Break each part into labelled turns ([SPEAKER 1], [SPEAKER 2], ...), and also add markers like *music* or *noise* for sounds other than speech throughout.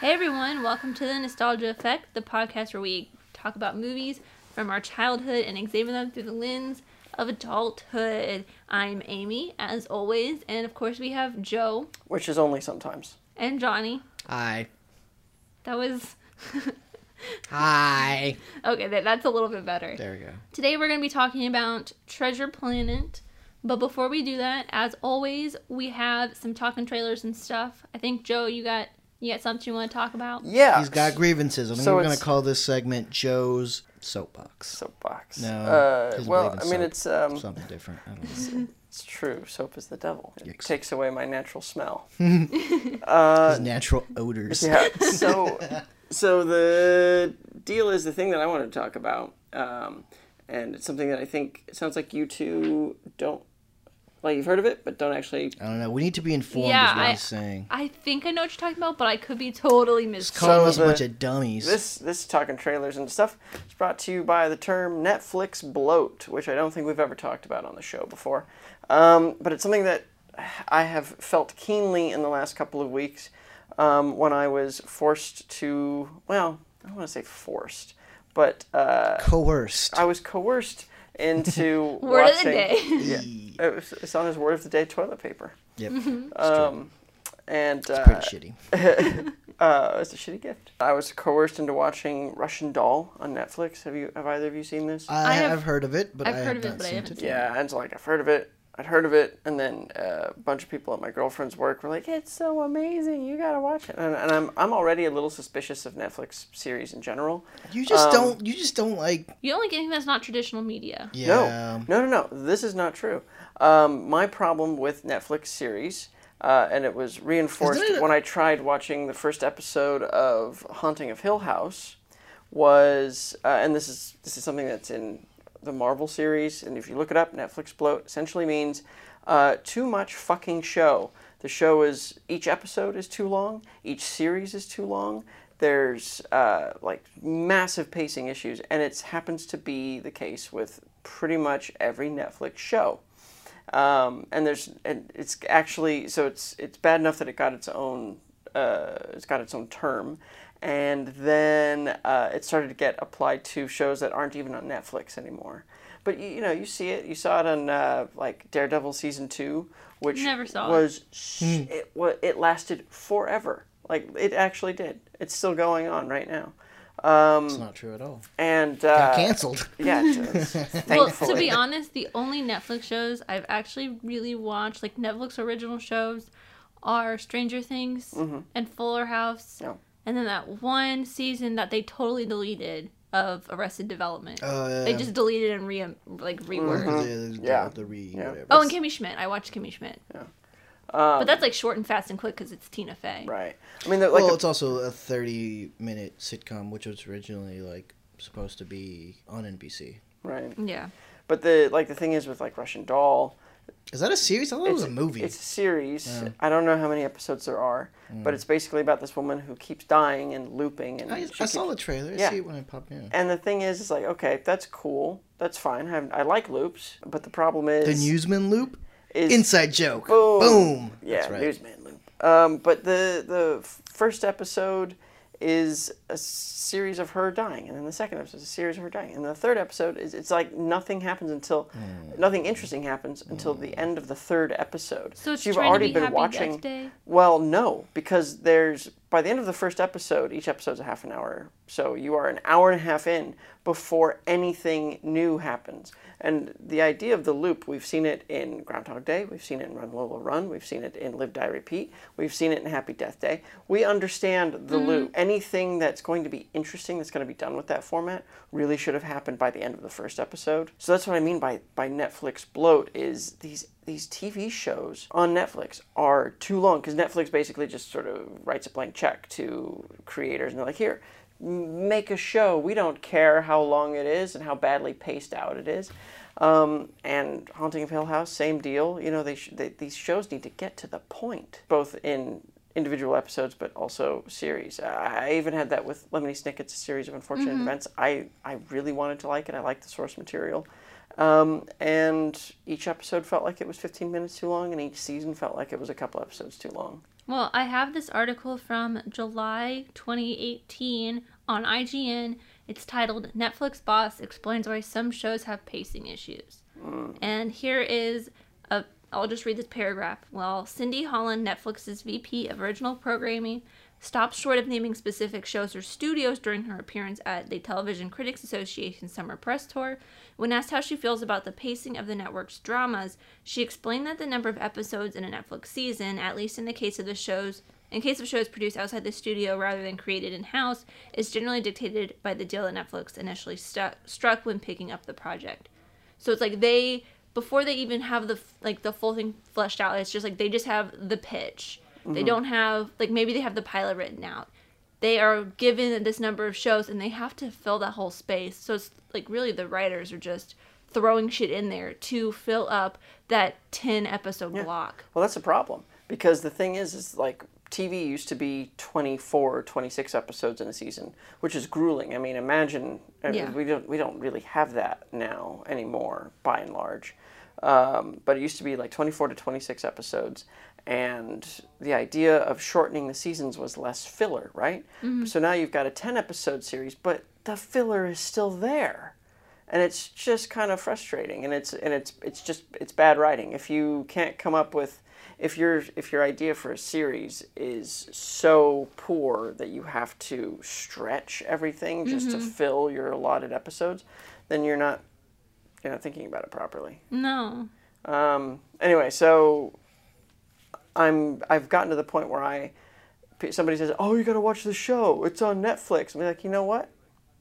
[SPEAKER 1] Hey everyone, welcome to the Nostalgia Effect, the podcast where we talk about movies from our childhood and examine them through the lens of adulthood. I'm Amy, as always, and of course we have Joe
[SPEAKER 2] which is only sometimes.
[SPEAKER 1] and Johnny.
[SPEAKER 3] Hi.
[SPEAKER 1] That was
[SPEAKER 3] Hi.
[SPEAKER 1] okay, that, that's a little bit better.
[SPEAKER 3] There we go.
[SPEAKER 1] Today we're going to be talking about Treasure Planet. But before we do that, as always, we have some talking trailers and stuff. I think Joe, you got you got something you want to talk about?
[SPEAKER 2] Yeah.
[SPEAKER 3] He's got grievances. I think
[SPEAKER 2] Uh, So
[SPEAKER 3] we're going
[SPEAKER 2] it's-
[SPEAKER 3] to call this segment Joe's Soapbox.
[SPEAKER 2] soapbox.
[SPEAKER 3] No,
[SPEAKER 2] Uh,
[SPEAKER 3] doesn't
[SPEAKER 2] well,
[SPEAKER 3] believe in
[SPEAKER 2] I mean,
[SPEAKER 3] soap.
[SPEAKER 2] it's um,
[SPEAKER 3] Something different. I don't know.
[SPEAKER 2] it's true. Soap is the devil. It
[SPEAKER 3] Yikes.
[SPEAKER 2] takes away my natural
[SPEAKER 3] *laughs*
[SPEAKER 2] smell.
[SPEAKER 3] His natural odors.
[SPEAKER 2] uh, Yeah.
[SPEAKER 3] *laughs*
[SPEAKER 2] So, so the deal is the thing that I wanted to talk about, um, and it's something that I think it sounds like you two don't like. You've heard of it, but don't actually.
[SPEAKER 3] I don't know. We need to be informed
[SPEAKER 1] Yeah,
[SPEAKER 3] is what
[SPEAKER 1] I-
[SPEAKER 3] he's saying.
[SPEAKER 1] I think I know what you're talking about, but I could be totally
[SPEAKER 3] He's
[SPEAKER 1] mis.
[SPEAKER 3] calling
[SPEAKER 2] So
[SPEAKER 3] us
[SPEAKER 2] the-
[SPEAKER 3] a bunch of dummies.
[SPEAKER 2] This this talking trailers and stuff is brought to you by the term Netflix bloat, which I don't think we've ever talked about on the show before. Um, but it's something that I have felt keenly in the last couple of weeks um, when I was forced to. Well, I don't want to say forced, but uh,
[SPEAKER 3] Coerced.
[SPEAKER 2] I was coerced into
[SPEAKER 1] *laughs* Word of the
[SPEAKER 2] watching-
[SPEAKER 1] day.
[SPEAKER 2] Yeah, it was, it's on his word of the day toilet paper,
[SPEAKER 3] Yep. It's
[SPEAKER 1] Mm-hmm.
[SPEAKER 3] true.
[SPEAKER 2] and uh,
[SPEAKER 3] Pretty shitty.
[SPEAKER 2] Uh, it's a shitty gift. I was coerced into watching Russian Doll on Netflix. Have you? Have either of you seen this?
[SPEAKER 3] I,
[SPEAKER 1] have-
[SPEAKER 3] have heard of it, but
[SPEAKER 1] I've
[SPEAKER 3] I
[SPEAKER 1] heard
[SPEAKER 3] have
[SPEAKER 1] of it,
[SPEAKER 3] not
[SPEAKER 1] but I
[SPEAKER 3] seen
[SPEAKER 1] haven't
[SPEAKER 3] it.
[SPEAKER 2] yeah, and so like I've heard of it. I'd heard of it, and then uh, a bunch of people at my girlfriend's work were like, "It's so amazing! You gotta watch it." And, and I'm I'm already a little suspicious of Netflix series in general.
[SPEAKER 3] You
[SPEAKER 2] Um,
[SPEAKER 3] just don't. You just don't like.
[SPEAKER 1] You don't like anything that's not traditional media.
[SPEAKER 3] Yeah. um,
[SPEAKER 2] No, no, no, no. This is not true. Um, my problem with Netflix series, uh, and it was reinforced
[SPEAKER 3] Isn't it-
[SPEAKER 2] when I tried watching the first episode of Haunting of Hill House, was, uh, and this is this is something that's in the Marvel series, and if you look it up, Netflix bloat essentially means uh, too much fucking show. The show is each episode is too long, each series is too long. There's uh, like massive pacing issues, and it happens to be the case with pretty much every Netflix show. Um, and there's and it's actually so it's it's bad enough that it got its own uh, it's got its own term, and then uh, it started to get applied to shows that aren't even on Netflix anymore. But you, you know you see it you saw it on uh, like Daredevil season two, which
[SPEAKER 1] Never saw it.
[SPEAKER 2] was s-
[SPEAKER 3] Hmm.
[SPEAKER 2] it was it lasted forever. Like it actually did. It's still going on right now. Um,
[SPEAKER 3] It's not true at all.
[SPEAKER 2] And
[SPEAKER 3] Got
[SPEAKER 2] uh,
[SPEAKER 3] canceled. *laughs*
[SPEAKER 2] yeah, it does.
[SPEAKER 1] Well, to
[SPEAKER 2] *laughs* Thankfully.
[SPEAKER 1] be honest, the only Netflix shows I've actually really watched, like Netflix original shows, are Stranger Things
[SPEAKER 2] Mm-hmm.
[SPEAKER 1] and Fuller House,
[SPEAKER 2] No.
[SPEAKER 1] and then that one season that they totally deleted of Arrested Development.
[SPEAKER 3] Oh, yeah.
[SPEAKER 1] They just deleted and re like
[SPEAKER 2] Mm-hmm.
[SPEAKER 1] reworked.
[SPEAKER 3] Uh, The, the,
[SPEAKER 2] Yeah.
[SPEAKER 3] The re.
[SPEAKER 2] Yeah.
[SPEAKER 3] Whatever.
[SPEAKER 1] Oh, and Kimmy Schmidt. I watched Kimmy Schmidt. Yeah. but that's like short and fast and quick because it's Tina Fey.
[SPEAKER 2] Um, right. I mean, the, like
[SPEAKER 3] well,
[SPEAKER 2] the-
[SPEAKER 3] it's also a 30 minute sitcom, which was originally like supposed to be on NBC.
[SPEAKER 2] right.
[SPEAKER 1] Yeah.
[SPEAKER 2] But the like the thing is with like Russian Doll,
[SPEAKER 3] Is that a series? I thought it was a movie. Mm.
[SPEAKER 2] It's a series. I don't know how many episodes there are, but it's basically about this woman who keeps dying and looping and
[SPEAKER 3] I,
[SPEAKER 2] she
[SPEAKER 3] I
[SPEAKER 2] keeps-
[SPEAKER 3] saw the trailer. I
[SPEAKER 2] Yeah.
[SPEAKER 3] see it when I popped in.
[SPEAKER 2] And the thing is, it's like okay, that's cool, that's fine. I, I like loops, but the problem is
[SPEAKER 3] The Newsman Loop?
[SPEAKER 2] is
[SPEAKER 3] Inside joke.
[SPEAKER 2] Boom.
[SPEAKER 3] Boom.
[SPEAKER 2] Yeah,
[SPEAKER 3] That's right.
[SPEAKER 2] newsman loop. Um, but the the f- first episode is a series of her dying, and then the second episode is a series of her dying, and the third episode is it's like nothing happens until
[SPEAKER 3] Hmm.
[SPEAKER 2] nothing interesting happens until the end of the third episode.
[SPEAKER 1] So it's trying to be Happy Death Day?
[SPEAKER 2] Well, no, because there's by the end of the first episode, each episode's a half an hour, so you are an hour and a half in before anything new happens. And the idea of the loop, we've seen it in Groundhog Day, we've seen it in Run Lola Run, we've seen it in Live Die Repeat, we've seen it in Happy Death Day. We understand
[SPEAKER 1] Mm-hmm.
[SPEAKER 2] the loop. Anything that's going to be interesting that's going to be done with that format really should have happened by the end of the first episode. So that's what I mean by by Netflix bloat is these these TV shows on Netflix are too long because Netflix basically just sort of writes a blank check to creators and they're like, here, m- make a show. We don't care how long it is and how badly paced out it is. Um, and Haunting of Hill House, same deal. You know, they, sh- they these shows need to get to the point, both in individual episodes but also series. I I even had that with Lemony Snicket's A Series of Unfortunate Events. I, I really wanted to like it. I liked the source material. Um, and each episode felt like it was 15 minutes too long, and each season felt like it was a couple episodes too long.
[SPEAKER 1] Well, I have this article from July 2018 on IGN. It's titled Netflix Boss Explains Why Some Shows Have Pacing Issues. And here is a I'll just read this paragraph. Well, Cindy Holland, Netflix's VP of Original Programming, stopped short of naming specific shows or studios during her appearance at the Television Critics Association Summer Press Tour. When asked how she feels about the pacing of the network's dramas, she explained that the number of episodes in a Netflix season, at least in the case of the shows, in case of shows produced outside the studio rather than created in house, is generally dictated by the deal that Netflix initially stu- struck when picking up the project. So it's like they before they even have the f- like the full thing fleshed out, it's just like they just have the pitch. They
[SPEAKER 2] Mm-hmm.
[SPEAKER 1] don't have like maybe they have the pilot written out. They are given this number of shows and they have to fill that whole space. So it's like really the writers are just throwing shit in there to fill up that 10 episode block.
[SPEAKER 2] Well, that's a problem because the thing is, is like TV used to be 24 or 26 episodes in a season, which is grueling. I mean, imagine I mean,
[SPEAKER 1] Yeah.
[SPEAKER 2] we don't we don't really have that now anymore by and large. Um, but it used to be like 24 to 26 episodes and the idea of shortening the seasons was less filler, right? So now you've got a 10 episode series, but the filler is still there and it's just kind of frustrating and it's and it's it's just it's bad writing if you can't come up with if your if your idea for a series is so poor that you have to stretch everything just to fill your allotted episodes then you're not you're not thinking about it properly
[SPEAKER 1] No.
[SPEAKER 2] um, anyway, so I'm I've gotten to the point where I p- somebody says, "Oh, you got to watch the show. It's on Netflix." I'm like, "You know what?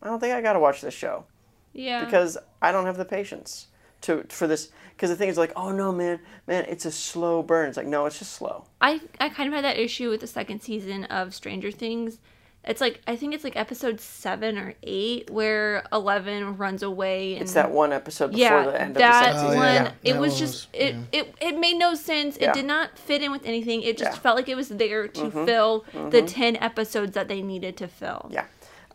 [SPEAKER 2] I don't think I got to watch this show
[SPEAKER 1] Yeah.
[SPEAKER 2] because I don't have the patience to for this because the thing is like, "Oh no, man. Man, it's a slow burn." It's like, "No, it's just slow."
[SPEAKER 1] I I kind of had that issue with the second season of Stranger Things. It's like I think it's like episode 7 or 8 where 11 runs away and
[SPEAKER 2] It's that one episode before
[SPEAKER 1] Mm-hmm. yeah,
[SPEAKER 2] the end
[SPEAKER 1] that
[SPEAKER 2] of the second
[SPEAKER 3] Oh,
[SPEAKER 2] season.
[SPEAKER 1] one.
[SPEAKER 3] yeah.
[SPEAKER 1] It
[SPEAKER 3] That
[SPEAKER 1] was
[SPEAKER 3] one
[SPEAKER 1] just
[SPEAKER 3] was-
[SPEAKER 1] it, it. It made no sense.
[SPEAKER 2] Yeah.
[SPEAKER 1] It did not fit in with anything. It just
[SPEAKER 2] Yeah. Mm-hmm.
[SPEAKER 1] felt like it was there to fill the ten episodes that they needed to fill.
[SPEAKER 2] Yeah.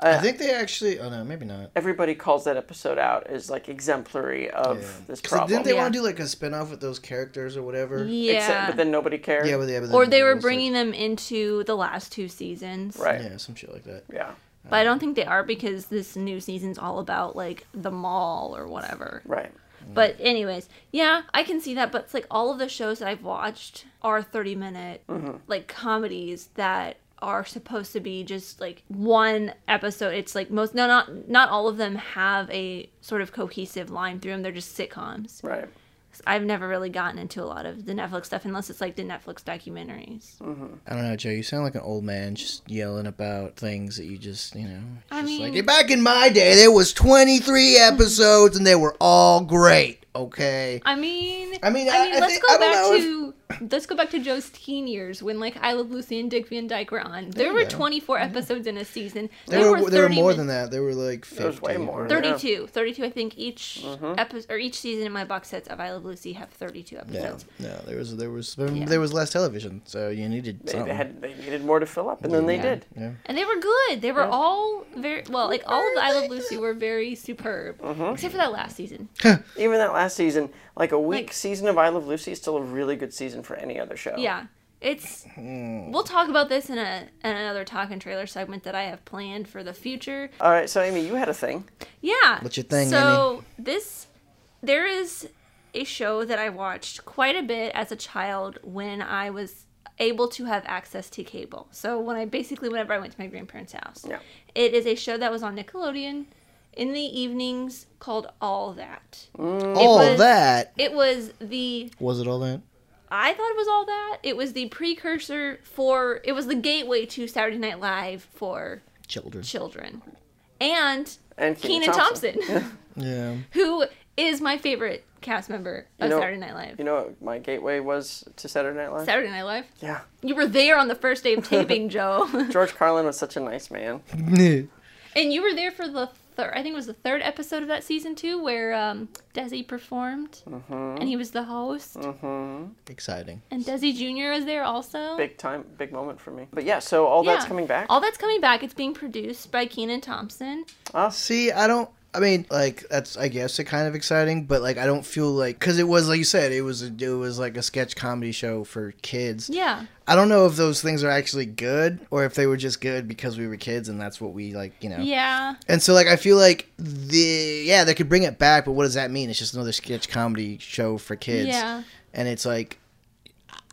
[SPEAKER 2] Uh,
[SPEAKER 3] I think they actually. Oh no, maybe not.
[SPEAKER 2] Everybody calls that episode out as like exemplary of this
[SPEAKER 3] Um, 'Cause
[SPEAKER 2] problem.
[SPEAKER 3] Didn't they
[SPEAKER 1] Yeah.
[SPEAKER 3] want to do like a spin off with those characters or whatever?
[SPEAKER 1] Yeah.
[SPEAKER 2] Except- uh, but then nobody cared.
[SPEAKER 3] Yeah, but yeah, but
[SPEAKER 1] or
[SPEAKER 3] then
[SPEAKER 1] they
[SPEAKER 3] it
[SPEAKER 1] were
[SPEAKER 3] was, like-
[SPEAKER 1] bringing them into the last two seasons.
[SPEAKER 2] right.
[SPEAKER 3] Yeah, some shit like that.
[SPEAKER 2] yeah.
[SPEAKER 1] But I don't think they are because this new season's all about like the mall or whatever.
[SPEAKER 2] Right.
[SPEAKER 1] Mm. But anyways, yeah, I can see that. But it's like all of the shows that I've watched are thirty minute
[SPEAKER 3] Mm-hmm.
[SPEAKER 1] like comedies that are supposed to be just like one episode. It's like most no not not all of them have a sort of cohesive line through them. They're just sitcoms.
[SPEAKER 2] Right.
[SPEAKER 1] I've never really gotten into a lot of the Netflix stuff unless it's like the Netflix documentaries.
[SPEAKER 3] I don't know, Joe. You sound like an old man just yelling about things that you just, you know.
[SPEAKER 1] I
[SPEAKER 3] just
[SPEAKER 1] mean-
[SPEAKER 3] like, back in my day, there was
[SPEAKER 1] *laughs*
[SPEAKER 3] 23 episodes and they were all great. Okay.
[SPEAKER 1] I mean,
[SPEAKER 3] I mean,
[SPEAKER 1] I mean,
[SPEAKER 3] I
[SPEAKER 1] let's
[SPEAKER 3] think-
[SPEAKER 1] go
[SPEAKER 3] I don't know
[SPEAKER 1] back
[SPEAKER 3] if-
[SPEAKER 1] to let's go back to Joe's teen years when like I Love Lucy and Dick Van Dyke were on. There,
[SPEAKER 3] you
[SPEAKER 1] were
[SPEAKER 3] go. Mm-hmm.
[SPEAKER 1] 24 episodes in a season.
[SPEAKER 3] There, were, there were
[SPEAKER 1] 30
[SPEAKER 3] more
[SPEAKER 1] min-
[SPEAKER 3] than that. There were like 50.
[SPEAKER 2] was way more.
[SPEAKER 3] or-
[SPEAKER 1] 32 32 i think each episode or each season in my box sets of i love lucy have 32
[SPEAKER 3] No,
[SPEAKER 1] episodes
[SPEAKER 3] no, there was there was there, was less television, so you needed
[SPEAKER 2] They, they
[SPEAKER 3] something.
[SPEAKER 2] had they needed more to fill up, and then they
[SPEAKER 1] Yeah.
[SPEAKER 2] did.
[SPEAKER 3] yeah. *laughs*
[SPEAKER 1] and they were good they were all very well like all of the i love lucy were very superb except for that last season
[SPEAKER 2] Even that last season, like a weak
[SPEAKER 1] Like-
[SPEAKER 2] season of I Love Lucy is still a really good season for any other show.
[SPEAKER 1] yeah it's we'll talk about this in a in another talk and trailer segment that i have planned for the future
[SPEAKER 2] All right, so Amy, you had a thing.
[SPEAKER 1] Yeah.
[SPEAKER 3] What's your thing,
[SPEAKER 1] So this, there is a show that I watched quite a bit as a child when I was able to have access to cable. So when I basically whenever I went to my grandparents' house,
[SPEAKER 2] Yeah.
[SPEAKER 1] it is a show that was on Nickelodeon in the evenings called All That.
[SPEAKER 3] all
[SPEAKER 1] was-
[SPEAKER 3] that
[SPEAKER 1] It was the
[SPEAKER 3] was it. All that.
[SPEAKER 1] I thought it was all that. It was the precursor for it was the gateway to Saturday Night Live for
[SPEAKER 3] Children.
[SPEAKER 1] children. And
[SPEAKER 2] And Kenan
[SPEAKER 1] Keenan
[SPEAKER 2] Thompson.
[SPEAKER 1] Thompson. *laughs*
[SPEAKER 3] Yeah.
[SPEAKER 1] who is my favorite cast member of
[SPEAKER 2] know-
[SPEAKER 1] Saturday Night Live.
[SPEAKER 2] You know what my gateway was to Saturday Night Live?
[SPEAKER 1] Saturday Night Live.
[SPEAKER 2] yeah.
[SPEAKER 1] You were there on the first
[SPEAKER 2] *laughs*
[SPEAKER 1] day of taping, Joe,
[SPEAKER 2] George Carlin was such a nice man.
[SPEAKER 1] *laughs* and you were there for the third. I think it was the third episode of that season too, where um, Desi performed,
[SPEAKER 2] Mm-hmm.
[SPEAKER 1] and he was the host,
[SPEAKER 2] Mm.
[SPEAKER 3] Exciting.
[SPEAKER 1] and Desi Jr. was there also.
[SPEAKER 2] Big time, big moment for me. But yeah, so all that's
[SPEAKER 1] Yeah.
[SPEAKER 2] coming back.
[SPEAKER 1] All that's coming back. It's being produced by Keenan Thompson.
[SPEAKER 3] See, I don't. I mean, like that's I guess it kind of exciting, but like I don't feel like because it was like you said, it was a, it was like a sketch comedy show for kids.
[SPEAKER 1] Yeah.
[SPEAKER 3] I don't know if those things are actually good or if they were just good because we were kids and that's what we like, you know.
[SPEAKER 1] Yeah.
[SPEAKER 3] And so like I feel like the yeah they could bring it back, but what does that mean? It's just another sketch comedy show for kids.
[SPEAKER 1] Yeah.
[SPEAKER 3] And it's like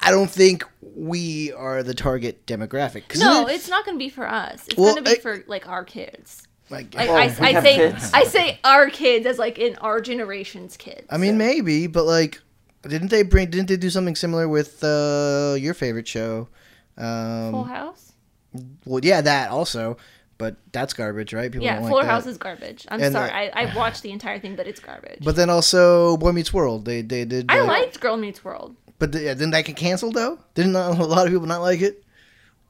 [SPEAKER 3] I don't think we are the target demographic. 'Cause
[SPEAKER 1] No,
[SPEAKER 3] it-
[SPEAKER 1] it's not going to be for us. It's
[SPEAKER 3] Well,
[SPEAKER 1] going to be
[SPEAKER 3] I-
[SPEAKER 1] for like our kids.
[SPEAKER 3] like,
[SPEAKER 1] Like
[SPEAKER 2] Oh,
[SPEAKER 1] I,
[SPEAKER 2] we
[SPEAKER 1] I
[SPEAKER 2] have
[SPEAKER 1] say
[SPEAKER 2] kids.
[SPEAKER 1] I say our kids as like in our generation's kids.
[SPEAKER 3] I mean, maybe, but like, didn't they bring? Didn't they do something similar with uh, your favorite show?
[SPEAKER 1] Full
[SPEAKER 3] Um,
[SPEAKER 1] House.
[SPEAKER 3] well, yeah, that also, but that's garbage, right? People
[SPEAKER 1] Yeah,
[SPEAKER 3] don't like
[SPEAKER 1] Fuller
[SPEAKER 3] that.
[SPEAKER 1] House is garbage. I'm
[SPEAKER 3] And
[SPEAKER 1] sorry.
[SPEAKER 3] the-
[SPEAKER 1] I, I watched the entire thing, but it's garbage.
[SPEAKER 3] But then also Boy Meets World, they they did.
[SPEAKER 1] I
[SPEAKER 3] like-
[SPEAKER 1] liked Girl Meets World.
[SPEAKER 3] but th- yeah, didn't that get canceled though? Didn't a *laughs* lot of people not like it?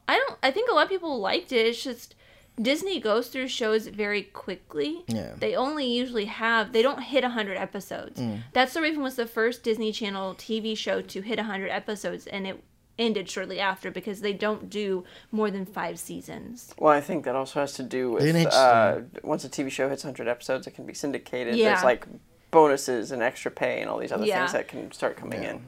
[SPEAKER 1] I don't. I think a lot of people liked it. It's just Disney goes through shows very quickly.
[SPEAKER 3] Yeah.
[SPEAKER 1] They only usually have. They don't hit hundred episodes.
[SPEAKER 3] Mm.
[SPEAKER 1] That's the Raven was the first Disney Channel TV show to hit hundred episodes, and it ended shortly after because they don't do more than five seasons.
[SPEAKER 2] Well, I think that also has to do with
[SPEAKER 3] Isn't it
[SPEAKER 2] uh, once a TV show hits 100 episodes, it can be syndicated.
[SPEAKER 1] Yeah.
[SPEAKER 2] There's like bonuses and extra pay and all these other
[SPEAKER 1] Yeah.
[SPEAKER 2] things that can start coming in.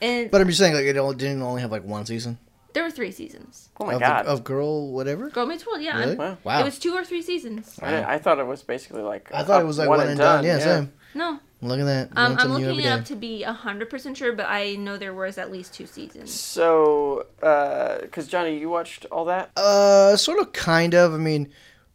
[SPEAKER 1] And
[SPEAKER 3] But I'm just saying, like, it only, didn't only have like one season
[SPEAKER 1] there were three seasons.
[SPEAKER 2] Oh my
[SPEAKER 3] of, the-
[SPEAKER 2] god!
[SPEAKER 3] of Girl whatever.
[SPEAKER 1] Girl Meets World. Yeah.
[SPEAKER 3] Really?
[SPEAKER 1] I'm-
[SPEAKER 2] Wow.
[SPEAKER 1] It was two or three seasons.
[SPEAKER 2] I, I thought it was basically like
[SPEAKER 3] I thought
[SPEAKER 2] up-
[SPEAKER 3] it was like one, and done. Yeah, same.
[SPEAKER 1] No,
[SPEAKER 3] I'm looking at that.
[SPEAKER 1] um,
[SPEAKER 3] learn
[SPEAKER 1] I'm
[SPEAKER 3] something new
[SPEAKER 1] looking it
[SPEAKER 3] every
[SPEAKER 1] up
[SPEAKER 3] day.
[SPEAKER 1] to be hundred percent sure, but I know there was at least two seasons.
[SPEAKER 2] So, because Johnny, you watched all that.
[SPEAKER 3] Uh, sort of, kind of. I mean,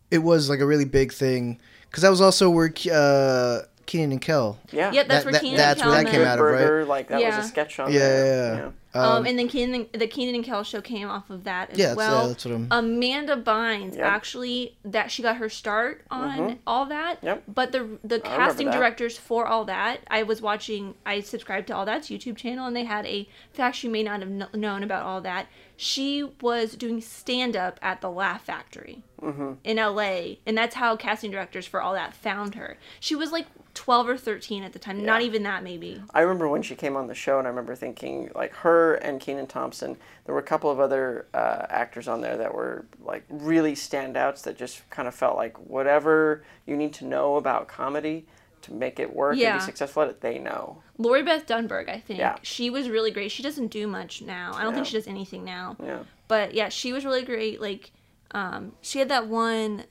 [SPEAKER 3] it was like a really big thing because that was also where Ke- uh, Keenan and Kel.
[SPEAKER 2] Yeah.
[SPEAKER 1] Yep, that's
[SPEAKER 3] That-
[SPEAKER 1] where
[SPEAKER 3] that-
[SPEAKER 1] Keenan
[SPEAKER 3] that's where that
[SPEAKER 1] Kelman-
[SPEAKER 3] came out of, right?
[SPEAKER 2] Burger, like that
[SPEAKER 1] Yeah.
[SPEAKER 2] was a sketch on
[SPEAKER 3] Yeah,
[SPEAKER 2] there.
[SPEAKER 3] yeah, yeah.
[SPEAKER 1] Um, and then Keenan, the Keenan and Kel show came off of that as
[SPEAKER 3] Yeah, that's-
[SPEAKER 1] well. um,
[SPEAKER 3] yeah, that's what I'm-
[SPEAKER 1] Amanda Bynes
[SPEAKER 2] Yep. Mm-hmm.
[SPEAKER 1] actually that she got her start on all that.
[SPEAKER 2] Yep.
[SPEAKER 1] But the the
[SPEAKER 2] remember
[SPEAKER 1] casting
[SPEAKER 2] that.
[SPEAKER 1] directors for all that, I was watching. I subscribed to all that's YouTube channel, and they had a fact you may not have kn- known about all that. She was doing stand up at the Laugh Factory
[SPEAKER 2] Mm-hmm.
[SPEAKER 1] in LA, and that's how casting directors for all that found her. She was like twelve or thirteen at the time, not even that maybe.
[SPEAKER 2] I remember when she came on the show, and I remember thinking like her and Keenan Thompson. There were a couple of other uh, actors on there that were like really standouts that just kind of felt like whatever you need to know about comedy to make it work
[SPEAKER 1] Yeah.
[SPEAKER 2] and be successful at it, they know.
[SPEAKER 1] Lori Beth Dunberg, I think.
[SPEAKER 2] Yeah.
[SPEAKER 1] She was really great. She doesn't do much now. I don't think
[SPEAKER 2] Yeah.
[SPEAKER 1] she does anything now.
[SPEAKER 2] Yeah.
[SPEAKER 1] But yeah, she was really great. Like, um, she had that one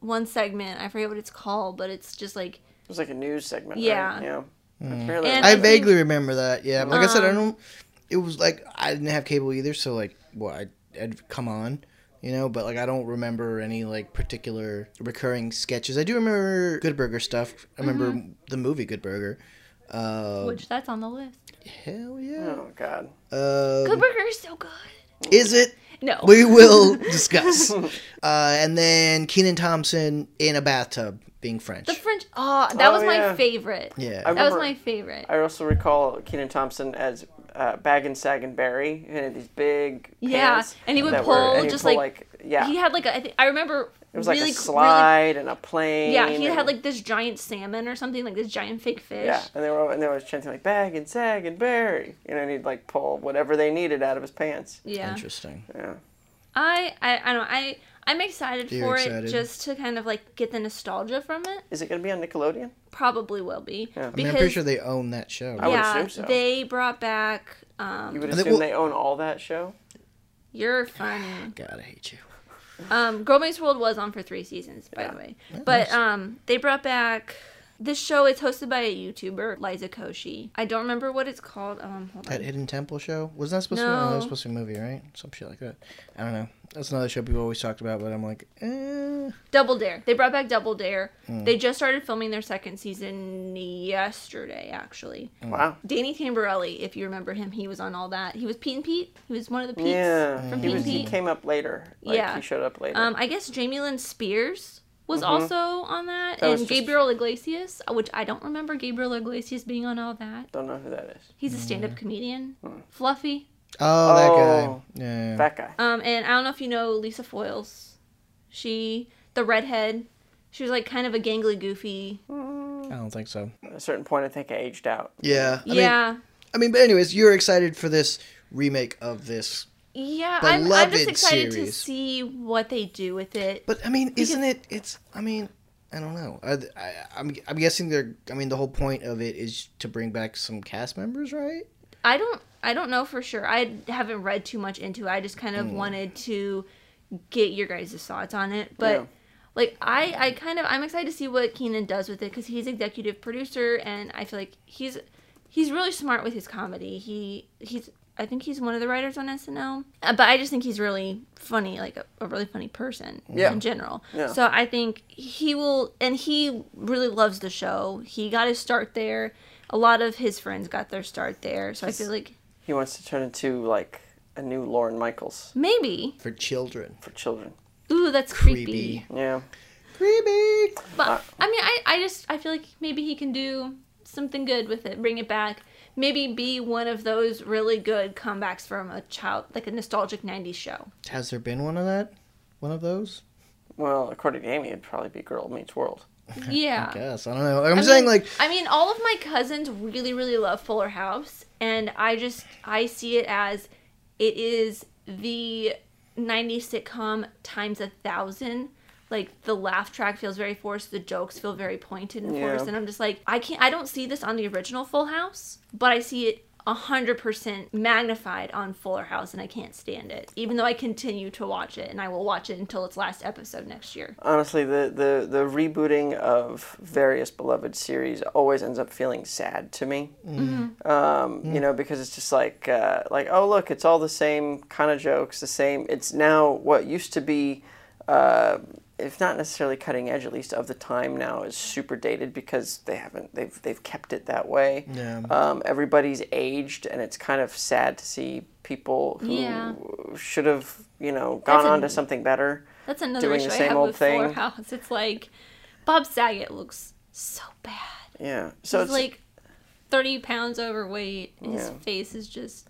[SPEAKER 1] one segment, I forget what it's called, but it's just like
[SPEAKER 2] It was like a news segment.
[SPEAKER 1] Yeah.
[SPEAKER 2] Right? Yeah. Apparently,
[SPEAKER 1] And- Um,
[SPEAKER 3] I,
[SPEAKER 1] I think-
[SPEAKER 3] vaguely remember that. Yeah, but like I said, I don't. It was like I didn't have cable either, so like, what? I, I'd come on, you know. But like, I don't remember any like particular recurring sketches. I do remember Good Burger stuff. I remember
[SPEAKER 1] Mm-hmm.
[SPEAKER 3] the movie Good Burger. Uh,
[SPEAKER 1] which that's on the list.
[SPEAKER 3] hell yeah.
[SPEAKER 2] oh god.
[SPEAKER 1] Good
[SPEAKER 3] Uh,
[SPEAKER 1] Burger is so good.
[SPEAKER 3] is it?
[SPEAKER 1] No.
[SPEAKER 2] *laughs*
[SPEAKER 3] We will discuss. uh, and then Keenan Thompson in a bathtub being French.
[SPEAKER 1] the French Oh, that
[SPEAKER 2] Oh,
[SPEAKER 1] was my
[SPEAKER 2] yeah.
[SPEAKER 1] favorite.
[SPEAKER 3] yeah.
[SPEAKER 2] I
[SPEAKER 1] That was
[SPEAKER 2] remember-
[SPEAKER 1] my favorite.
[SPEAKER 2] I also recall Keenan Thompson as uh, Bag and Sag and Barry, who had these big
[SPEAKER 1] Yeah,
[SPEAKER 2] pants
[SPEAKER 1] and he would
[SPEAKER 2] that
[SPEAKER 1] pull
[SPEAKER 2] and he'd
[SPEAKER 1] just,
[SPEAKER 2] pull,
[SPEAKER 1] like-
[SPEAKER 2] yeah.
[SPEAKER 1] He had like a, I think I remember
[SPEAKER 2] it was
[SPEAKER 1] really
[SPEAKER 2] like a
[SPEAKER 1] cl- really
[SPEAKER 2] slide and a plane.
[SPEAKER 1] yeah, he
[SPEAKER 2] and-
[SPEAKER 1] had like this giant salmon or something, like this giant fake fish.
[SPEAKER 2] Yeah, and they were and they were chanting like bag and sag and Barry, you know, and he'd like pull whatever they needed out of his pants.
[SPEAKER 1] Yeah.
[SPEAKER 3] Interesting.
[SPEAKER 2] Yeah,
[SPEAKER 1] I I, I don't know, I I'm excited
[SPEAKER 3] You're
[SPEAKER 1] for
[SPEAKER 3] excited.
[SPEAKER 1] it just to kind of like get the nostalgia from it.
[SPEAKER 2] is it gonna be on Nickelodeon?
[SPEAKER 1] Probably will be.
[SPEAKER 2] Yeah. I mean, I'm
[SPEAKER 3] I mean, I'm pretty sure they own that show.
[SPEAKER 2] I would
[SPEAKER 1] yeah,
[SPEAKER 2] assume so.
[SPEAKER 1] they brought back um
[SPEAKER 2] You would
[SPEAKER 3] And they-
[SPEAKER 2] assume
[SPEAKER 3] well-
[SPEAKER 2] they own all that show.
[SPEAKER 1] You're funny.
[SPEAKER 3] God, I hate you.
[SPEAKER 1] Um Girl Meets World was on for 3 seasons by the way. But um they brought back this show is hosted by a YouTuber, Liza Koshy. I don't remember what it's called. Um hold
[SPEAKER 3] That
[SPEAKER 1] on.
[SPEAKER 3] Hidden Temple show was that supposed to? Be, no, that was
[SPEAKER 1] No.
[SPEAKER 3] supposed to be a movie, right? Some shit like that. I don't know. That's another show people always talked about, but I'm like, eh.
[SPEAKER 1] Double Dare. They brought back Double Dare.
[SPEAKER 2] Mm.
[SPEAKER 1] They just started filming their second season yesterday actually.
[SPEAKER 2] Wow.
[SPEAKER 1] Danny Tamborelli, if you remember him, he was on all that. He was Pete and Pete. He was one of the Pete's
[SPEAKER 2] Yeah,
[SPEAKER 1] from
[SPEAKER 2] he
[SPEAKER 1] Pete and
[SPEAKER 2] was. He
[SPEAKER 1] Pete.
[SPEAKER 2] came up later. Like,
[SPEAKER 1] Yeah.
[SPEAKER 2] he showed up later.
[SPEAKER 1] Um, I guess Jamie Lynn Spears was
[SPEAKER 3] Mm-hmm.
[SPEAKER 1] also on that,
[SPEAKER 2] That was
[SPEAKER 1] and
[SPEAKER 2] just-
[SPEAKER 1] Gabriel Iglesias, uh, which I don't remember Gabriel Iglesias being on all that.
[SPEAKER 2] Don't know who that is.
[SPEAKER 3] Mm.
[SPEAKER 1] He's a stand-up comedian,
[SPEAKER 3] Hmm.
[SPEAKER 1] Fluffy.
[SPEAKER 3] Oh,
[SPEAKER 2] Oh.
[SPEAKER 3] that guy. Yeah.
[SPEAKER 2] That guy.
[SPEAKER 1] Um, and I don't know if you know Lisa Foyles. She, the redhead, she was like kind of a gangly, goofy.
[SPEAKER 3] I don't think so.
[SPEAKER 2] At a certain point, I think I aged out.
[SPEAKER 3] Yeah. I Mean,
[SPEAKER 1] yeah.
[SPEAKER 3] I mean, but anyways, you're excited for this remake of this,
[SPEAKER 1] yeah, I'm, I'm just
[SPEAKER 3] beloved
[SPEAKER 1] excited to
[SPEAKER 3] series.
[SPEAKER 1] see what they do with it.
[SPEAKER 3] but I mean, isn't it? It's. I mean, I don't know. I, I, I'm I'm guessing they're. I mean, the whole point of it is to bring back some cast members, right?
[SPEAKER 1] I don't I don't know for sure. I haven't read too much into it. I just kind of
[SPEAKER 2] Hmm.
[SPEAKER 1] wanted to get your guys' thoughts on it. But
[SPEAKER 2] Yeah.
[SPEAKER 1] like I I kind of I'm excited to see what Keenan does with it cuz he's executive producer and I feel like he's he's really smart with his comedy. He he's I think he's one of the writers on SNL. Uh, But I just think he's really funny, like a, a really funny person
[SPEAKER 2] Yeah.
[SPEAKER 1] in general.
[SPEAKER 2] Yeah.
[SPEAKER 1] So I think he will, and he really loves the show. He got his start there. A lot of his friends got their start there. So I feel like
[SPEAKER 2] He wants to turn into like a new Lauren Michaels
[SPEAKER 1] Maybe.
[SPEAKER 3] For children.
[SPEAKER 2] for children.
[SPEAKER 1] Ooh, that's creepy.
[SPEAKER 3] Creepy.
[SPEAKER 2] Yeah.
[SPEAKER 3] Creepy.
[SPEAKER 1] But
[SPEAKER 2] Uh,
[SPEAKER 1] I mean, I, I just I feel like maybe he can do something good with it. Bring it back. Maybe be one of those really good comebacks from a child, like a nostalgic '90s show.
[SPEAKER 3] Has there been one of that? One of those?
[SPEAKER 2] Well, according to Amy, it'd probably be Girl Meets World.
[SPEAKER 1] Yeah.
[SPEAKER 3] I guess. I don't know. I'm
[SPEAKER 1] Uh, I
[SPEAKER 3] saying
[SPEAKER 1] mean-
[SPEAKER 3] like
[SPEAKER 1] I mean, all of my cousins really, really love Fuller House, and I just I see it as it is the '90s sitcom times a thousand. Like the laugh track feels very forced, the jokes feel very pointed and
[SPEAKER 2] Yeah.
[SPEAKER 1] forced, and I'm just like, I can't. I don't see this on the original Full House, but I see it. 100% magnified on Fuller House, and I can't stand it. Even though I continue to watch it, and I will watch it until its last episode next year.
[SPEAKER 2] Honestly, the, the, the rebooting of various beloved series always ends up feeling sad to me.
[SPEAKER 1] Mm-hmm.
[SPEAKER 2] Um, You know, because it's just like uh, like oh look, it's all the same kind of jokes, the same. It's now what used to be, uh, if not necessarily cutting edge, at least of the time now is super dated because they haven't they've they've kept it that way.
[SPEAKER 3] Yeah.
[SPEAKER 2] Um, everybody's aged, and it's kind of sad to see people who
[SPEAKER 1] Yeah.
[SPEAKER 2] should have you know gone
[SPEAKER 1] That's
[SPEAKER 2] on
[SPEAKER 1] a-
[SPEAKER 2] to something better.
[SPEAKER 1] That's another
[SPEAKER 2] doing
[SPEAKER 1] issue
[SPEAKER 2] the
[SPEAKER 1] I
[SPEAKER 2] same
[SPEAKER 1] have
[SPEAKER 2] old
[SPEAKER 1] with Fuller
[SPEAKER 2] thing.
[SPEAKER 1] House. It's like Bob Saget looks so bad.
[SPEAKER 2] Yeah. So
[SPEAKER 1] He's
[SPEAKER 2] it's
[SPEAKER 1] like thirty pounds overweight. and His
[SPEAKER 2] Yeah.
[SPEAKER 1] face is just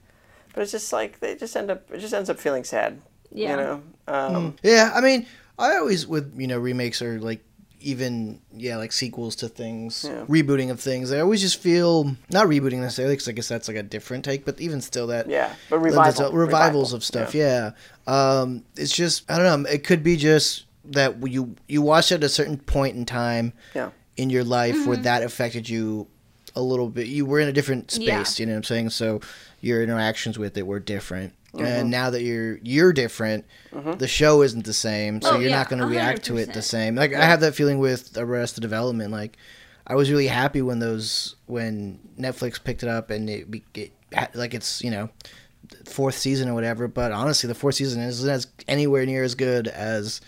[SPEAKER 2] but it's just like they just end up it just ends up feeling sad.
[SPEAKER 1] Yeah.
[SPEAKER 2] You know. Um,
[SPEAKER 3] Yeah, I mean, I always with you know remakes or like even yeah like sequels to things,
[SPEAKER 2] Yeah.
[SPEAKER 3] rebooting of things. I always just feel not rebooting necessarily because I guess that's like a different take, but even still that
[SPEAKER 2] Yeah, but
[SPEAKER 3] lends
[SPEAKER 2] revival-
[SPEAKER 3] itself- revivals
[SPEAKER 2] revival,
[SPEAKER 3] of stuff. Yeah. um, it's just I don't know. It could be just that you you watched at a certain point in time
[SPEAKER 2] Yeah.
[SPEAKER 3] in your life
[SPEAKER 1] Mm-hmm.
[SPEAKER 3] where that affected you a little bit. You were in a different
[SPEAKER 1] Yeah.
[SPEAKER 3] space, you know what I'm saying? So your interactions with it were different.
[SPEAKER 2] Mm-hmm.
[SPEAKER 3] And now that you're you're different, the show isn't the same, so
[SPEAKER 1] Oh,
[SPEAKER 3] you're
[SPEAKER 1] yeah,
[SPEAKER 3] not going to react to it the
[SPEAKER 1] 100%.
[SPEAKER 3] same. Like I have that feeling with Arrested Development. Like I was really happy when those when Netflix picked it up and it, be- it ha- like it's you know fourth season or whatever. But honestly, the fourth season isn't as anywhere near as good as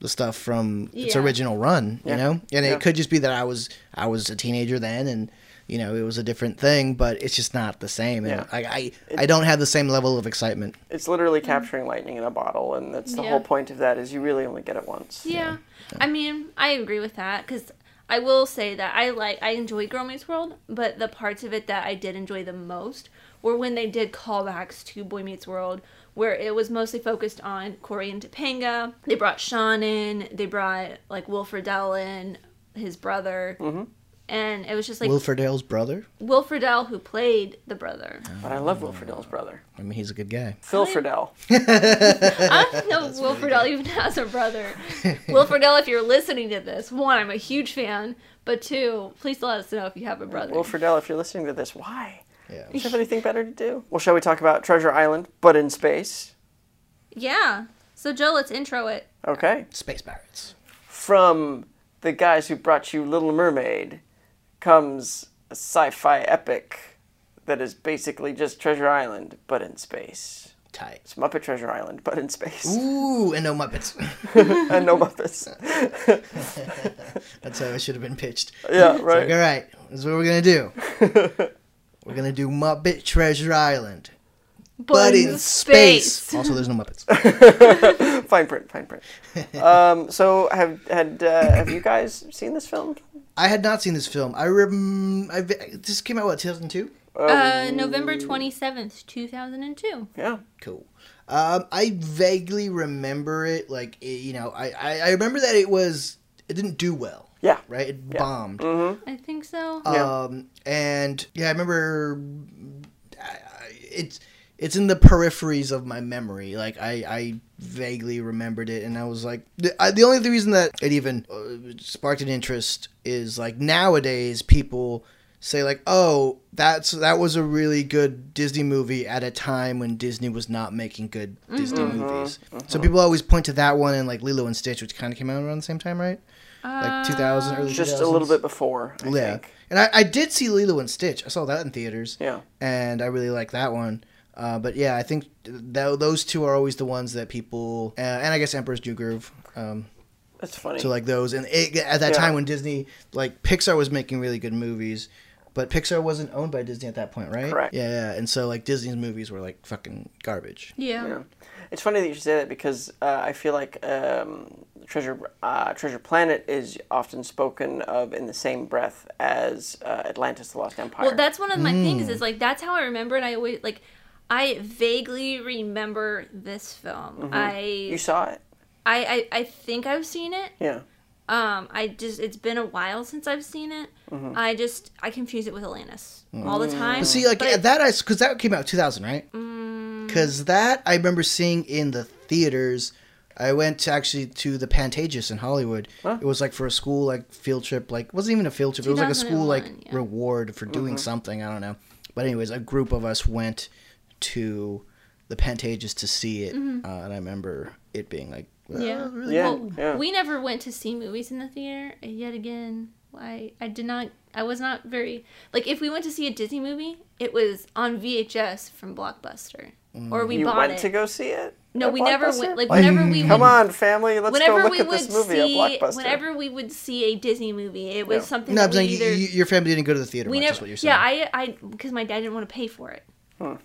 [SPEAKER 3] the stuff from its
[SPEAKER 1] Yeah.
[SPEAKER 3] original run.
[SPEAKER 2] Yeah.
[SPEAKER 3] You know, and
[SPEAKER 2] Yeah.
[SPEAKER 3] it could just be that I was I was a teenager then, and you know it was a different thing. But it's just not the same, and
[SPEAKER 2] Yeah.
[SPEAKER 3] I I, I don't have the same level of excitement.
[SPEAKER 2] It's literally capturing lightning in a bottle, and that's the
[SPEAKER 1] Yeah.
[SPEAKER 2] whole point of that is you really only get it once.
[SPEAKER 1] yeah. I mean, I agree with that because I will say that I like I enjoy Girl Meets World, but the parts of it that I did enjoy the most were when they did callbacks to Boy Meets World, where it was mostly focused on Corey and Topanga. They brought Sean in. They brought like Wilfred Dell in, his brother.
[SPEAKER 2] Mm-hmm.
[SPEAKER 1] And it was just like
[SPEAKER 3] Will Dale's brother.
[SPEAKER 1] Will Friedle, who played the brother.
[SPEAKER 2] But I love Will Friedle's brother,
[SPEAKER 3] I mean, he's a good guy.
[SPEAKER 2] Phil
[SPEAKER 1] I-
[SPEAKER 2] Friedle.
[SPEAKER 1] I
[SPEAKER 3] *laughs*
[SPEAKER 1] don't know if Will Friedle even has a brother. Will Friedle, if you're listening to this, one, I'm a huge fan, but two, please let us know if you have a brother.
[SPEAKER 2] Will Friedle, if you're listening to this, why? Do
[SPEAKER 3] Yeah.
[SPEAKER 2] *laughs*
[SPEAKER 1] *laughs*
[SPEAKER 2] you have anything better to do? Well, shall we talk about Treasure Island, but in space?
[SPEAKER 1] yeah. So Joe, let's intro it.
[SPEAKER 2] Okay.
[SPEAKER 3] Space pirates.
[SPEAKER 2] From the guys who brought you Little Mermaid comes a sci-fi epic that is basically just Treasure Island, but in space.
[SPEAKER 3] Tight.
[SPEAKER 2] It's Muppet Treasure Island, but in space,
[SPEAKER 3] Ooh, and no Muppets.
[SPEAKER 2] *laughs*
[SPEAKER 3] *laughs*
[SPEAKER 2] and no Muppets.
[SPEAKER 3] That's how it should have been pitched.
[SPEAKER 2] Yeah,
[SPEAKER 3] It's like,
[SPEAKER 2] right.
[SPEAKER 3] all right, this is what we're gonna do. we're gonna do Muppet Treasure Island,
[SPEAKER 1] But,
[SPEAKER 3] but in space. Also, there's no Muppets.
[SPEAKER 2] *laughs* Fine print, fine print. Um, so have had uh, have you guys seen this film?
[SPEAKER 3] *laughs* I had not seen this film. I rem- I vi- this came out what 2002.
[SPEAKER 2] Oh.
[SPEAKER 1] Uh, November 27th, 2002.
[SPEAKER 2] Yeah.
[SPEAKER 3] Cool. Um, I vaguely remember it. Like it, you know, I, I I remember that it was it didn't do well.
[SPEAKER 2] Yeah.
[SPEAKER 3] Right, it bombed.
[SPEAKER 1] I think so.
[SPEAKER 3] Uh,
[SPEAKER 2] Yeah.
[SPEAKER 3] Um, and yeah, I remember I, I, it's it's in the peripheries of my memory. Like I, I vaguely remembered it, and I was like, the, I, the only reason that it even uh, sparked an interest is like nowadays people say like, oh, that's that was a really good Disney movie at a time when Disney was not making good Disney movies. So people always point to that one and like Lilo and Stitch, which kind of came out around the same time, right? Like 2000,
[SPEAKER 1] Uh,
[SPEAKER 3] early
[SPEAKER 2] Just a
[SPEAKER 3] 2000s.
[SPEAKER 2] little bit before, I
[SPEAKER 3] yeah.
[SPEAKER 2] think.
[SPEAKER 3] And I, I did see Lilo and Stitch. I saw that in theaters.
[SPEAKER 2] Yeah.
[SPEAKER 3] And I really like that one. Uh, but yeah, I think th- those two are always the ones that people, uh, and I guess Emperor's New Groove. Um,
[SPEAKER 2] That's funny.
[SPEAKER 3] so like those, and it, at that
[SPEAKER 2] Yeah.
[SPEAKER 3] time when Disney, like Pixar was making really good movies, but Pixar wasn't owned by Disney at that point, right?
[SPEAKER 2] Correct.
[SPEAKER 3] Yeah, yeah. And so like Disney's movies were like fucking garbage.
[SPEAKER 1] Yeah.
[SPEAKER 2] Yeah. It's funny that you should say that because uh, I feel like um, Treasure uh, Treasure Planet is often spoken of in the same breath as uh, Atlantis: The Lost Empire.
[SPEAKER 1] Well, that's one of my things
[SPEAKER 3] Mm.
[SPEAKER 1] is like that's how I remember it. I always like I vaguely remember this film.
[SPEAKER 2] Mm-hmm. you
[SPEAKER 1] I,
[SPEAKER 2] saw it,
[SPEAKER 1] I I I think I've seen it.
[SPEAKER 2] yeah.
[SPEAKER 1] Um, I just it's been a while since I've seen it. I just I confuse it with Atlantis all the time.
[SPEAKER 3] Mm-hmm. Mm.
[SPEAKER 2] Mm-hmm.
[SPEAKER 3] See, like
[SPEAKER 1] But- mm,
[SPEAKER 3] that, I because that came out 2000, right?
[SPEAKER 1] Mm-hmm.
[SPEAKER 3] Because that I remember seeing in the theaters. I went to actually to the Pantages in Hollywood. It was like for a school like field trip. Like wasn't even a field trip. It was like a school like
[SPEAKER 1] 2001, yeah. Mm-hmm.
[SPEAKER 3] reward for doing something. I don't know. But anyways, a group of us went to the Pantages to see it, uh, and I remember it being like, well,
[SPEAKER 1] Mm-hmm. Yeah.
[SPEAKER 3] Oh, really
[SPEAKER 2] Yeah,
[SPEAKER 1] Well,
[SPEAKER 2] yeah.
[SPEAKER 1] we never went to see movies in the theater and yet again. I I did not. I was not very like if we went to see a Disney movie, it was on VHS from Blockbuster,
[SPEAKER 3] Mm.
[SPEAKER 1] or we
[SPEAKER 2] you
[SPEAKER 1] bought
[SPEAKER 2] went
[SPEAKER 1] it.
[SPEAKER 2] to go see it?
[SPEAKER 1] no,
[SPEAKER 2] at
[SPEAKER 1] we never
[SPEAKER 2] Blockbuster?
[SPEAKER 1] went. Like whenever we
[SPEAKER 2] Come
[SPEAKER 3] Hmm.
[SPEAKER 1] would-
[SPEAKER 2] on, family, let's go
[SPEAKER 1] whenever
[SPEAKER 2] look
[SPEAKER 1] we
[SPEAKER 2] at
[SPEAKER 1] would
[SPEAKER 2] this movie
[SPEAKER 1] see
[SPEAKER 2] at Blockbuster.
[SPEAKER 1] whenever we would see a Disney movie, it was
[SPEAKER 2] Yeah.
[SPEAKER 1] something
[SPEAKER 3] No, I'm
[SPEAKER 1] that we
[SPEAKER 3] saying
[SPEAKER 1] either
[SPEAKER 3] you, your family didn't go to the theater.
[SPEAKER 1] we
[SPEAKER 3] much, is
[SPEAKER 1] never.
[SPEAKER 3] what you're saying.
[SPEAKER 1] Yeah, I I because my dad didn't want to pay for it.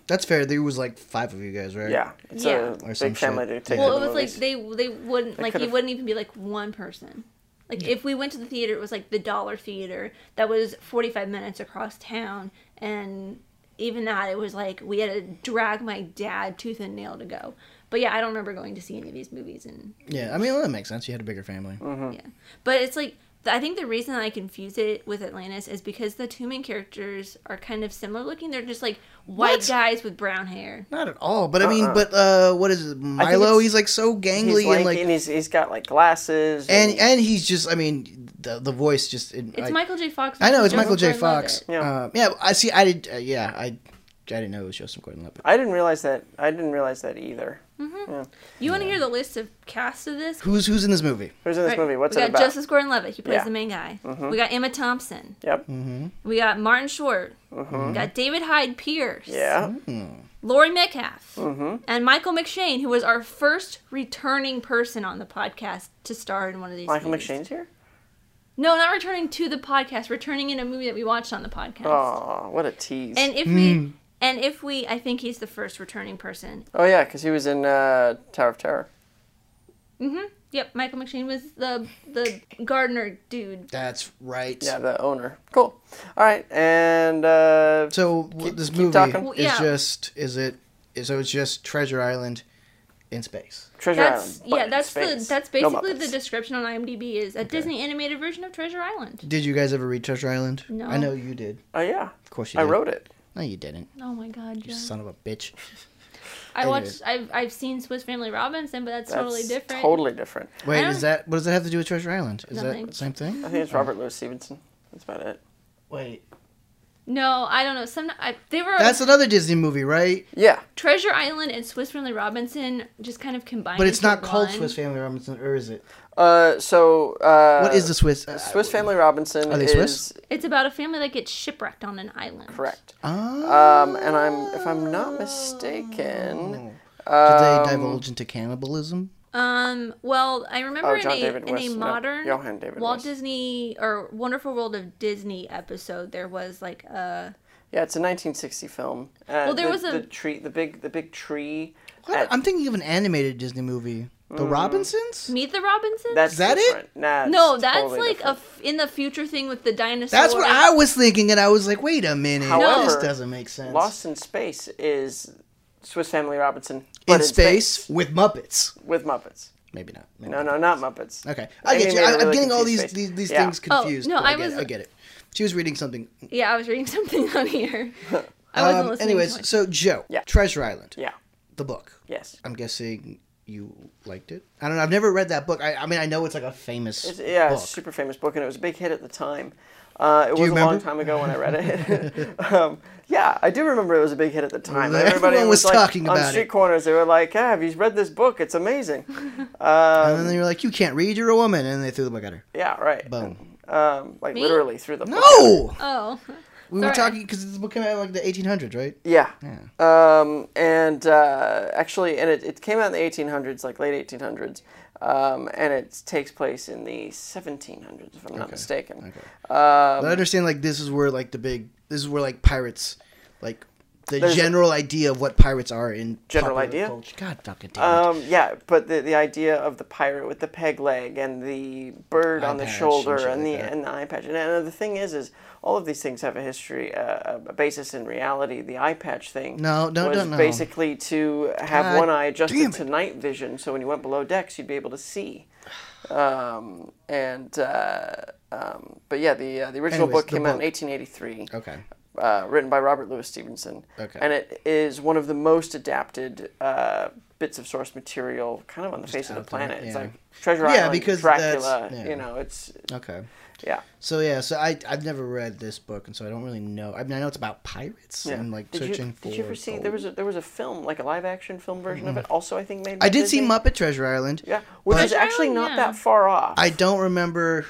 [SPEAKER 3] that's fair. There was like five of you guys, right?
[SPEAKER 2] yeah, it's
[SPEAKER 1] Yeah. Or
[SPEAKER 2] a
[SPEAKER 3] some
[SPEAKER 2] big family to
[SPEAKER 3] shit.
[SPEAKER 2] take
[SPEAKER 3] Yeah.
[SPEAKER 2] to
[SPEAKER 1] Well,
[SPEAKER 2] the
[SPEAKER 1] it was like
[SPEAKER 2] movies.
[SPEAKER 1] they they wouldn't like you
[SPEAKER 2] could've-
[SPEAKER 1] wouldn't even be like one person. Like if we went to the theater, it was like the dollar theater that was forty five minutes across town, and even that it was like we had to drag my dad tooth and nail to go. But yeah, I don't remember going to see any of these movies, and
[SPEAKER 3] Yeah. I mean, well, that makes sense. You had a bigger family.
[SPEAKER 1] yeah, but it's like th- I think the reason I confuse it with Atlantis is because the two main characters are kind of similar looking. They're just like white
[SPEAKER 3] What?
[SPEAKER 1] guys with brown hair.
[SPEAKER 3] Not at all. But I mean, but uh, what is it, Milo?
[SPEAKER 2] Uh-uh. it's-
[SPEAKER 3] He's like so gangly
[SPEAKER 2] he's lanky
[SPEAKER 3] and like
[SPEAKER 2] and he's, he's got like glasses
[SPEAKER 3] and and he's just. I mean, the the voice just. It,
[SPEAKER 1] It's
[SPEAKER 3] I,
[SPEAKER 1] Michael J. Fox.
[SPEAKER 3] I know it's
[SPEAKER 1] Jennifer
[SPEAKER 3] Michael J.
[SPEAKER 1] Gordon Levitt.
[SPEAKER 3] Fox.
[SPEAKER 2] Yeah.
[SPEAKER 3] Uh, yeah. I see. I did. Uh, yeah. I I didn't know it was Joseph Gordon-Levitt.
[SPEAKER 2] I didn't realize that. I didn't realize that either.
[SPEAKER 1] You want to hear the list of cast of this?
[SPEAKER 3] Who's who's in this movie?
[SPEAKER 2] Who's in this
[SPEAKER 1] Right.
[SPEAKER 2] movie? What's
[SPEAKER 1] we
[SPEAKER 2] it
[SPEAKER 1] got
[SPEAKER 2] about?
[SPEAKER 1] Justice Gordon-Levitt. He plays
[SPEAKER 2] Yeah. Mm-hmm.
[SPEAKER 1] the main guy. We got Emma Thompson.
[SPEAKER 2] Yep.
[SPEAKER 3] Mm-hmm.
[SPEAKER 1] We got Martin Short. We got David Hyde Pierce.
[SPEAKER 2] Mm-hmm. Yeah.
[SPEAKER 3] Hmm,
[SPEAKER 2] Mm. mm-hmm.
[SPEAKER 1] Lori Metcalf. And Michael McShane, who was our first returning person on the podcast to star in one of these.
[SPEAKER 2] Michael
[SPEAKER 1] movies.
[SPEAKER 2] McShane's here.
[SPEAKER 1] No, not returning to the podcast. Returning in a movie that we watched on the podcast.
[SPEAKER 2] Oh, what a tease!
[SPEAKER 1] And if we, and if we, I think he's the first returning person.
[SPEAKER 2] oh yeah, because he was in uh, Tower of Terror.
[SPEAKER 1] Mm-hmm. Yep, Michael McShane was the the gardener dude.
[SPEAKER 3] That's right.
[SPEAKER 2] Yeah, the owner. Cool. All right, and uh,
[SPEAKER 3] So w this
[SPEAKER 2] keep
[SPEAKER 3] movie
[SPEAKER 2] talking.
[SPEAKER 1] Well,
[SPEAKER 3] is
[SPEAKER 1] yeah.
[SPEAKER 3] just is it? Is, so it's just Treasure Island in space.
[SPEAKER 2] Treasure
[SPEAKER 1] That's
[SPEAKER 2] Island. but
[SPEAKER 1] yeah.
[SPEAKER 2] in
[SPEAKER 1] That's
[SPEAKER 2] space.
[SPEAKER 1] the that's
[SPEAKER 2] No
[SPEAKER 1] basically the
[SPEAKER 2] Muppets.
[SPEAKER 1] description on IMDb is a Disney animated version of Treasure Island.
[SPEAKER 3] Did you guys ever read Treasure Island?
[SPEAKER 1] No.
[SPEAKER 3] I know you did.
[SPEAKER 2] oh yeah,
[SPEAKER 3] Of course you
[SPEAKER 2] I
[SPEAKER 3] did.
[SPEAKER 2] wrote it.
[SPEAKER 3] No, you didn't.
[SPEAKER 1] Oh my god,
[SPEAKER 3] You
[SPEAKER 1] Joe.
[SPEAKER 3] son of a bitch.
[SPEAKER 1] I watched.
[SPEAKER 3] anyways.
[SPEAKER 1] I've I've seen Swiss Family Robinson, but that's,
[SPEAKER 2] That's
[SPEAKER 1] totally different.
[SPEAKER 2] Totally different.
[SPEAKER 3] Wait,
[SPEAKER 1] don't-
[SPEAKER 3] is that what does that have to do with Treasure Island? Is
[SPEAKER 1] Nothing.
[SPEAKER 3] that the same thing?
[SPEAKER 2] I think
[SPEAKER 1] *laughs*
[SPEAKER 2] it's Robert Louis Stevenson. That's about it.
[SPEAKER 3] Wait.
[SPEAKER 1] No, I don't know. Some I, they were
[SPEAKER 3] That's another Disney movie, right?
[SPEAKER 2] Yeah,
[SPEAKER 1] Treasure Island and Swiss Family Robinson just kind of combined.
[SPEAKER 3] But it's
[SPEAKER 1] into
[SPEAKER 3] not called
[SPEAKER 1] one.
[SPEAKER 3] Swiss Family Robinson, or is it?
[SPEAKER 2] Uh, so uh,
[SPEAKER 3] What is the Swiss? uh,
[SPEAKER 2] Swiss Family Robinson?
[SPEAKER 3] Are they
[SPEAKER 2] is
[SPEAKER 3] Swiss?
[SPEAKER 1] It's about a family that gets shipwrecked on an island.
[SPEAKER 2] correct.
[SPEAKER 3] Ah.
[SPEAKER 2] Um, and I'm if I'm not mistaken.
[SPEAKER 3] Oh. Did
[SPEAKER 2] um,
[SPEAKER 3] they divulge into cannibalism?
[SPEAKER 1] Um. Well, I remember
[SPEAKER 2] Oh, John
[SPEAKER 1] in a
[SPEAKER 2] David
[SPEAKER 1] in
[SPEAKER 2] West,
[SPEAKER 1] a
[SPEAKER 2] no,
[SPEAKER 1] modern
[SPEAKER 2] Johann David
[SPEAKER 1] Walt
[SPEAKER 2] West.
[SPEAKER 1] Disney or Wonderful World of Disney episode, there was like a
[SPEAKER 2] Yeah, it's a 1960 film. Uh,
[SPEAKER 1] Well, there
[SPEAKER 2] the,
[SPEAKER 1] was a-
[SPEAKER 2] the tree, the big, the big tree. uh,
[SPEAKER 3] What?
[SPEAKER 2] at-
[SPEAKER 3] I'm thinking of an animated Disney movie,
[SPEAKER 2] Mm-hmm.
[SPEAKER 3] The Robinsons.
[SPEAKER 1] Meet the Robinsons.
[SPEAKER 2] that's
[SPEAKER 3] Is that it?
[SPEAKER 2] different. Nah,
[SPEAKER 1] No,
[SPEAKER 2] it's
[SPEAKER 1] that's
[SPEAKER 2] totally
[SPEAKER 1] like a
[SPEAKER 2] different.
[SPEAKER 1] f- in the future thing with the dinosaur.
[SPEAKER 3] That's what I was thinking, and I was like, "Wait a minute,
[SPEAKER 2] However,
[SPEAKER 3] this doesn't make sense."
[SPEAKER 2] Lost in Space is Swiss Family Robinson but
[SPEAKER 3] in space, with Muppets,
[SPEAKER 2] with Muppets.
[SPEAKER 3] maybe not. Maybe
[SPEAKER 2] No,
[SPEAKER 3] not.
[SPEAKER 2] no, not Muppets.
[SPEAKER 3] Okay, I
[SPEAKER 2] Amy
[SPEAKER 3] get you.
[SPEAKER 2] made
[SPEAKER 3] I,
[SPEAKER 2] a
[SPEAKER 3] I'm
[SPEAKER 2] really
[SPEAKER 3] getting all
[SPEAKER 2] confused
[SPEAKER 3] these
[SPEAKER 2] face.
[SPEAKER 3] these, these
[SPEAKER 2] Yeah.
[SPEAKER 3] things
[SPEAKER 1] Oh,
[SPEAKER 3] confused.
[SPEAKER 1] no,
[SPEAKER 3] but I,
[SPEAKER 1] I
[SPEAKER 3] get,
[SPEAKER 1] was- *laughs*
[SPEAKER 3] it. I get it. She was reading something.
[SPEAKER 1] Yeah, I was reading something on here. I wasn't
[SPEAKER 3] Um,
[SPEAKER 1] listening.
[SPEAKER 3] anyways,
[SPEAKER 1] to it.
[SPEAKER 3] so Joe,
[SPEAKER 2] Yeah.
[SPEAKER 3] Treasure Island,
[SPEAKER 2] Yeah.
[SPEAKER 3] the book.
[SPEAKER 2] Yes.
[SPEAKER 3] I'm guessing you liked it. I don't know. I've never read that book. I, I mean, I know it's like a famous
[SPEAKER 2] It's, yeah,
[SPEAKER 3] book.
[SPEAKER 2] it's a super famous book, and it was a big hit at the time. Uh, it
[SPEAKER 3] you
[SPEAKER 2] was a long
[SPEAKER 3] remember?
[SPEAKER 2] time ago when I read
[SPEAKER 3] *laughs*
[SPEAKER 2] it. *laughs* um, yeah, I do remember it was a big hit at the time. and Everybody
[SPEAKER 3] Everyone was
[SPEAKER 2] like,
[SPEAKER 3] talking
[SPEAKER 2] on
[SPEAKER 3] about
[SPEAKER 2] street
[SPEAKER 3] it.
[SPEAKER 2] corners. They were like, "Ah, "Have you read this book? It's
[SPEAKER 3] *laughs*
[SPEAKER 2] amazing." Um,
[SPEAKER 3] and then they were like, "You can't read. You're a woman," and they threw the book at her.
[SPEAKER 2] yeah, right. *laughs*
[SPEAKER 3] Boom.
[SPEAKER 2] Um, like
[SPEAKER 1] Me?
[SPEAKER 2] literally through the book.
[SPEAKER 3] No,
[SPEAKER 1] oh,
[SPEAKER 3] we
[SPEAKER 1] Sorry.
[SPEAKER 3] were talking because this book came out in like the 1800s, right?
[SPEAKER 2] Yeah.
[SPEAKER 3] Yeah.
[SPEAKER 2] Um, and uh, actually, and it, it came out in the 1800s, like late 1800s, um, and it takes place in the 1700s, if I'm not mistaken. Uh, Okay.
[SPEAKER 3] But I understand like this is where like the big this is where like pirates, like the
[SPEAKER 2] There's a-
[SPEAKER 3] general idea of what pirates are in
[SPEAKER 2] General
[SPEAKER 3] popular
[SPEAKER 2] idea?
[SPEAKER 3] Culture. God fucking damn it.
[SPEAKER 2] Um, yeah, but the, the idea of the pirate with the peg leg and the bird
[SPEAKER 3] Eye
[SPEAKER 2] on the
[SPEAKER 3] patch and
[SPEAKER 2] shoulder
[SPEAKER 3] shit
[SPEAKER 2] and,
[SPEAKER 3] like
[SPEAKER 2] the
[SPEAKER 3] that.
[SPEAKER 2] and the eye patch. And, and the thing is, is all of these things have a history, uh, a basis in reality. The eye patch thing
[SPEAKER 3] No, no,
[SPEAKER 2] was
[SPEAKER 3] don't know.
[SPEAKER 2] basically to have
[SPEAKER 3] God
[SPEAKER 2] one eye adjusted
[SPEAKER 3] damn
[SPEAKER 2] to
[SPEAKER 3] it.
[SPEAKER 2] night vision, so when you went below decks, you'd be able to see. Um, and uh, um, but yeah, the uh, the original
[SPEAKER 3] Anyways,
[SPEAKER 2] book
[SPEAKER 3] the
[SPEAKER 2] came out in
[SPEAKER 3] book.
[SPEAKER 2] 1883
[SPEAKER 3] okay.
[SPEAKER 2] uh, written by Robert Louis Stevenson.
[SPEAKER 3] Okay.
[SPEAKER 2] And it is one of the most adapted uh, bits of source material, kind of on the face of the
[SPEAKER 3] out there,
[SPEAKER 2] planet. It's
[SPEAKER 3] yeah.
[SPEAKER 2] like Treasure
[SPEAKER 3] Yeah,
[SPEAKER 2] Island,
[SPEAKER 3] because that's-
[SPEAKER 2] Dracula.
[SPEAKER 3] yeah.
[SPEAKER 2] You know, it's
[SPEAKER 3] Okay.
[SPEAKER 2] yeah.
[SPEAKER 3] So yeah, so I I've never read this book, and so I don't really know. I mean, I know it's about pirates
[SPEAKER 2] yeah.
[SPEAKER 3] and like
[SPEAKER 2] did
[SPEAKER 3] searching
[SPEAKER 2] you,
[SPEAKER 3] for.
[SPEAKER 2] Did you ever see there
[SPEAKER 3] gold.
[SPEAKER 2] was
[SPEAKER 3] Mm-hmm.
[SPEAKER 2] a there was a film like a live action film version of it? Also, I think made. By
[SPEAKER 3] I did see
[SPEAKER 2] Disney?
[SPEAKER 3] Muppet Treasure Island.
[SPEAKER 2] Yeah, which
[SPEAKER 3] but-
[SPEAKER 2] is actually not
[SPEAKER 1] Oh, Yeah.
[SPEAKER 2] that far off.
[SPEAKER 3] I don't remember.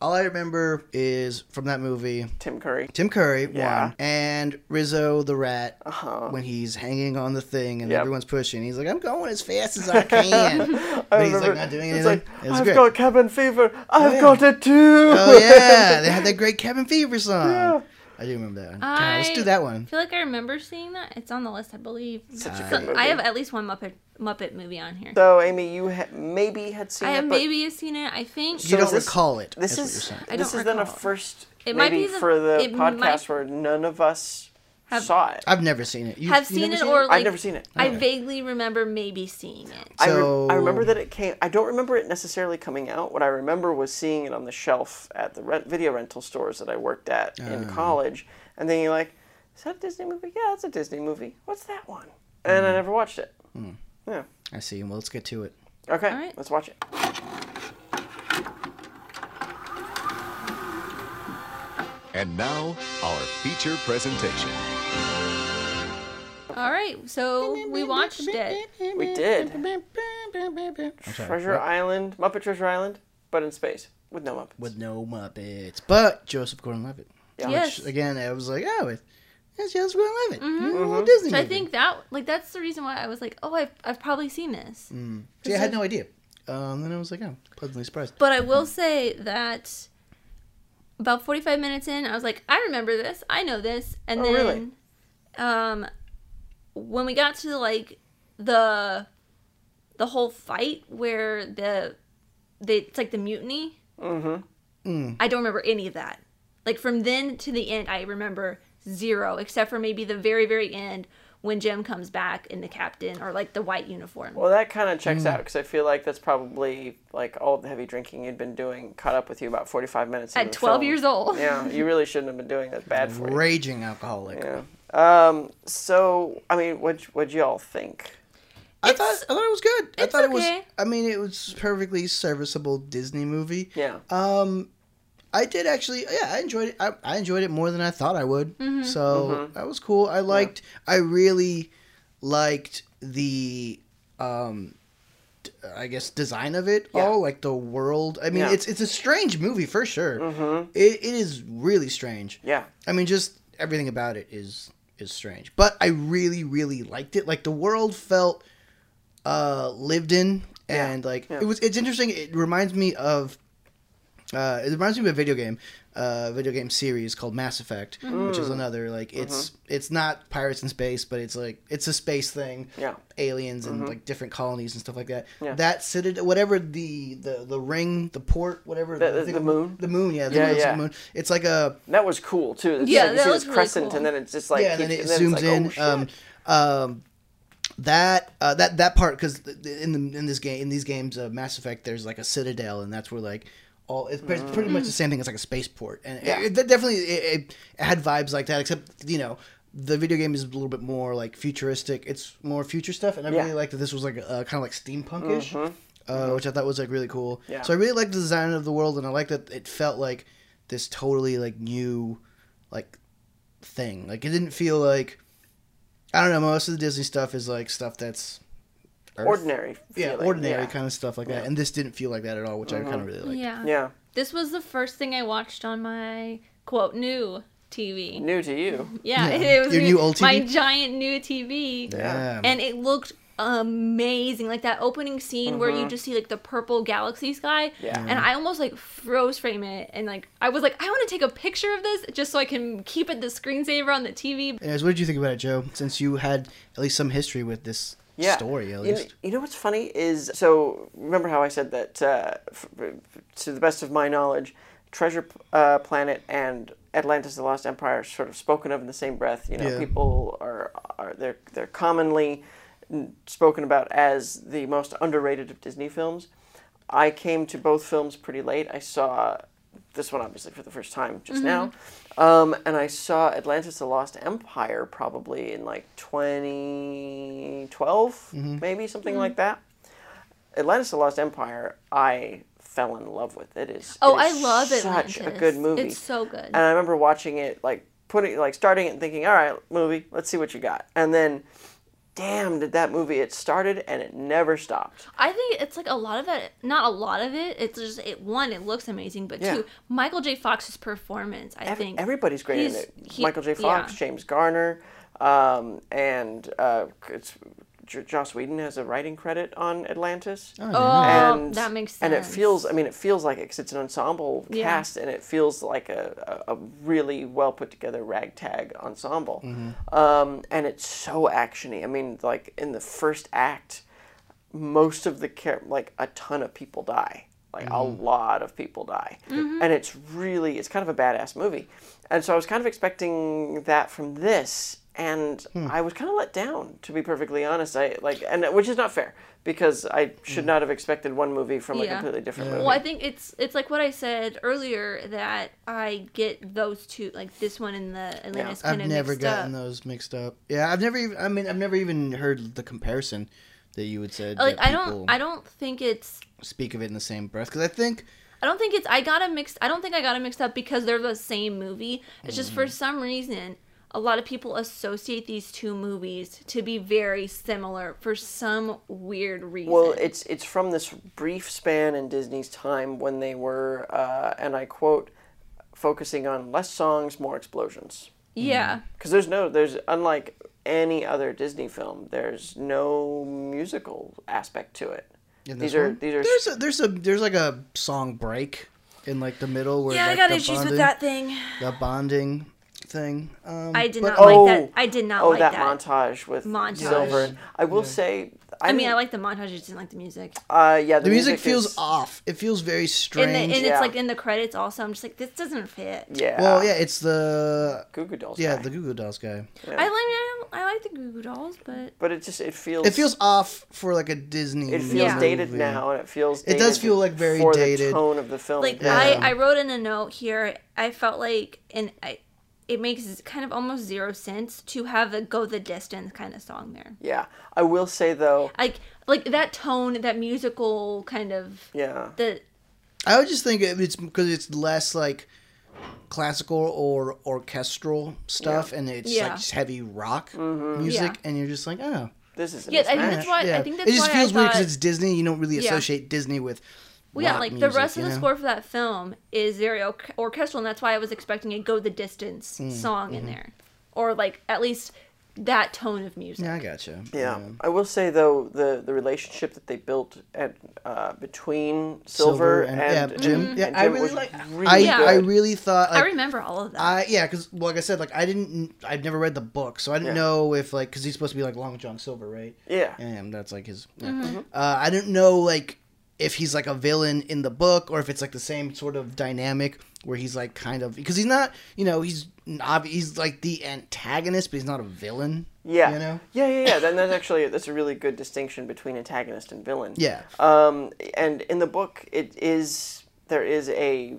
[SPEAKER 3] All I remember is from that movie,
[SPEAKER 2] Tim Curry.
[SPEAKER 3] Tim Curry
[SPEAKER 2] Yeah.
[SPEAKER 3] one, and Rizzo the rat
[SPEAKER 2] Uh-huh.
[SPEAKER 3] when he's hanging on the thing and
[SPEAKER 2] Yep.
[SPEAKER 3] everyone's pushing. He's like, "I'm going as fast
[SPEAKER 2] *laughs*
[SPEAKER 3] as I can," but he's like not doing
[SPEAKER 2] it's
[SPEAKER 3] anything.
[SPEAKER 2] like,
[SPEAKER 3] It was
[SPEAKER 2] I've
[SPEAKER 3] great.
[SPEAKER 2] got cabin fever. I've
[SPEAKER 3] Yeah.
[SPEAKER 2] got it too. *laughs*
[SPEAKER 3] oh yeah, they had that great Kevin Fever song.
[SPEAKER 2] Yeah.
[SPEAKER 3] I do remember that. One. God, let's
[SPEAKER 1] I-
[SPEAKER 3] do that
[SPEAKER 1] I
[SPEAKER 3] one.
[SPEAKER 1] feel like I remember seeing that. It's on the list, I believe.
[SPEAKER 2] Such a
[SPEAKER 1] So-
[SPEAKER 2] good movie.
[SPEAKER 1] I have at least one Muppet Muppet movie on here.
[SPEAKER 2] So, Amy, you ha- maybe had seen
[SPEAKER 1] I have
[SPEAKER 2] it, but
[SPEAKER 1] maybe have seen it. I think
[SPEAKER 3] you don't
[SPEAKER 2] this-
[SPEAKER 3] recall it.
[SPEAKER 2] This
[SPEAKER 3] That's what
[SPEAKER 2] is
[SPEAKER 3] you're saying.
[SPEAKER 1] I
[SPEAKER 2] this
[SPEAKER 1] don't
[SPEAKER 2] is then a
[SPEAKER 1] recall.
[SPEAKER 2] first
[SPEAKER 1] It might
[SPEAKER 2] maybe
[SPEAKER 1] be the-
[SPEAKER 2] for the
[SPEAKER 1] it
[SPEAKER 2] podcast
[SPEAKER 1] might-
[SPEAKER 2] where none of us
[SPEAKER 1] Have-
[SPEAKER 2] saw it.
[SPEAKER 3] I've never seen it. You,
[SPEAKER 1] have
[SPEAKER 3] you
[SPEAKER 1] seen
[SPEAKER 3] never
[SPEAKER 1] it or like
[SPEAKER 2] I've never seen it.
[SPEAKER 1] I vaguely remember maybe seeing it.
[SPEAKER 2] I, re- I
[SPEAKER 3] So-
[SPEAKER 2] remember that it came. I don't remember it necessarily coming out. What I remember was seeing it on the shelf at the rent, video rental stores that I worked at in
[SPEAKER 3] Ah.
[SPEAKER 2] college, and then you're like, "Is that a Disney movie? Yeah, that's a Disney movie. What's that one?" And
[SPEAKER 3] Mm.
[SPEAKER 2] I never watched it. Yeah.
[SPEAKER 3] I see. Well, let's get to it.
[SPEAKER 2] Okay.
[SPEAKER 1] All right.
[SPEAKER 2] Let's watch it.
[SPEAKER 4] And now, our feature presentation.
[SPEAKER 1] All right, so we watched it.
[SPEAKER 2] We did
[SPEAKER 3] I'm sorry.
[SPEAKER 2] Treasure Island, Muppet Treasure Island, but in space with no Muppets.
[SPEAKER 3] with no Muppets, but Joseph Gordon-Levitt.
[SPEAKER 2] Yeah.
[SPEAKER 1] Yes.
[SPEAKER 3] Which, again, I was like, oh, it- it's Joseph Gordon-Levitt. You
[SPEAKER 2] Mm-hmm.
[SPEAKER 3] know, Disney.
[SPEAKER 1] So Mm-hmm. I
[SPEAKER 3] movie.
[SPEAKER 1] think that like that's the reason why I was like, oh, I've I've probably seen this.
[SPEAKER 3] See, I had no idea. Um, then I was like, oh, pleasantly surprised.
[SPEAKER 1] But I will say that about 45 minutes in, I was like, I remember this. I know this. And
[SPEAKER 2] Oh,
[SPEAKER 1] then
[SPEAKER 2] really?
[SPEAKER 1] um when we got to like the the whole fight where the the it's like the mutiny.
[SPEAKER 2] Mm-hmm.
[SPEAKER 1] Mhm. I don't remember any of that. Like from then to the end, I remember zero except for maybe the very very end when Jim comes back in the captain or like the white uniform.
[SPEAKER 2] Well, that kind of
[SPEAKER 3] Mm.
[SPEAKER 2] checks out 'cause out because I feel like that's probably like all the heavy drinking you'd been doing caught up with you about 45 minutes into
[SPEAKER 1] At
[SPEAKER 2] the
[SPEAKER 1] 12
[SPEAKER 2] film.
[SPEAKER 1] years old.
[SPEAKER 2] Yeah, you really shouldn't have been doing that bad for you.
[SPEAKER 3] Raging alcoholic.
[SPEAKER 2] Yeah. Um, so, I mean, what what y'all think?
[SPEAKER 3] I thought I thought it was good. I
[SPEAKER 1] it's
[SPEAKER 3] thought it
[SPEAKER 1] okay.
[SPEAKER 3] was. I mean, it was perfectly serviceable Disney movie.
[SPEAKER 2] Yeah.
[SPEAKER 3] Um, I did actually. Yeah, I enjoyed it. I, I enjoyed it more than I thought I would. So that was cool. I liked. I really liked the. Um, d- I guess design of it
[SPEAKER 2] Yeah.
[SPEAKER 3] all, like the world. I mean,
[SPEAKER 2] Yeah.
[SPEAKER 3] it's it's a strange movie for sure. It, it is really strange.
[SPEAKER 2] Yeah.
[SPEAKER 3] I mean, just everything about it is is strange. But I really, really liked it. Like the world felt uh lived in, and like
[SPEAKER 2] yeah.
[SPEAKER 3] it was. It's interesting. It reminds me of. Uh, it reminds me of a video game, uh, video game series called Mass Effect,
[SPEAKER 2] Mm-hmm.
[SPEAKER 3] which is another like it's it's not pirates in space, but it's like it's a space thing,
[SPEAKER 2] Yeah. Mm-hmm.
[SPEAKER 3] aliens and like different colonies and stuff like that.
[SPEAKER 2] Yeah.
[SPEAKER 3] That citadel, whatever the, the the ring, the port, whatever
[SPEAKER 2] The- the-
[SPEAKER 3] thing-
[SPEAKER 2] the moon?
[SPEAKER 3] the moon, yeah, the
[SPEAKER 2] Yeah,
[SPEAKER 3] moon, it's like
[SPEAKER 2] yeah.
[SPEAKER 3] moon. It's like a
[SPEAKER 2] That was cool too. It's
[SPEAKER 1] Yeah,
[SPEAKER 2] like, you
[SPEAKER 1] that
[SPEAKER 2] see
[SPEAKER 1] was
[SPEAKER 2] this
[SPEAKER 1] really
[SPEAKER 2] crescent,
[SPEAKER 1] cool.
[SPEAKER 2] and then it's just like
[SPEAKER 3] yeah, and then it
[SPEAKER 2] keeps-
[SPEAKER 3] zooms
[SPEAKER 2] it's like,
[SPEAKER 3] in.
[SPEAKER 2] Oh,
[SPEAKER 3] um,
[SPEAKER 2] shit.
[SPEAKER 3] um, that uh, that that part because in the in this game in these games of Mass Effect, there's like a citadel, and that's where like all it's pre- pretty much the same thing. It's like a spaceport, and
[SPEAKER 2] Mm. Yeah.
[SPEAKER 3] it, it definitely it, it had vibes like that. Except you know, the video game is a little bit more like futuristic. It's more future stuff, and I
[SPEAKER 2] Yeah. Mm-hmm.
[SPEAKER 3] really liked that this was like uh, kind of like steampunkish, uh, which I thought was like really cool.
[SPEAKER 2] Yeah.
[SPEAKER 3] So I really liked the design of the world, and I liked that it felt like this totally like new, like thing. Like it didn't feel like I don't know. Most of the Disney stuff is like stuff that's Earth.
[SPEAKER 2] ordinary.
[SPEAKER 3] yeah,
[SPEAKER 2] feeling,
[SPEAKER 3] ordinary
[SPEAKER 2] yeah. Mm-hmm.
[SPEAKER 3] kind of stuff like that, and this didn't feel like that at all, which I kind of really liked.
[SPEAKER 1] yeah.
[SPEAKER 2] Yeah,
[SPEAKER 1] This was the first thing I watched on my quote new TV.
[SPEAKER 2] new to you.
[SPEAKER 1] Yeah,
[SPEAKER 3] Yeah.
[SPEAKER 1] *laughs* it was
[SPEAKER 3] Your new old
[SPEAKER 1] My
[SPEAKER 3] TV?
[SPEAKER 1] giant new TV.
[SPEAKER 3] Yeah.
[SPEAKER 1] And it looked amazing. Like that opening scene where you just see like the purple galaxy sky.
[SPEAKER 2] Uh-huh. Yeah.
[SPEAKER 1] And I almost like froze frame it and like I was like, I want to take a picture of this just so I can keep it the screensaver on the TV.
[SPEAKER 3] Anyways, what did you think about it, Joe? Since you had at least some history with this
[SPEAKER 2] Yeah.
[SPEAKER 3] story, at
[SPEAKER 2] You-
[SPEAKER 3] least.
[SPEAKER 2] You, know what's funny is so remember how I said that uh, f- to the best of my knowledge, Treasure uh, Planet and Atlantis: The Lost Empire are sort of spoken of in the same breath. You know,
[SPEAKER 3] Yeah.
[SPEAKER 2] people are are they're they're commonly n- spoken about as the most underrated of Disney films. I came to both films pretty late. I saw this one obviously for the first time just now. Um, and I saw Atlantis: The Lost Empire probably in like 2012, maybe something
[SPEAKER 1] Mm-hmm.
[SPEAKER 2] like that. Atlantis: The Lost Empire, I fell in love with. It is
[SPEAKER 1] Oh,
[SPEAKER 2] it
[SPEAKER 1] I
[SPEAKER 2] is
[SPEAKER 1] love it.
[SPEAKER 2] such a good movie.
[SPEAKER 1] It's so good.
[SPEAKER 2] And I remember watching it like putting like starting it and thinking, all right, movie, let's see what you got. And then, damn, did that movie! It started and it never stopped.
[SPEAKER 1] I think it's like a lot of it, not a lot of it. It's just it one, it looks amazing, but
[SPEAKER 2] Yeah.
[SPEAKER 1] two, Michael J. Fox's performance. I
[SPEAKER 2] Every-
[SPEAKER 1] think
[SPEAKER 2] everybody's great in
[SPEAKER 1] he's-
[SPEAKER 2] it.
[SPEAKER 1] he-
[SPEAKER 2] Michael J. Fox,
[SPEAKER 1] yeah.
[SPEAKER 2] James Garner, um, and uh, it's J- Joss Whedon has a writing credit on Atlantis.
[SPEAKER 1] Oh,
[SPEAKER 2] and,
[SPEAKER 1] that makes
[SPEAKER 2] And it
[SPEAKER 1] sense.
[SPEAKER 2] feels, I mean, it feels like it 'cause it's an ensemble
[SPEAKER 1] Yeah.
[SPEAKER 2] cast, and it feels like a, a, a really well put together ragtag ensemble. Um, and it's so actiony. I mean, like in the first act, most of the care, like a ton of people die. Like a lot of people die.
[SPEAKER 1] Mm-hmm.
[SPEAKER 2] And it's really, it's kind of a badass movie. And so I was kind of expecting that from this. And I was kind of let down, to be perfectly honest. I like, and which is not fair because I should not have expected one movie from a
[SPEAKER 1] Yeah.
[SPEAKER 2] completely different movie.
[SPEAKER 1] Well, I think it's it's like what I said earlier that I get those two, like this one and the Atlantis
[SPEAKER 3] I've
[SPEAKER 1] kind of
[SPEAKER 3] never
[SPEAKER 1] mixed
[SPEAKER 3] gotten
[SPEAKER 1] up.
[SPEAKER 3] those mixed up. Yeah, I've never even. I mean, I've never even heard the comparison that you would said.
[SPEAKER 1] Like
[SPEAKER 3] that
[SPEAKER 1] I don't
[SPEAKER 3] people
[SPEAKER 1] I don't think it's
[SPEAKER 3] speak of it in the same breath because I think
[SPEAKER 1] I don't think it's I got a mixed I don't think I got it mixed up because they're the same movie. It's just for some reason a lot of people associate these two movies to be very similar for some weird reason.
[SPEAKER 2] Well, it's it's from this brief span in Disney's time when they were, uh, and I quote, focusing on less songs, more explosions.
[SPEAKER 1] yeah.
[SPEAKER 2] Because there's no, there's unlike any other Disney film, there's no musical aspect to it.
[SPEAKER 3] in
[SPEAKER 2] these
[SPEAKER 3] this
[SPEAKER 2] are
[SPEAKER 3] one-
[SPEAKER 2] these are
[SPEAKER 3] There's a, there's a there's like a song break in like the middle where like, the bonding,
[SPEAKER 1] thing.
[SPEAKER 3] The bonding thing. Um,
[SPEAKER 1] I did
[SPEAKER 3] but-
[SPEAKER 1] not like that. I did not
[SPEAKER 2] oh
[SPEAKER 1] like
[SPEAKER 2] that,
[SPEAKER 1] that.
[SPEAKER 2] montage with
[SPEAKER 1] Montage.
[SPEAKER 2] Silver. I will say, I,
[SPEAKER 1] I mean, I
[SPEAKER 2] didn't-
[SPEAKER 1] like the montage. I just didn't like the music.
[SPEAKER 2] uh, yeah, the,
[SPEAKER 3] the music feels
[SPEAKER 2] is-
[SPEAKER 3] off. It feels very strange.
[SPEAKER 1] And, the, and
[SPEAKER 2] Yeah.
[SPEAKER 1] it's like in the credits also. I'm just like, this doesn't fit.
[SPEAKER 2] Yeah.
[SPEAKER 3] well, yeah, it's the
[SPEAKER 2] Goo Goo Dolls.
[SPEAKER 3] yeah
[SPEAKER 2] guy.
[SPEAKER 3] the Goo Goo Dolls guy.
[SPEAKER 1] I like I, I like the Goo Goo Dolls, but
[SPEAKER 2] but it just it feels
[SPEAKER 3] It feels off for like a Disney.
[SPEAKER 2] it feels
[SPEAKER 1] Yeah.
[SPEAKER 2] dated
[SPEAKER 3] movie.
[SPEAKER 2] now, and it feels
[SPEAKER 3] It does
[SPEAKER 2] dated
[SPEAKER 3] feel, like, very
[SPEAKER 2] for
[SPEAKER 3] dated.
[SPEAKER 2] the tone of the film.
[SPEAKER 1] like
[SPEAKER 2] yeah.
[SPEAKER 1] I, I wrote in a note here. I felt like and I, it makes kind of almost zero sense to have a go the distance kind of song there.
[SPEAKER 2] yeah, I will say though,
[SPEAKER 1] Like like that tone, that musical kind of
[SPEAKER 2] yeah,
[SPEAKER 1] the
[SPEAKER 3] I would just think it- it's because it's less like classical or orchestral stuff, and it's
[SPEAKER 1] Yeah.
[SPEAKER 3] like just heavy rock music,
[SPEAKER 1] Yeah.
[SPEAKER 3] and you're just like, oh,
[SPEAKER 2] this is a
[SPEAKER 1] Yeah, I think
[SPEAKER 2] mismatch.
[SPEAKER 1] that's why- I think that's
[SPEAKER 3] it just
[SPEAKER 1] why I
[SPEAKER 3] feels weird
[SPEAKER 1] thought-
[SPEAKER 3] because it's Disney. You don't really
[SPEAKER 1] Yeah.
[SPEAKER 3] associate Disney with.
[SPEAKER 1] well, yeah,
[SPEAKER 3] rock
[SPEAKER 1] like the
[SPEAKER 3] music,
[SPEAKER 1] rest of
[SPEAKER 3] you
[SPEAKER 1] the
[SPEAKER 3] know?
[SPEAKER 1] score for that film is very or- orchestral, and that's why I was expecting a go the distance
[SPEAKER 3] Mm,
[SPEAKER 1] song in there, or like at least that tone of music.
[SPEAKER 3] Yeah, I gotcha.
[SPEAKER 2] Yeah, I will say though the the relationship that they built at uh, between Silver, and, and
[SPEAKER 3] Jim.
[SPEAKER 2] and
[SPEAKER 3] Yeah, I
[SPEAKER 2] Jim
[SPEAKER 3] really
[SPEAKER 2] was
[SPEAKER 3] like.
[SPEAKER 2] really
[SPEAKER 3] I
[SPEAKER 1] Yeah.
[SPEAKER 3] I
[SPEAKER 2] good.
[SPEAKER 3] really thought.
[SPEAKER 1] I
[SPEAKER 3] Like,
[SPEAKER 1] remember all of that.
[SPEAKER 3] I yeah, because like I said, like I didn't, I've never read the book, so I didn't
[SPEAKER 2] Yeah.
[SPEAKER 3] know if like because he's supposed to be like Long John Silver, right?
[SPEAKER 2] yeah.
[SPEAKER 3] and that's like his. yeah. Uh, I don't know like if he's like a villain in the book or if it's like the same sort of dynamic where he's like kind of because he's not you know he's n- ob- he's like the antagonist but he's not a villain.
[SPEAKER 2] Yeah. Uh,
[SPEAKER 3] you know.
[SPEAKER 2] yeah, yeah, yeah. Then that's actually that's a really good distinction between antagonist and villain.
[SPEAKER 3] Yeah.
[SPEAKER 2] Um, and in the book, it is there is a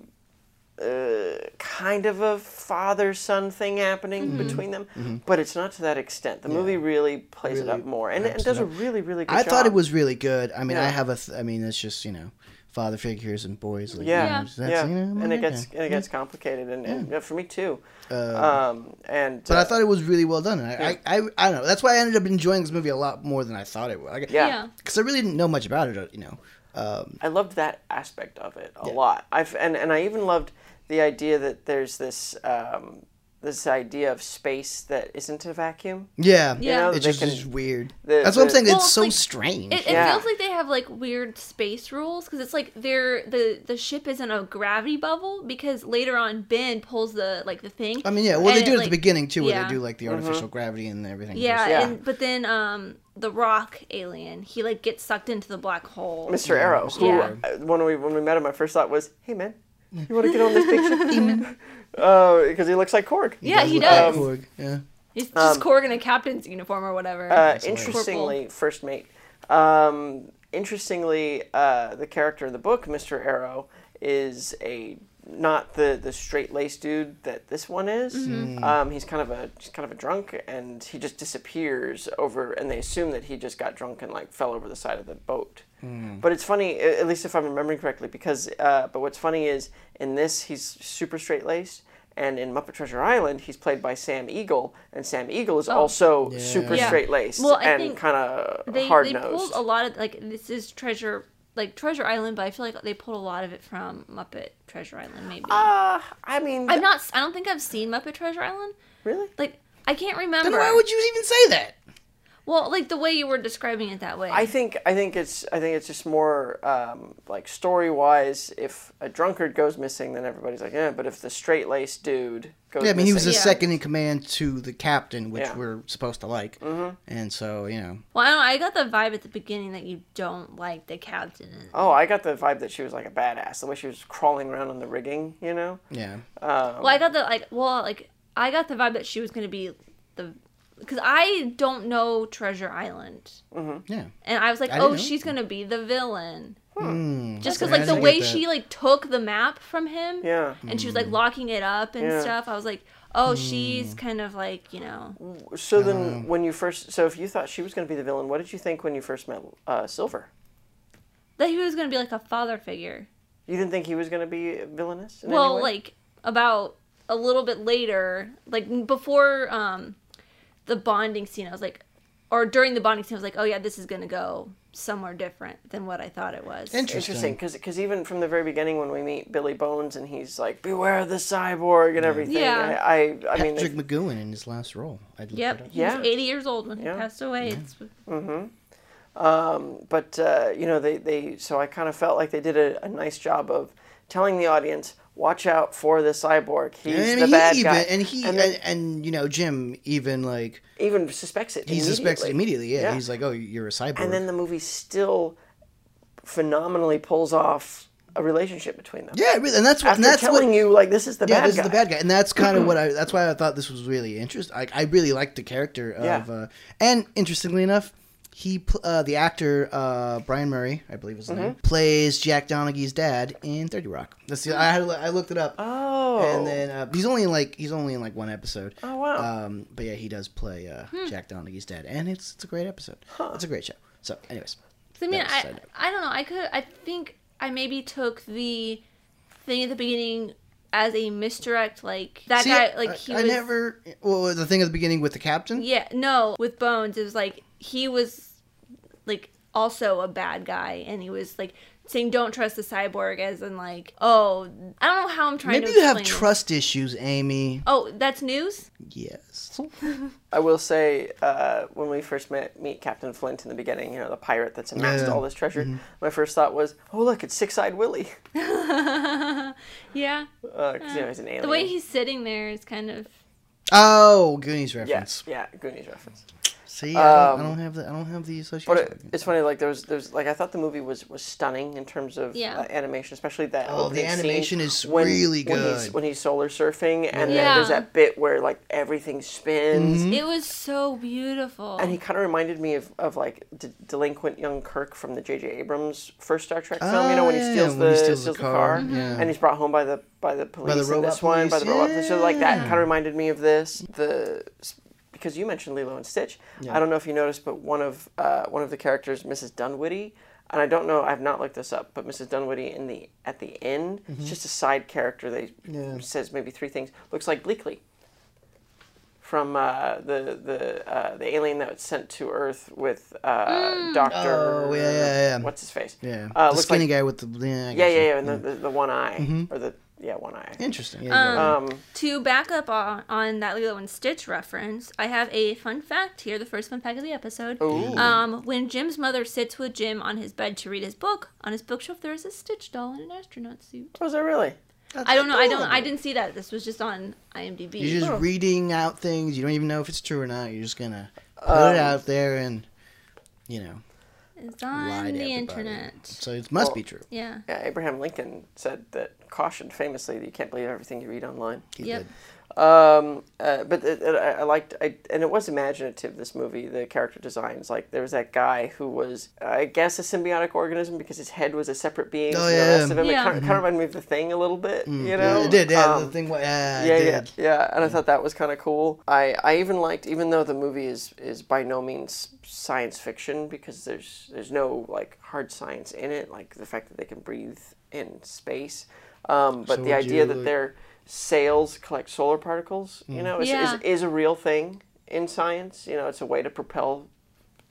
[SPEAKER 2] uh, kind of a father son thing happening between them,
[SPEAKER 3] Mm-hmm.
[SPEAKER 2] but it's not to that extent. The movie really plays it up more, and it does a really really good
[SPEAKER 3] I thought it
[SPEAKER 2] job.
[SPEAKER 3] was really good. I mean, I
[SPEAKER 2] Yeah.
[SPEAKER 3] have a. Th- I mean, it's just you know, father figures and boys. Like,
[SPEAKER 1] Yeah.
[SPEAKER 2] Yeah,
[SPEAKER 3] you know, that's,
[SPEAKER 2] yeah,
[SPEAKER 3] you know,
[SPEAKER 2] and it
[SPEAKER 3] okay.
[SPEAKER 2] gets and it gets complicated, and, and yeah, for me too. um, and
[SPEAKER 3] But
[SPEAKER 2] uh,
[SPEAKER 3] I thought it was really well done. and I, I, I, I don't know. That's why I ended up enjoying this movie a lot more than I thought it would. Like,
[SPEAKER 2] Yeah.
[SPEAKER 1] Yeah.
[SPEAKER 3] Because I really didn't know much about it, uh, you know. Um,
[SPEAKER 2] I loved that aspect of it a lot. I've and, and I even loved the idea that there's this um, this idea of space that isn't a vacuum.
[SPEAKER 3] yeah.
[SPEAKER 1] Yeah.
[SPEAKER 2] You know,
[SPEAKER 3] It's
[SPEAKER 2] they
[SPEAKER 3] just,
[SPEAKER 2] can-
[SPEAKER 3] it's weird.
[SPEAKER 2] the-
[SPEAKER 3] that's what I'm
[SPEAKER 2] the-
[SPEAKER 3] saying.
[SPEAKER 1] Well,
[SPEAKER 3] it's
[SPEAKER 1] it's
[SPEAKER 3] so
[SPEAKER 1] like-
[SPEAKER 3] strange.
[SPEAKER 1] It, it
[SPEAKER 2] Yeah.
[SPEAKER 1] feels like they have like weird space rules because it's like they're the the ship is in a gravity bubble because later on Ben pulls the like the thing.
[SPEAKER 3] I mean, yeah. Well, they
[SPEAKER 1] and
[SPEAKER 3] do
[SPEAKER 1] it,
[SPEAKER 3] it at the
[SPEAKER 1] like-
[SPEAKER 3] beginning too, where
[SPEAKER 1] yeah.
[SPEAKER 3] they do like the
[SPEAKER 2] Mm-hmm.
[SPEAKER 3] artificial gravity and everything.
[SPEAKER 1] Yeah,
[SPEAKER 2] Yeah.
[SPEAKER 1] And, but then um the rock alien he like gets sucked into the black hole.
[SPEAKER 2] Mr. Arrow, who
[SPEAKER 1] Yeah.
[SPEAKER 2] uh, when we when we met him, my first thought was, "Hey man, you want to get
[SPEAKER 3] *laughs*
[SPEAKER 2] on this *laughs* picture?" Because he looks like Korg. Uh,
[SPEAKER 1] yeah, he
[SPEAKER 3] Look like
[SPEAKER 1] does.
[SPEAKER 3] Korg, yeah.
[SPEAKER 1] He's just Korg in a captain's uniform or whatever.
[SPEAKER 2] um, Uh,
[SPEAKER 3] hilarious.
[SPEAKER 2] interestingly, first mate. Um, interestingly, uh, the character in the book, Mr. Arrow, is a not the the straight laced dude that this one is.
[SPEAKER 1] Mm-hmm.
[SPEAKER 2] Um, he's kind of a he's kind of a drunk, and he just disappears over, and they assume that he just got drunk and like fell over the side of the boat. But it's funny, a- at least if I'm remembering correctly, because uh, but what's funny is in this he's super straight laced. And in Muppet Treasure Island, he's played by Sam Eagle, and Sam Eagle is also super
[SPEAKER 1] Oh. Yeah.
[SPEAKER 2] straight laced
[SPEAKER 1] Well, I
[SPEAKER 2] and
[SPEAKER 1] think
[SPEAKER 2] kind of
[SPEAKER 1] they
[SPEAKER 2] hard
[SPEAKER 1] they pulled
[SPEAKER 2] nosed.
[SPEAKER 1] a lot of like this is treasure like Treasure Island, but I feel like they pulled a lot of it from Muppet Treasure Island. Maybe
[SPEAKER 2] Uh, I mean,
[SPEAKER 1] I'm not. I don't think I've seen Muppet Treasure Island.
[SPEAKER 2] really.
[SPEAKER 1] Like I can't remember.
[SPEAKER 3] Then why would you even say that?
[SPEAKER 1] Well, like the way you were describing it that way.
[SPEAKER 2] I think I think it's I think it's just more um, like story wise. If a drunkard goes missing, then everybody's like, yeah. But if the straight laced dude goes,
[SPEAKER 3] Yeah, I mean, he was the
[SPEAKER 2] missing-
[SPEAKER 1] Yeah.
[SPEAKER 3] second in command to the captain, which
[SPEAKER 2] Yeah. Mm-hmm.
[SPEAKER 3] we're supposed to like. And so, you know,
[SPEAKER 1] well, I, don't, I got the vibe at the beginning that you don't like the captain. in-
[SPEAKER 2] Oh, I got the vibe that she was like a badass. The way she was crawling around on the rigging, you know. Um,
[SPEAKER 3] yeah.
[SPEAKER 1] Well, I got the like. Well, like I got the vibe that she was gonna be the. Because I don't know Treasure Island,
[SPEAKER 2] Oh.
[SPEAKER 3] Yeah.
[SPEAKER 1] and I was like,
[SPEAKER 3] I didn't
[SPEAKER 1] "Oh,
[SPEAKER 3] know.
[SPEAKER 1] she's gonna be the villain." Just
[SPEAKER 3] Okay,
[SPEAKER 1] because,
[SPEAKER 3] I
[SPEAKER 1] like, the
[SPEAKER 3] didn't
[SPEAKER 1] way
[SPEAKER 3] get that.
[SPEAKER 1] she like took the map from him,
[SPEAKER 2] Yeah.
[SPEAKER 1] and she was like locking it up and
[SPEAKER 2] Yeah.
[SPEAKER 1] stuff. I was like, "Oh, she's kind of like you know."
[SPEAKER 2] So then, when you first, so if you thought she was going to be the villain, what did you think when you first met uh, Silver?
[SPEAKER 1] that he was going to be like a father figure.
[SPEAKER 2] You didn't think he was going to be villainous? in any
[SPEAKER 1] well,
[SPEAKER 2] way?
[SPEAKER 1] like about a little bit later, like before um the bonding scene, I was like or during the bonding scene, I was like, "Oh yeah, this is going to go somewhere different than what I thought it was."
[SPEAKER 3] Interesting.
[SPEAKER 2] interesting because even from the very beginning when we meet Billy Bones and he's like beware the cyborg and everything
[SPEAKER 1] Yeah.
[SPEAKER 2] I I, I mean
[SPEAKER 3] Patrick McGowan in his last role. I'd look it
[SPEAKER 1] Yep.
[SPEAKER 3] up.
[SPEAKER 1] He was
[SPEAKER 2] Yeah.
[SPEAKER 1] 80 years old when
[SPEAKER 2] Yeah.
[SPEAKER 1] he passed away. It's
[SPEAKER 2] but uh, you know they, they so I kind of felt like they did a, a nice job of telling the audience watch out for the cyborg he's
[SPEAKER 3] And I
[SPEAKER 2] the
[SPEAKER 3] mean,
[SPEAKER 2] bad
[SPEAKER 3] he even,
[SPEAKER 2] guy
[SPEAKER 3] and he, and,
[SPEAKER 2] and, then
[SPEAKER 3] and, you know, Jim even like
[SPEAKER 2] even suspects it
[SPEAKER 3] he suspects it immediately. Yeah.
[SPEAKER 2] Yeah.
[SPEAKER 3] He's like, oh, you're a cyborg.
[SPEAKER 2] and then the movie still phenomenally pulls off a relationship between them
[SPEAKER 3] yeah, really, and that's what,
[SPEAKER 2] after
[SPEAKER 3] and that's
[SPEAKER 2] telling
[SPEAKER 3] what,
[SPEAKER 2] you like this is the
[SPEAKER 3] yeah,
[SPEAKER 2] bad
[SPEAKER 3] this
[SPEAKER 2] guy
[SPEAKER 3] is the bad guy, and
[SPEAKER 2] *clears throat*
[SPEAKER 3] that's kind of what I. That's why I thought this was really interesting. I, I really liked the character of,
[SPEAKER 2] Yeah.
[SPEAKER 3] uh, and interestingly enough, he pl- uh, the actor uh, Brian Murray, I believe is his
[SPEAKER 2] Mm-hmm.
[SPEAKER 3] name, plays Jack Donaghy's dad in Thirty Rock. That's the I had, I looked it up.
[SPEAKER 2] oh
[SPEAKER 3] And then uh, he's only in like he's only in like one episode.
[SPEAKER 2] Oh, wow.
[SPEAKER 3] Um, but yeah, he does play uh, Jack Donaghy's dad, and it's it's a great episode. It's a great show. So, anyways,
[SPEAKER 1] 'Cause, I mean,
[SPEAKER 3] That's
[SPEAKER 1] I,
[SPEAKER 3] side note.
[SPEAKER 1] I don't know. I could. I think I maybe took the thing at the beginning as a misdirect. Like that
[SPEAKER 3] See,
[SPEAKER 1] guy. Like
[SPEAKER 3] I,
[SPEAKER 1] he
[SPEAKER 3] I
[SPEAKER 1] was.
[SPEAKER 3] never. Well, the thing at the beginning with the captain.
[SPEAKER 1] Yeah, no, with Bones, it was like he was like also a bad guy, and he was like saying, "Don't trust the cyborg," as in like, "Oh, I don't know how I'm trying to."
[SPEAKER 3] Maybe you have
[SPEAKER 1] explain this.
[SPEAKER 3] trust issues, Amy.
[SPEAKER 1] Oh, that's news.
[SPEAKER 3] Yes.
[SPEAKER 2] I will say, uh, when we first met, meet Captain Flint in the beginning, you know, the pirate that's amassed
[SPEAKER 3] Yeah. Mm-hmm.
[SPEAKER 2] all this treasure, my first thought was, oh, look, it's Six Eyed *laughs* Willie.
[SPEAKER 1] Yeah,
[SPEAKER 2] Because, you know, he's an alien.
[SPEAKER 1] Mm. the way he's sitting there is kind of
[SPEAKER 3] Oh, Goonies
[SPEAKER 2] Yes,
[SPEAKER 3] reference.
[SPEAKER 2] yeah, Goonies reference.
[SPEAKER 3] See, I, don't, I don't have the I don't have the
[SPEAKER 2] But
[SPEAKER 3] association.
[SPEAKER 2] it, it's funny, like there was, there's like I thought the movie was was stunning in terms of
[SPEAKER 1] Yeah.
[SPEAKER 2] uh, animation, especially that.
[SPEAKER 3] Oh,
[SPEAKER 2] opening
[SPEAKER 3] the
[SPEAKER 2] scene
[SPEAKER 3] animation is really
[SPEAKER 2] When he's,
[SPEAKER 3] good.
[SPEAKER 2] when he's solar surfing, and then
[SPEAKER 1] Yeah.
[SPEAKER 2] there's that bit where like everything
[SPEAKER 3] Mm-hmm.
[SPEAKER 2] spins,
[SPEAKER 3] Hmm?
[SPEAKER 1] It was so beautiful.
[SPEAKER 2] and he kind of reminded me of, of like d- delinquent young Kirk from the J.J. Abrams first Star Trek film. you know when he
[SPEAKER 3] Ah, yeah,
[SPEAKER 2] steals,
[SPEAKER 3] when he
[SPEAKER 2] the,
[SPEAKER 3] steals
[SPEAKER 2] steals,
[SPEAKER 3] the
[SPEAKER 2] the
[SPEAKER 3] car,
[SPEAKER 2] car,
[SPEAKER 3] yeah.
[SPEAKER 2] and he's brought home by the by the police. in
[SPEAKER 3] robot
[SPEAKER 2] this one, by the
[SPEAKER 3] police,
[SPEAKER 2] robot. police. So like that
[SPEAKER 1] yeah.
[SPEAKER 2] kind of reminded me of this. The because you mentioned Lilo and Stitch. I don't know if you noticed, but one of uh, one of the characters, Mrs. Dunwoody. And I don't know. I've not looked this up, but Mrs. Dunwoody in the at the end,
[SPEAKER 3] Mm-hmm.
[SPEAKER 2] it's just a side character. They says maybe three things. Looks like Bleakley from uh, the the uh, the alien that was sent to Earth with uh, Doctor.
[SPEAKER 3] Oh, yeah, yeah, yeah.
[SPEAKER 2] What's his face?
[SPEAKER 3] yeah,
[SPEAKER 2] uh,
[SPEAKER 3] the
[SPEAKER 2] looks
[SPEAKER 3] skinny
[SPEAKER 2] like,
[SPEAKER 3] guy with the yeah, I
[SPEAKER 2] Yeah,
[SPEAKER 3] gotcha.
[SPEAKER 2] yeah, yeah, and the, the, the one eye or the yeah one eye.
[SPEAKER 3] Interesting. Yeah, yeah.
[SPEAKER 2] Um,
[SPEAKER 1] to back up on, on that Lilo and Stitch reference, I have a fun fact here, the first fun fact of the episode.
[SPEAKER 3] Oh.
[SPEAKER 2] Ooh.
[SPEAKER 1] Um, when Jim's mother sits with Jim on his bed to read his book, on his bookshelf there is a Stitch doll in an astronaut suit.
[SPEAKER 2] was it really?
[SPEAKER 1] I don't know. I don't. I didn't see that. This was just on IMDb.
[SPEAKER 3] You're just reading out things. You don't even know if it's true or not. You're just gonna put
[SPEAKER 1] Um,
[SPEAKER 3] it out there and, you know,
[SPEAKER 1] it's
[SPEAKER 3] lie
[SPEAKER 1] on
[SPEAKER 3] to
[SPEAKER 1] the
[SPEAKER 3] everybody.
[SPEAKER 1] internet.
[SPEAKER 3] So it must
[SPEAKER 2] Well-
[SPEAKER 3] be true.
[SPEAKER 1] Yeah.
[SPEAKER 2] Yeah, Abraham Lincoln said that cautioned famously that you can't believe everything you read online.
[SPEAKER 3] He
[SPEAKER 1] Yep.
[SPEAKER 3] did.
[SPEAKER 2] Um, uh, but it, it, I I liked, I, and it was imaginative. This movie, the character designs, like there was that guy who was, I guess, a symbiotic organism because his head was a separate being.
[SPEAKER 3] Oh,
[SPEAKER 2] from
[SPEAKER 3] yeah,
[SPEAKER 2] the rest
[SPEAKER 3] yeah.
[SPEAKER 2] of
[SPEAKER 3] Mm-hmm.
[SPEAKER 2] him.
[SPEAKER 1] Yeah.
[SPEAKER 2] It kind of, kind of reminded me of the thing a little bit, you know.
[SPEAKER 3] Yeah, it did. Yeah,
[SPEAKER 2] Um,
[SPEAKER 3] the thing. wa- Yeah, it
[SPEAKER 2] yeah, yeah,
[SPEAKER 3] did.
[SPEAKER 2] yeah, and I thought that was kind of cool. I, I even liked, even though the movie is is by no means science fiction because there's there's no like hard science in it, like the fact that they can breathe in space, um, but
[SPEAKER 3] So
[SPEAKER 2] the
[SPEAKER 3] would
[SPEAKER 2] idea
[SPEAKER 3] you,
[SPEAKER 2] that
[SPEAKER 3] like- Mm.
[SPEAKER 2] their sails collect solar particles, you know, is,
[SPEAKER 1] Yeah.
[SPEAKER 2] is is a real thing in science. You know, it's a way to propel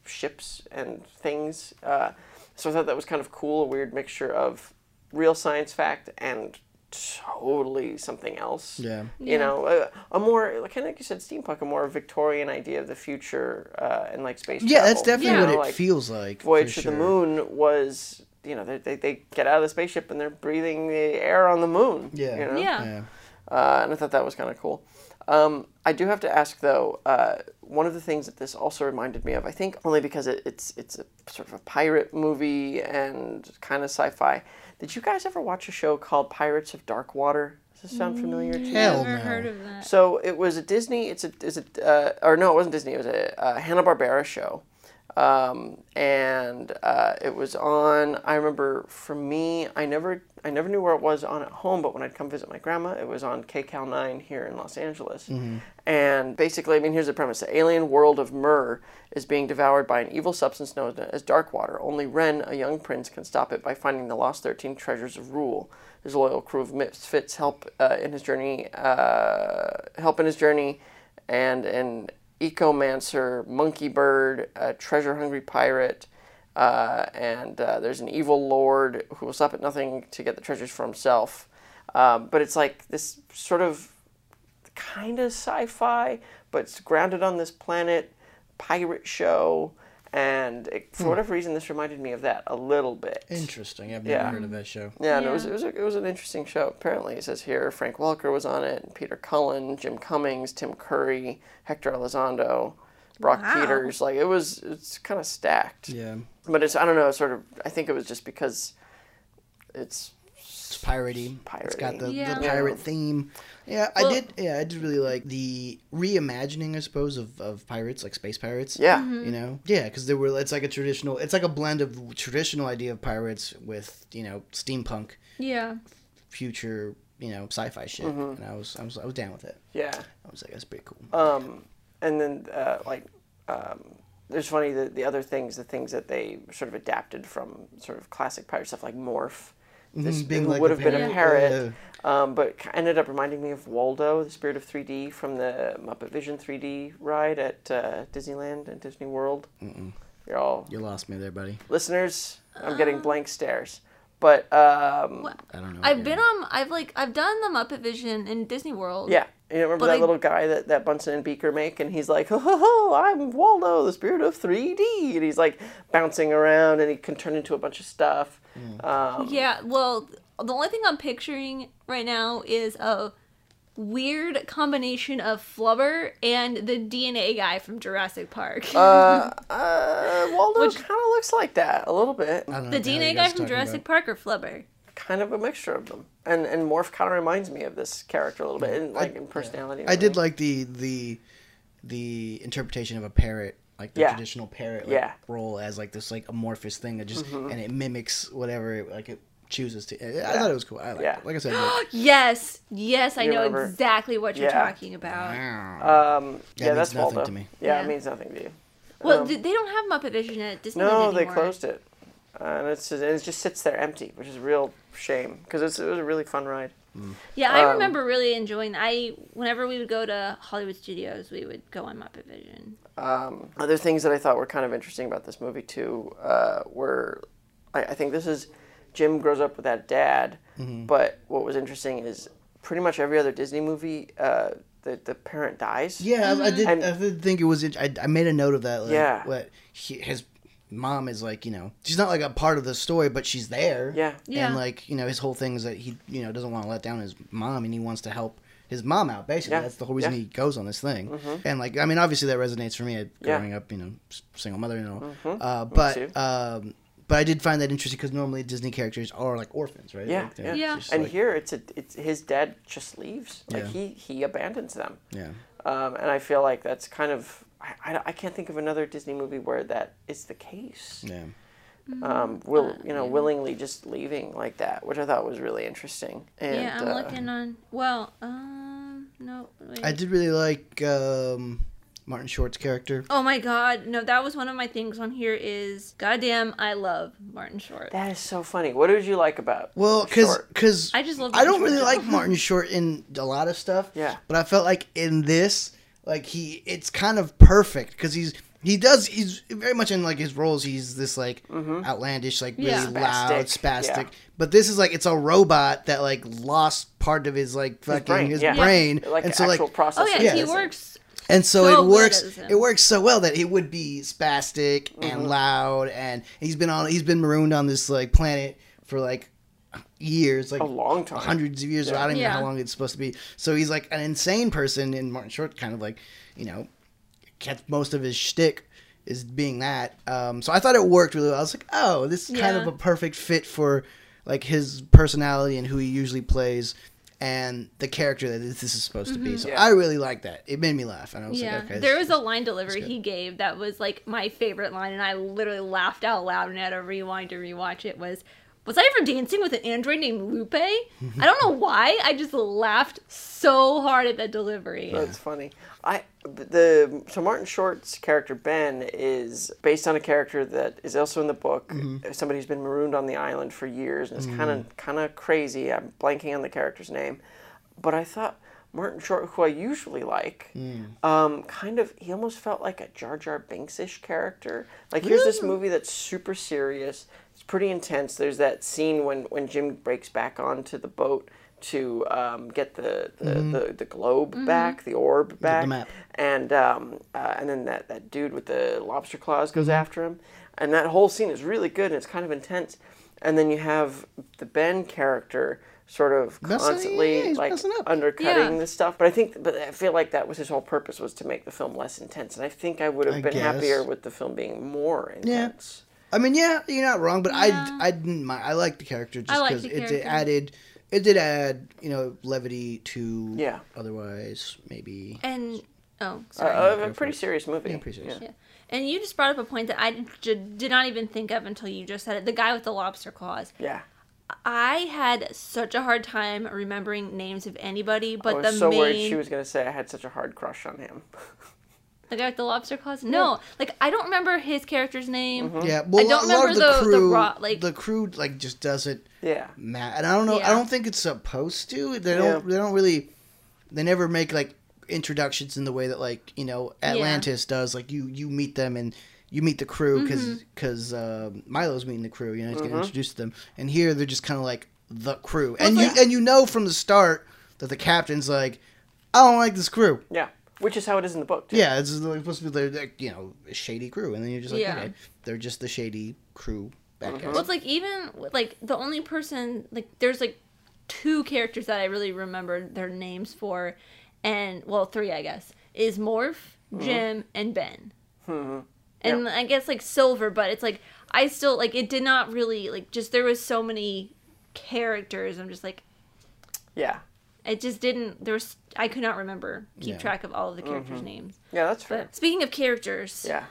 [SPEAKER 2] ships and things. Uh, so I thought that was kind of cool, a weird mixture of real science fact and totally something else.
[SPEAKER 3] Yeah.
[SPEAKER 2] You know, a, a more, kind of like you said, steampunk, a more Victorian idea of the future uh, and like space
[SPEAKER 3] Yeah, that's
[SPEAKER 2] travel.
[SPEAKER 3] definitely
[SPEAKER 2] You
[SPEAKER 3] what
[SPEAKER 2] know,
[SPEAKER 3] it
[SPEAKER 2] like,
[SPEAKER 3] feels like.
[SPEAKER 2] Voyage
[SPEAKER 3] for
[SPEAKER 2] to the
[SPEAKER 3] sure.
[SPEAKER 2] Moon was, you know, they, they, they get out of the spaceship and they're breathing the air on the moon.
[SPEAKER 3] Yeah.
[SPEAKER 2] You know?
[SPEAKER 1] Yeah.
[SPEAKER 3] Yeah.
[SPEAKER 2] uh, and I thought that was kind of cool. Um, I do have to ask though. Uh, one of the things that this also reminded me of, I think, only because it, it's it's a sort of a pirate movie and kind of sci-fi. Did you guys ever watch a show called Pirates of Dark Water? Does this sound familiar to you?
[SPEAKER 3] Hell
[SPEAKER 1] Never
[SPEAKER 3] no.
[SPEAKER 1] heard of that.
[SPEAKER 2] So it was a Disney. It's a is it uh, or no, it wasn't Disney. It was a uh, Hanna Barbera show, um, and uh, it was on. I remember for me, I never I never knew where it was on at home, but when I'd come visit my grandma, it was on KCAL nine here in Los Angeles. And basically, I mean, here's the premise: the alien world of Myrrh is being devoured by an evil substance known as Dark Water. Only Ren, a young prince, can stop it by finding the lost thirteen treasures of Rule. His loyal crew of misfits help uh, in his journey, uh, help in his journey, and an ecomancer, monkey bird, a treasure-hungry pirate, uh, and uh, there's an evil lord who will stop at nothing to get the treasures for himself. Um, but it's like this sort of kind of sci-fi, but it's grounded on this planet pirate show, and it, for whatever reason, this reminded me of that a little bit.
[SPEAKER 3] Interesting. I've never
[SPEAKER 2] Yeah.
[SPEAKER 3] heard of that show.
[SPEAKER 2] Yeah, and it was
[SPEAKER 1] Yeah.
[SPEAKER 2] it was, a, it was an interesting show. Apparently, it says here Frank Welker was on it, and Peter Cullen, Jim Cummings, Tim Curry, Hector Elizondo, Brock
[SPEAKER 1] Wow.
[SPEAKER 2] Peters. Like it was, it's kind of stacked.
[SPEAKER 3] Yeah.
[SPEAKER 2] But it's I don't know. it's Sort of, I think it was just because it's
[SPEAKER 3] It's piratey. It's got the,
[SPEAKER 1] Yeah.
[SPEAKER 3] the pirate theme. Yeah, I
[SPEAKER 1] Well-
[SPEAKER 3] did. Yeah, I did really like the reimagining, I suppose, of, of pirates, like space pirates.
[SPEAKER 2] yeah.
[SPEAKER 1] Mm-hmm.
[SPEAKER 3] You know, yeah, because there were. It's like a traditional. It's like a blend of traditional idea of pirates with you know steampunk
[SPEAKER 1] Yeah.
[SPEAKER 3] future you know sci-fi shit,
[SPEAKER 2] Mm-hmm.
[SPEAKER 3] and I was I was I was down with it.
[SPEAKER 2] yeah.
[SPEAKER 3] I was like, that's pretty cool.
[SPEAKER 2] Um, and then uh, like, um, there's funny the, the other things, the things that they sort of adapted from sort of classic pirate stuff, like Morph. This
[SPEAKER 3] Mhm, being
[SPEAKER 2] who
[SPEAKER 3] like
[SPEAKER 2] would
[SPEAKER 3] a
[SPEAKER 2] have been a
[SPEAKER 3] parrot,
[SPEAKER 2] parrot, um, but k- ended up reminding me of Waldo, the spirit of 3D from the Muppet Vision 3D ride at uh, Disneyland and Disney World. You're all
[SPEAKER 3] you lost me there, buddy.
[SPEAKER 2] listeners. I'm getting blank stares, but um,
[SPEAKER 3] I don't know.
[SPEAKER 1] I've been on. I've like. I've done the Muppet Vision in Disney World.
[SPEAKER 2] Yeah. You remember
[SPEAKER 1] But
[SPEAKER 2] that
[SPEAKER 1] I-
[SPEAKER 2] little guy that, that Bunsen and Beaker make? And he's like, ho, ho, ho, I'm Waldo, the spirit of 3D. And he's like bouncing around and he can turn into a bunch of stuff.
[SPEAKER 3] Hmm.
[SPEAKER 2] Um,
[SPEAKER 1] Yeah. Well, the only thing I'm picturing right now is a weird combination of Flubber and the DNA guy from Jurassic Park.
[SPEAKER 2] Uh, uh, Waldo kind of looks like that a little bit.
[SPEAKER 3] I don't know
[SPEAKER 1] the
[SPEAKER 3] what hell
[SPEAKER 1] DNA guy
[SPEAKER 3] you guys
[SPEAKER 1] from
[SPEAKER 3] talking
[SPEAKER 1] Jurassic
[SPEAKER 3] about.
[SPEAKER 1] Park or Flubber?
[SPEAKER 2] Kind of a mixture of them, and and Morph kind of reminds me of this character a little bit, in, like in personality. and
[SPEAKER 3] I did
[SPEAKER 2] everything.
[SPEAKER 3] like the the the interpretation of a parrot, like the
[SPEAKER 2] Yeah.
[SPEAKER 3] traditional parrot like,
[SPEAKER 2] Yeah. Mm-hmm.
[SPEAKER 3] role as like this like amorphous thing that just and it mimics whatever it, like it chooses to. I, I thought it was cool. I liked
[SPEAKER 2] Yeah.
[SPEAKER 3] it. Like
[SPEAKER 2] *gasps*
[SPEAKER 3] I said, like,
[SPEAKER 1] Yes, yes, I
[SPEAKER 2] You
[SPEAKER 1] know
[SPEAKER 2] remember?
[SPEAKER 1] exactly what you're
[SPEAKER 2] Yeah.
[SPEAKER 1] talking about.
[SPEAKER 2] Um, yeah,
[SPEAKER 3] means
[SPEAKER 2] that's
[SPEAKER 3] nothing
[SPEAKER 2] Waldo.
[SPEAKER 3] to me.
[SPEAKER 2] Yeah,
[SPEAKER 1] Yeah.
[SPEAKER 2] it means nothing to you.
[SPEAKER 1] Well,
[SPEAKER 2] Um,
[SPEAKER 1] th they don't have Muppet Vision at Disneyland
[SPEAKER 2] No,
[SPEAKER 1] anymore.
[SPEAKER 2] they closed it, and it's and it just sits there empty, which is a real shame because it was a really fun ride.
[SPEAKER 1] Yeah,
[SPEAKER 2] Um,
[SPEAKER 1] I remember really enjoying. I whenever we would go to Hollywood Studios, we would go on Muppet Vision.
[SPEAKER 2] Um, other things that I thought were kind of interesting about this movie too uh, were, I, I think this is Jim grows up without dad,
[SPEAKER 3] Mm-hmm.
[SPEAKER 2] but what was interesting is pretty much every other Disney movie, uh, the the parent dies.
[SPEAKER 3] yeah, I, I did.
[SPEAKER 2] And-
[SPEAKER 3] I did think it was. int- I, I made a note of that. Like,
[SPEAKER 2] Yeah.
[SPEAKER 3] what he, his mom is like. You know, she's not like a part of the story, but she's there.
[SPEAKER 2] Yeah.
[SPEAKER 1] Yeah.
[SPEAKER 3] And like you know, his whole thing is that he you know doesn't want to let down his mom, and he wants to help his mom out. Basically,
[SPEAKER 2] Yeah.
[SPEAKER 3] that's the whole reason
[SPEAKER 2] Yeah. Mm-hmm.
[SPEAKER 3] he goes on this thing. And like, I mean, obviously that resonates for me uh,
[SPEAKER 2] Yeah. Mm-hmm.
[SPEAKER 3] growing up, you know, s- single mother and all. Uh, but
[SPEAKER 2] too.
[SPEAKER 3] um, but I did find that interesting because normally Disney characters are like orphans, right?
[SPEAKER 2] Yeah,
[SPEAKER 3] Like, they're
[SPEAKER 2] yeah.
[SPEAKER 1] Yeah.
[SPEAKER 3] just,
[SPEAKER 2] And
[SPEAKER 3] like-
[SPEAKER 2] here it's a, it's his dad just leaves. Like
[SPEAKER 3] Yeah.
[SPEAKER 2] he he abandons them.
[SPEAKER 3] yeah.
[SPEAKER 2] Um, and I feel like that's kind of I, I, I can't think of another Disney movie where that is the case.
[SPEAKER 3] Yeah.
[SPEAKER 1] Mm,
[SPEAKER 2] Um,
[SPEAKER 1] uh,
[SPEAKER 2] will you know willingly just leaving like that, which I thought was really interesting. And,
[SPEAKER 1] yeah, I'm
[SPEAKER 2] uh,
[SPEAKER 1] looking on. Well, um, no. Wait.
[SPEAKER 3] I did really like um, Martin Short's character.
[SPEAKER 1] Oh my God! No, that was one of my things on here. Is goddamn, I love Martin Short.
[SPEAKER 2] That is so funny. What did you like about?
[SPEAKER 3] Well, because
[SPEAKER 2] Short?
[SPEAKER 1] I just love
[SPEAKER 3] I don't
[SPEAKER 1] Martin
[SPEAKER 3] really
[SPEAKER 1] Short. *laughs*
[SPEAKER 3] like Martin Short in a lot of stuff.
[SPEAKER 2] Yeah.
[SPEAKER 3] but I felt like in this, like he, it's kind of perfect because he's he does he's very much in like his roles. He's this like outlandish, like really
[SPEAKER 1] Yeah.
[SPEAKER 3] loud,
[SPEAKER 2] Mm-hmm. Spastic,
[SPEAKER 3] spastic.
[SPEAKER 2] yeah.
[SPEAKER 3] But this is like it's a robot that like lost part of his like fucking his brain,
[SPEAKER 2] brain, yeah. like
[SPEAKER 3] and so
[SPEAKER 2] actual
[SPEAKER 3] like
[SPEAKER 1] Oh
[SPEAKER 2] process.
[SPEAKER 1] yeah,
[SPEAKER 3] Yeah.
[SPEAKER 1] he works.
[SPEAKER 3] and so,
[SPEAKER 1] so
[SPEAKER 3] it
[SPEAKER 1] good
[SPEAKER 3] works
[SPEAKER 1] as him.
[SPEAKER 3] it works so well that it would be spastic
[SPEAKER 2] Mm-hmm.
[SPEAKER 3] and loud and he's been on he's been marooned on this like planet for like years like
[SPEAKER 2] A long time.
[SPEAKER 3] hundreds of years or i don't even know
[SPEAKER 1] Yeah.
[SPEAKER 3] how long it's supposed to be so he's like an insane person and martin short kind of like you know kept most of his shtick is being that um so i thought it worked really well i was like oh this is kind of
[SPEAKER 1] Yeah.
[SPEAKER 3] a perfect fit for like his personality and who he usually plays and the character that this is supposed to be so
[SPEAKER 2] Yeah.
[SPEAKER 3] i really like that it made me laugh and i was
[SPEAKER 1] Mm-hmm. Yeah,
[SPEAKER 3] like okay
[SPEAKER 1] there
[SPEAKER 3] this-
[SPEAKER 1] was a line delivery
[SPEAKER 3] good.
[SPEAKER 1] he gave that was like my favorite line, and I literally laughed out loud and had to rewind to rewatch it. Was was I ever dancing with an android named Lupe? I don't know why. I just laughed so hard at that delivery.
[SPEAKER 2] That's funny. I the so Martin Short's character Ben is based on a character that is also in the book. Somebody who's been marooned on the island for years and it's kind of kind of crazy. I'm blanking on the character's name, but I thought Martin Short, who I usually like, um, kind of he almost felt like a Jar Jar Binks ish character. Like here's this movie that's super serious. It's pretty intense. There's that scene when when Jim breaks back onto the boat to um, get the the, the, the globe
[SPEAKER 1] Mm-hmm.
[SPEAKER 2] back, the orb back,
[SPEAKER 3] Mm-hmm. map.
[SPEAKER 2] and um, uh, and then that, that dude with the lobster claws goes
[SPEAKER 3] Mm-hmm.
[SPEAKER 2] after him, and that whole scene is really good and it's kind of intense, and then you have the Ben character sort of
[SPEAKER 3] Messing-
[SPEAKER 2] constantly
[SPEAKER 3] yeah, he's
[SPEAKER 2] like
[SPEAKER 3] messing up.
[SPEAKER 2] undercutting
[SPEAKER 1] Yeah.
[SPEAKER 2] this stuff, but I think but I feel like that was his whole purpose was to make the film less intense, and I think I would have
[SPEAKER 3] I
[SPEAKER 2] been happier
[SPEAKER 3] guess.
[SPEAKER 2] with the film being more intense.
[SPEAKER 3] I mean, yeah, you're not wrong, but
[SPEAKER 1] Yeah.
[SPEAKER 3] I, I didn't mind. I liked the character
[SPEAKER 1] I
[SPEAKER 3] just
[SPEAKER 1] liked
[SPEAKER 3] because
[SPEAKER 1] the
[SPEAKER 3] it, did-
[SPEAKER 1] character.
[SPEAKER 3] added, it did add, you know, levity to
[SPEAKER 2] Yeah.
[SPEAKER 3] otherwise maybe.
[SPEAKER 1] And oh,
[SPEAKER 2] Uh,
[SPEAKER 1] sorry.
[SPEAKER 2] a- a
[SPEAKER 3] for
[SPEAKER 2] pretty
[SPEAKER 3] it.
[SPEAKER 2] serious movie.
[SPEAKER 3] Yeah, pretty serious.
[SPEAKER 1] Yeah. And you just brought up a point that I j- did not even think of until you just said it. The guy with the lobster claws.
[SPEAKER 2] Yeah.
[SPEAKER 1] I had such a hard time remembering names of anybody, but
[SPEAKER 2] I was
[SPEAKER 1] the
[SPEAKER 2] so
[SPEAKER 1] main
[SPEAKER 2] worried she was going to say I had such a hard crush on him.
[SPEAKER 1] the guy with the lobster claws. No, like I don't remember his character's name.
[SPEAKER 2] Mm-hmm.
[SPEAKER 3] Yeah, well,
[SPEAKER 1] don't
[SPEAKER 3] a lot
[SPEAKER 1] remember
[SPEAKER 3] of
[SPEAKER 1] the-
[SPEAKER 3] the
[SPEAKER 1] the
[SPEAKER 3] crew, the,
[SPEAKER 1] raw, like-
[SPEAKER 3] crew, like just doesn't
[SPEAKER 2] yeah.
[SPEAKER 3] matter. And I don't know.
[SPEAKER 1] Yeah.
[SPEAKER 3] I don't think it's supposed to. They
[SPEAKER 2] Yeah.
[SPEAKER 3] don't. They don't really. They never make like introductions in the way that like you know Atlantis does. Like you you meet them and you meet the crew
[SPEAKER 1] Mm-hmm.
[SPEAKER 3] because because Milo's meeting the crew. You know he's
[SPEAKER 2] Mm-hmm.
[SPEAKER 3] getting introduced to them. And here they're just kind of like the crew. and you
[SPEAKER 1] it's like-
[SPEAKER 3] and you know from the start that the captain's like, I don't like this crew.
[SPEAKER 2] Yeah. Which is how it is in the book. Too.
[SPEAKER 3] Yeah, it's like, supposed to be their like, you know a shady crew, and then you're just like,
[SPEAKER 1] Yeah.
[SPEAKER 3] okay, they're just the shady crew. Bad guys.
[SPEAKER 2] Mm-hmm.
[SPEAKER 1] Well, it's like even like the only person like there's like two characters that I really remember their names for, and well, three I guess is Morph, Jim, and Ben. And I guess like Silver, but it's like I still like it did not really like just there was so many characters. I'm just like
[SPEAKER 2] Yeah.
[SPEAKER 1] it just didn't there was I could not remember keep
[SPEAKER 3] Yeah.
[SPEAKER 1] track of all of the characters' names.
[SPEAKER 2] Yeah, that's fair.
[SPEAKER 1] But speaking of characters,
[SPEAKER 2] yeah.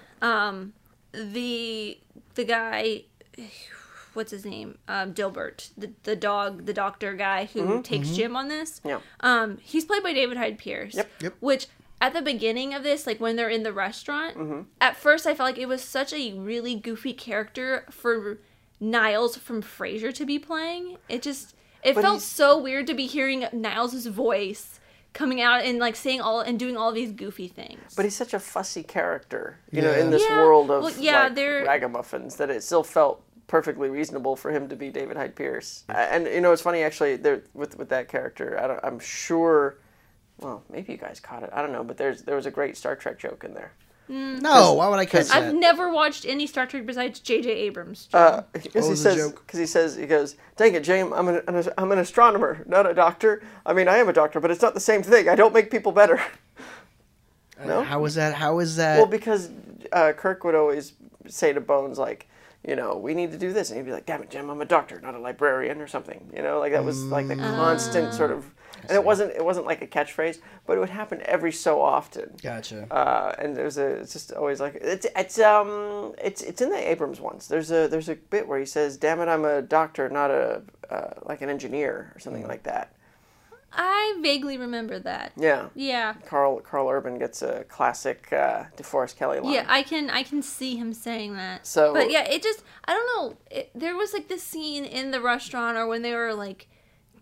[SPEAKER 1] the the guy what's his name um dilbert the, the dog the doctor guy who takes jim on this
[SPEAKER 2] Mm-hmm. Yeah.
[SPEAKER 1] um he's played by david hyde pierce
[SPEAKER 2] Yep.
[SPEAKER 3] Yep.
[SPEAKER 1] which at the beginning of this like when they're in the restaurant
[SPEAKER 2] Mm-hmm.
[SPEAKER 1] at first i felt like it was such a really goofy character for niles from frasier to be playing it just it
[SPEAKER 2] But
[SPEAKER 1] felt
[SPEAKER 2] he's-
[SPEAKER 1] so weird to be hearing Niles's voice coming out and like saying all and doing all these goofy things
[SPEAKER 2] But he's such a fussy character, you know, in
[SPEAKER 3] Yeah.
[SPEAKER 2] this
[SPEAKER 1] Yeah,
[SPEAKER 2] world of
[SPEAKER 1] well, yeah,
[SPEAKER 2] like,
[SPEAKER 1] they're-
[SPEAKER 2] ragamuffins that it still felt perfectly reasonable for him to be David Hyde Pierce. Uh, And you know, it's funny actually there with with that character. I don't, I'm sure. Well, maybe you guys caught it. I don't know, but there's there was a great Star Trek joke in there.
[SPEAKER 3] No, why would I catch
[SPEAKER 1] I've
[SPEAKER 3] that?
[SPEAKER 1] never watched any Star Trek besides J.J. Abrams.
[SPEAKER 3] Uh,
[SPEAKER 2] Because Uh, he
[SPEAKER 3] was the
[SPEAKER 2] says,
[SPEAKER 3] joke?
[SPEAKER 2] because he says, he goes, "Dang it, James! I'm an, an I'm an astronomer, not a doctor. I mean, I am a doctor, but it's not the same thing. I don't make people better." *laughs* No?
[SPEAKER 3] How is that? How is that?
[SPEAKER 2] Well, because uh, Kirk would always say to Bones, like, you know, we need to do this, and he'd be like, "Damn it, Jim! I'm a doctor, not a librarian, or something." You know, like that was like the constant sort of, and it wasn't it wasn't like a catchphrase, but it would happen every so often.
[SPEAKER 3] gotcha.
[SPEAKER 2] Uh, and there's a it's just always like it's it's um it's it's in the Abrams ones. There's a there's a bit where he says, "Damn it, I'm a doctor, not a uh, like an engineer or something like that."
[SPEAKER 1] I vaguely remember that.
[SPEAKER 2] Yeah.
[SPEAKER 1] Yeah.
[SPEAKER 2] Carl Carl Urban gets a classic uh, DeForest Kelly line.
[SPEAKER 1] Yeah, I can I can see him saying that.
[SPEAKER 2] So-
[SPEAKER 1] but yeah, it just I don't know. It, there was like this scene in the restaurant or when they were like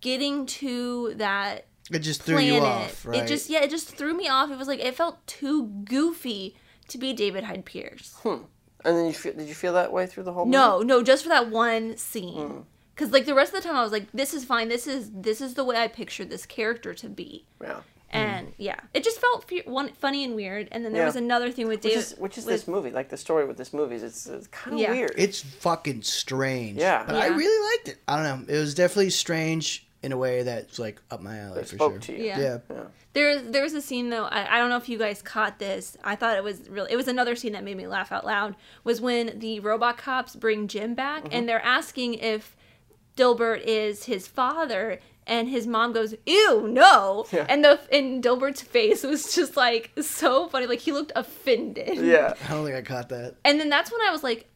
[SPEAKER 1] getting to that
[SPEAKER 3] it just threw
[SPEAKER 1] planet.
[SPEAKER 3] you off, right?
[SPEAKER 1] It just yeah, it just threw me off. It was like it felt too goofy to be David Hyde
[SPEAKER 3] *laughs*
[SPEAKER 1] Pierce.
[SPEAKER 3] Hmm.
[SPEAKER 2] and then you feel, did you feel that way through the whole movie?
[SPEAKER 1] No, no, just for that one
[SPEAKER 3] Hmm.
[SPEAKER 1] scene. Cuz like the rest of the time I was like this is fine. This is this is the way I pictured this character to be.
[SPEAKER 2] Yeah.
[SPEAKER 1] and yeah, it just felt fe- one, funny and weird. And then there
[SPEAKER 2] Hmm. Yeah.
[SPEAKER 1] was another thing with
[SPEAKER 2] Which
[SPEAKER 1] David,
[SPEAKER 2] is which is
[SPEAKER 1] with-
[SPEAKER 2] this movie? Like the story with this movie is it's, it's kind of
[SPEAKER 1] Yeah.
[SPEAKER 2] weird.
[SPEAKER 3] It's fucking strange.
[SPEAKER 2] Yeah.
[SPEAKER 3] But I
[SPEAKER 1] Yeah.
[SPEAKER 3] really liked it. I don't know. It was definitely strange in a way that's like up my alley
[SPEAKER 2] it
[SPEAKER 3] for
[SPEAKER 2] spoke
[SPEAKER 3] sure.
[SPEAKER 2] to you.
[SPEAKER 1] Yeah.
[SPEAKER 3] Yeah.
[SPEAKER 1] There, there was a scene though. I, I don't know if you guys caught this. I thought it was really. It was another scene that made me laugh out loud. Was when the robot cops bring Jim back,
[SPEAKER 2] Mm-hmm.
[SPEAKER 1] and they're asking if Dilbert is his father, and his mom goes, "Ew, no!"
[SPEAKER 2] Yeah.
[SPEAKER 1] And the and Dilbert's face was just like so funny. Like he looked offended.
[SPEAKER 2] Yeah.
[SPEAKER 3] I don't think I caught that.
[SPEAKER 1] And then that's when I was like,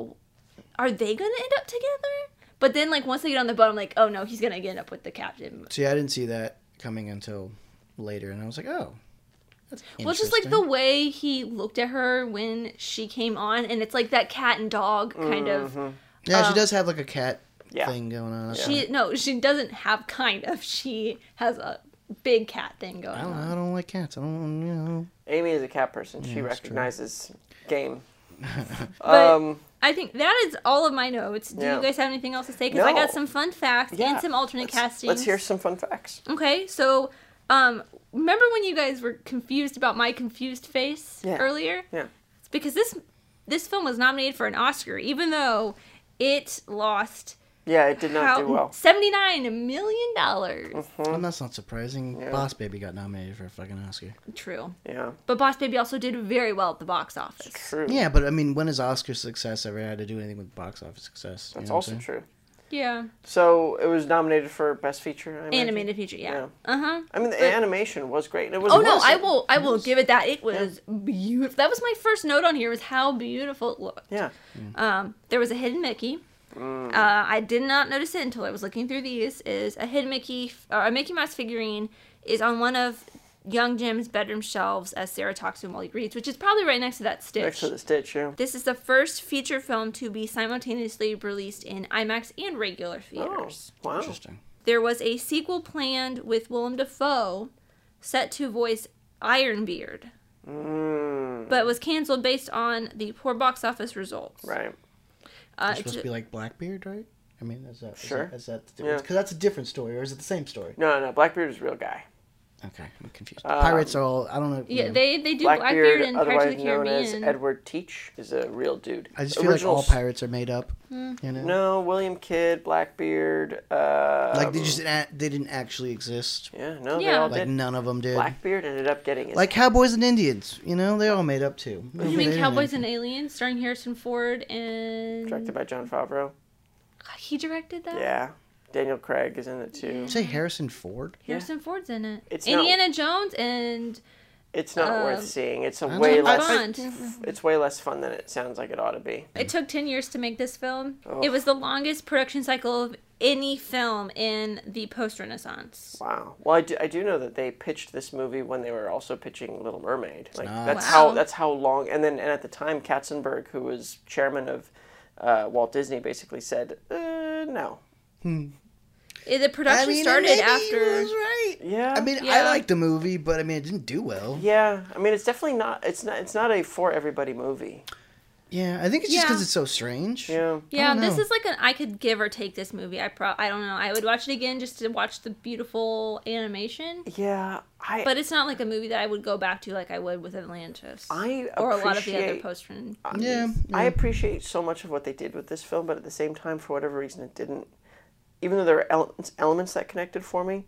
[SPEAKER 1] are they gonna end up together? But then like once they get on the boat, I'm like, oh no, he's gonna end up with the captain.
[SPEAKER 3] See, I didn't see that coming until later, and I was like, oh. That's
[SPEAKER 1] Well, just like the
[SPEAKER 3] interesting.
[SPEAKER 1] way he looked at her when she came on, and it's like that cat and dog kind
[SPEAKER 2] Mm-hmm.
[SPEAKER 1] of.
[SPEAKER 3] Yeah, she does have like a cat
[SPEAKER 2] Yeah.
[SPEAKER 3] thing going on.
[SPEAKER 1] um, She no, she doesn't have kind of. She has a big cat thing going
[SPEAKER 3] I don't
[SPEAKER 1] on.
[SPEAKER 3] know. I don't like cats. I don't, you know.
[SPEAKER 2] Amy is a cat person. She
[SPEAKER 3] that's true.
[SPEAKER 2] recognizes
[SPEAKER 3] *laughs*
[SPEAKER 2] game.
[SPEAKER 1] But
[SPEAKER 2] Um,
[SPEAKER 1] I think that is all of my notes. Do
[SPEAKER 2] Yeah.
[SPEAKER 1] you guys have anything else to say? Because I
[SPEAKER 2] No.
[SPEAKER 1] got some fun facts
[SPEAKER 2] yeah.
[SPEAKER 1] and some alternate
[SPEAKER 2] let's,
[SPEAKER 1] castings.
[SPEAKER 2] Let's hear some fun facts.
[SPEAKER 1] Okay, so um, remember when you guys were confused about my confused face
[SPEAKER 2] Yeah.
[SPEAKER 1] earlier?
[SPEAKER 2] Yeah.
[SPEAKER 1] It's because this this film was nominated for an Oscar, even though it lost
[SPEAKER 2] Yeah, it did not
[SPEAKER 1] how-
[SPEAKER 2] do well. Mm.
[SPEAKER 1] seventy nine million dollars.
[SPEAKER 2] Hmm.
[SPEAKER 3] And that's not surprising. Boss Baby got nominated for a fucking Oscar.
[SPEAKER 1] True,
[SPEAKER 2] Yeah.
[SPEAKER 1] but Boss Baby also did very well at the box office.
[SPEAKER 2] True.
[SPEAKER 3] Yeah, but I mean, when has Oscar success ever had to do anything with box office success? You
[SPEAKER 2] That's
[SPEAKER 3] know what
[SPEAKER 2] also
[SPEAKER 3] I'm saying?
[SPEAKER 2] true.
[SPEAKER 1] Yeah,
[SPEAKER 2] So it was nominated for best feature. I imagine.
[SPEAKER 1] animated feature. Yeah.
[SPEAKER 2] Yeah.
[SPEAKER 1] Uh huh.
[SPEAKER 2] I mean, the animation was great. It was.
[SPEAKER 1] Oh no, I
[SPEAKER 2] awesome.
[SPEAKER 1] will. I will give it that. It was beautiful. That was my first note on here was how beautiful it looked.
[SPEAKER 2] Yeah.
[SPEAKER 1] Um, there was a hidden Mickey.
[SPEAKER 2] Mm.
[SPEAKER 1] Uh, I did not notice it until I was looking through these. Is a hidden Mickey f- or a Mickey Mouse figurine is on one of young Jim's bedroom shelves as Sarah talks to him while he reads, which is probably right next to that stitch.
[SPEAKER 2] Next to the Stitch. Yeah. Oh,
[SPEAKER 1] This is the first feature film to be simultaneously released in IMAX and regular
[SPEAKER 2] Oh,
[SPEAKER 1] theaters.
[SPEAKER 2] wow.
[SPEAKER 3] Interesting.
[SPEAKER 1] There was a sequel planned with Willem Dafoe, set to voice Ironbeard,
[SPEAKER 2] Mm,
[SPEAKER 1] but was canceled based on the poor box office results.
[SPEAKER 2] right.
[SPEAKER 1] Uh, it's-
[SPEAKER 3] It's supposed to be like Blackbeard, right? I mean, is that is
[SPEAKER 2] Sure.
[SPEAKER 3] That, is that the
[SPEAKER 2] Yeah.
[SPEAKER 3] difference? Because that's a different story, or is it the same story?
[SPEAKER 2] No, no. Blackbeard is a real guy.
[SPEAKER 3] Okay, I'm confused. Pirates are all I don't know.
[SPEAKER 1] Uh, Yeah,
[SPEAKER 3] you know,
[SPEAKER 1] they they do
[SPEAKER 2] Blackbeard,
[SPEAKER 1] Blackbeard, and Pirates of
[SPEAKER 2] otherwise
[SPEAKER 1] the
[SPEAKER 2] known as
[SPEAKER 1] Caribbean.
[SPEAKER 2] Edward Teach, is a real dude.
[SPEAKER 3] I just feel
[SPEAKER 2] Original
[SPEAKER 3] like
[SPEAKER 2] s-
[SPEAKER 3] all pirates are made up.
[SPEAKER 1] Hmm.
[SPEAKER 3] You know,
[SPEAKER 2] No, William Kidd, Blackbeard. Uh,
[SPEAKER 3] like
[SPEAKER 1] um,
[SPEAKER 3] they just didn't act- they didn't actually exist.
[SPEAKER 2] yeah, no, they
[SPEAKER 1] Yeah.
[SPEAKER 2] all
[SPEAKER 3] Like
[SPEAKER 2] did.
[SPEAKER 3] none of them did.
[SPEAKER 2] Blackbeard ended up getting his
[SPEAKER 3] Like cowboys and Indians. You know, they all made up too.
[SPEAKER 1] you mean Cowboys and Aliens, starring Harrison Ford and
[SPEAKER 2] directed by John Favreau.
[SPEAKER 1] God, he directed that.
[SPEAKER 2] Yeah, Daniel Craig is in it too.
[SPEAKER 3] Say Harrison Ford.
[SPEAKER 1] Harrison Ford's in it.
[SPEAKER 2] It's not-
[SPEAKER 1] Indiana Jones and
[SPEAKER 2] It's not
[SPEAKER 1] Uh,
[SPEAKER 2] worth seeing. It's a
[SPEAKER 3] don't
[SPEAKER 2] way
[SPEAKER 3] know.
[SPEAKER 2] less.
[SPEAKER 1] Bond.
[SPEAKER 2] It's way less fun than it sounds like it ought to be.
[SPEAKER 1] It took 10 years to make this film.
[SPEAKER 2] Ugh.
[SPEAKER 1] It was the longest production cycle of any film in the post Renaissance.
[SPEAKER 2] Wow. Well, I do, I do know that they pitched this movie when they were also pitching Little Mermaid. Like
[SPEAKER 3] Ah.
[SPEAKER 2] that's
[SPEAKER 1] Wow.
[SPEAKER 2] how that's how long. And then and at the time, Katzenberg, who was chairman of uh, Walt Disney, basically said, uh, "No,
[SPEAKER 1] The production started
[SPEAKER 3] maybe he
[SPEAKER 1] after.
[SPEAKER 3] was right.
[SPEAKER 2] Yeah.
[SPEAKER 3] I mean, I
[SPEAKER 1] Yeah.
[SPEAKER 3] liked the movie, but I mean, it didn't do well. Yeah,
[SPEAKER 2] Yeah, I mean, it's definitely not. It's not. It's not a for everybody movie.
[SPEAKER 3] I think it's just because
[SPEAKER 1] Yeah.
[SPEAKER 3] it's so strange.
[SPEAKER 2] Yeah.
[SPEAKER 1] Yeah,
[SPEAKER 3] don't
[SPEAKER 1] this
[SPEAKER 3] know.
[SPEAKER 1] is like an I could give or take this movie. I pro I don't know. I would watch it again just to watch the beautiful animation,
[SPEAKER 2] Yeah. I.
[SPEAKER 1] but it's not like a movie that I would go back to like I would with Atlantis
[SPEAKER 2] I
[SPEAKER 1] or a lot of the other
[SPEAKER 2] appreciate-
[SPEAKER 1] post Ren.
[SPEAKER 3] Yeah,
[SPEAKER 2] I
[SPEAKER 3] yeah.
[SPEAKER 2] appreciate so much of what they did with this film, but at the same time, for whatever reason, it didn't. Even though there were elements, elements that connected for me,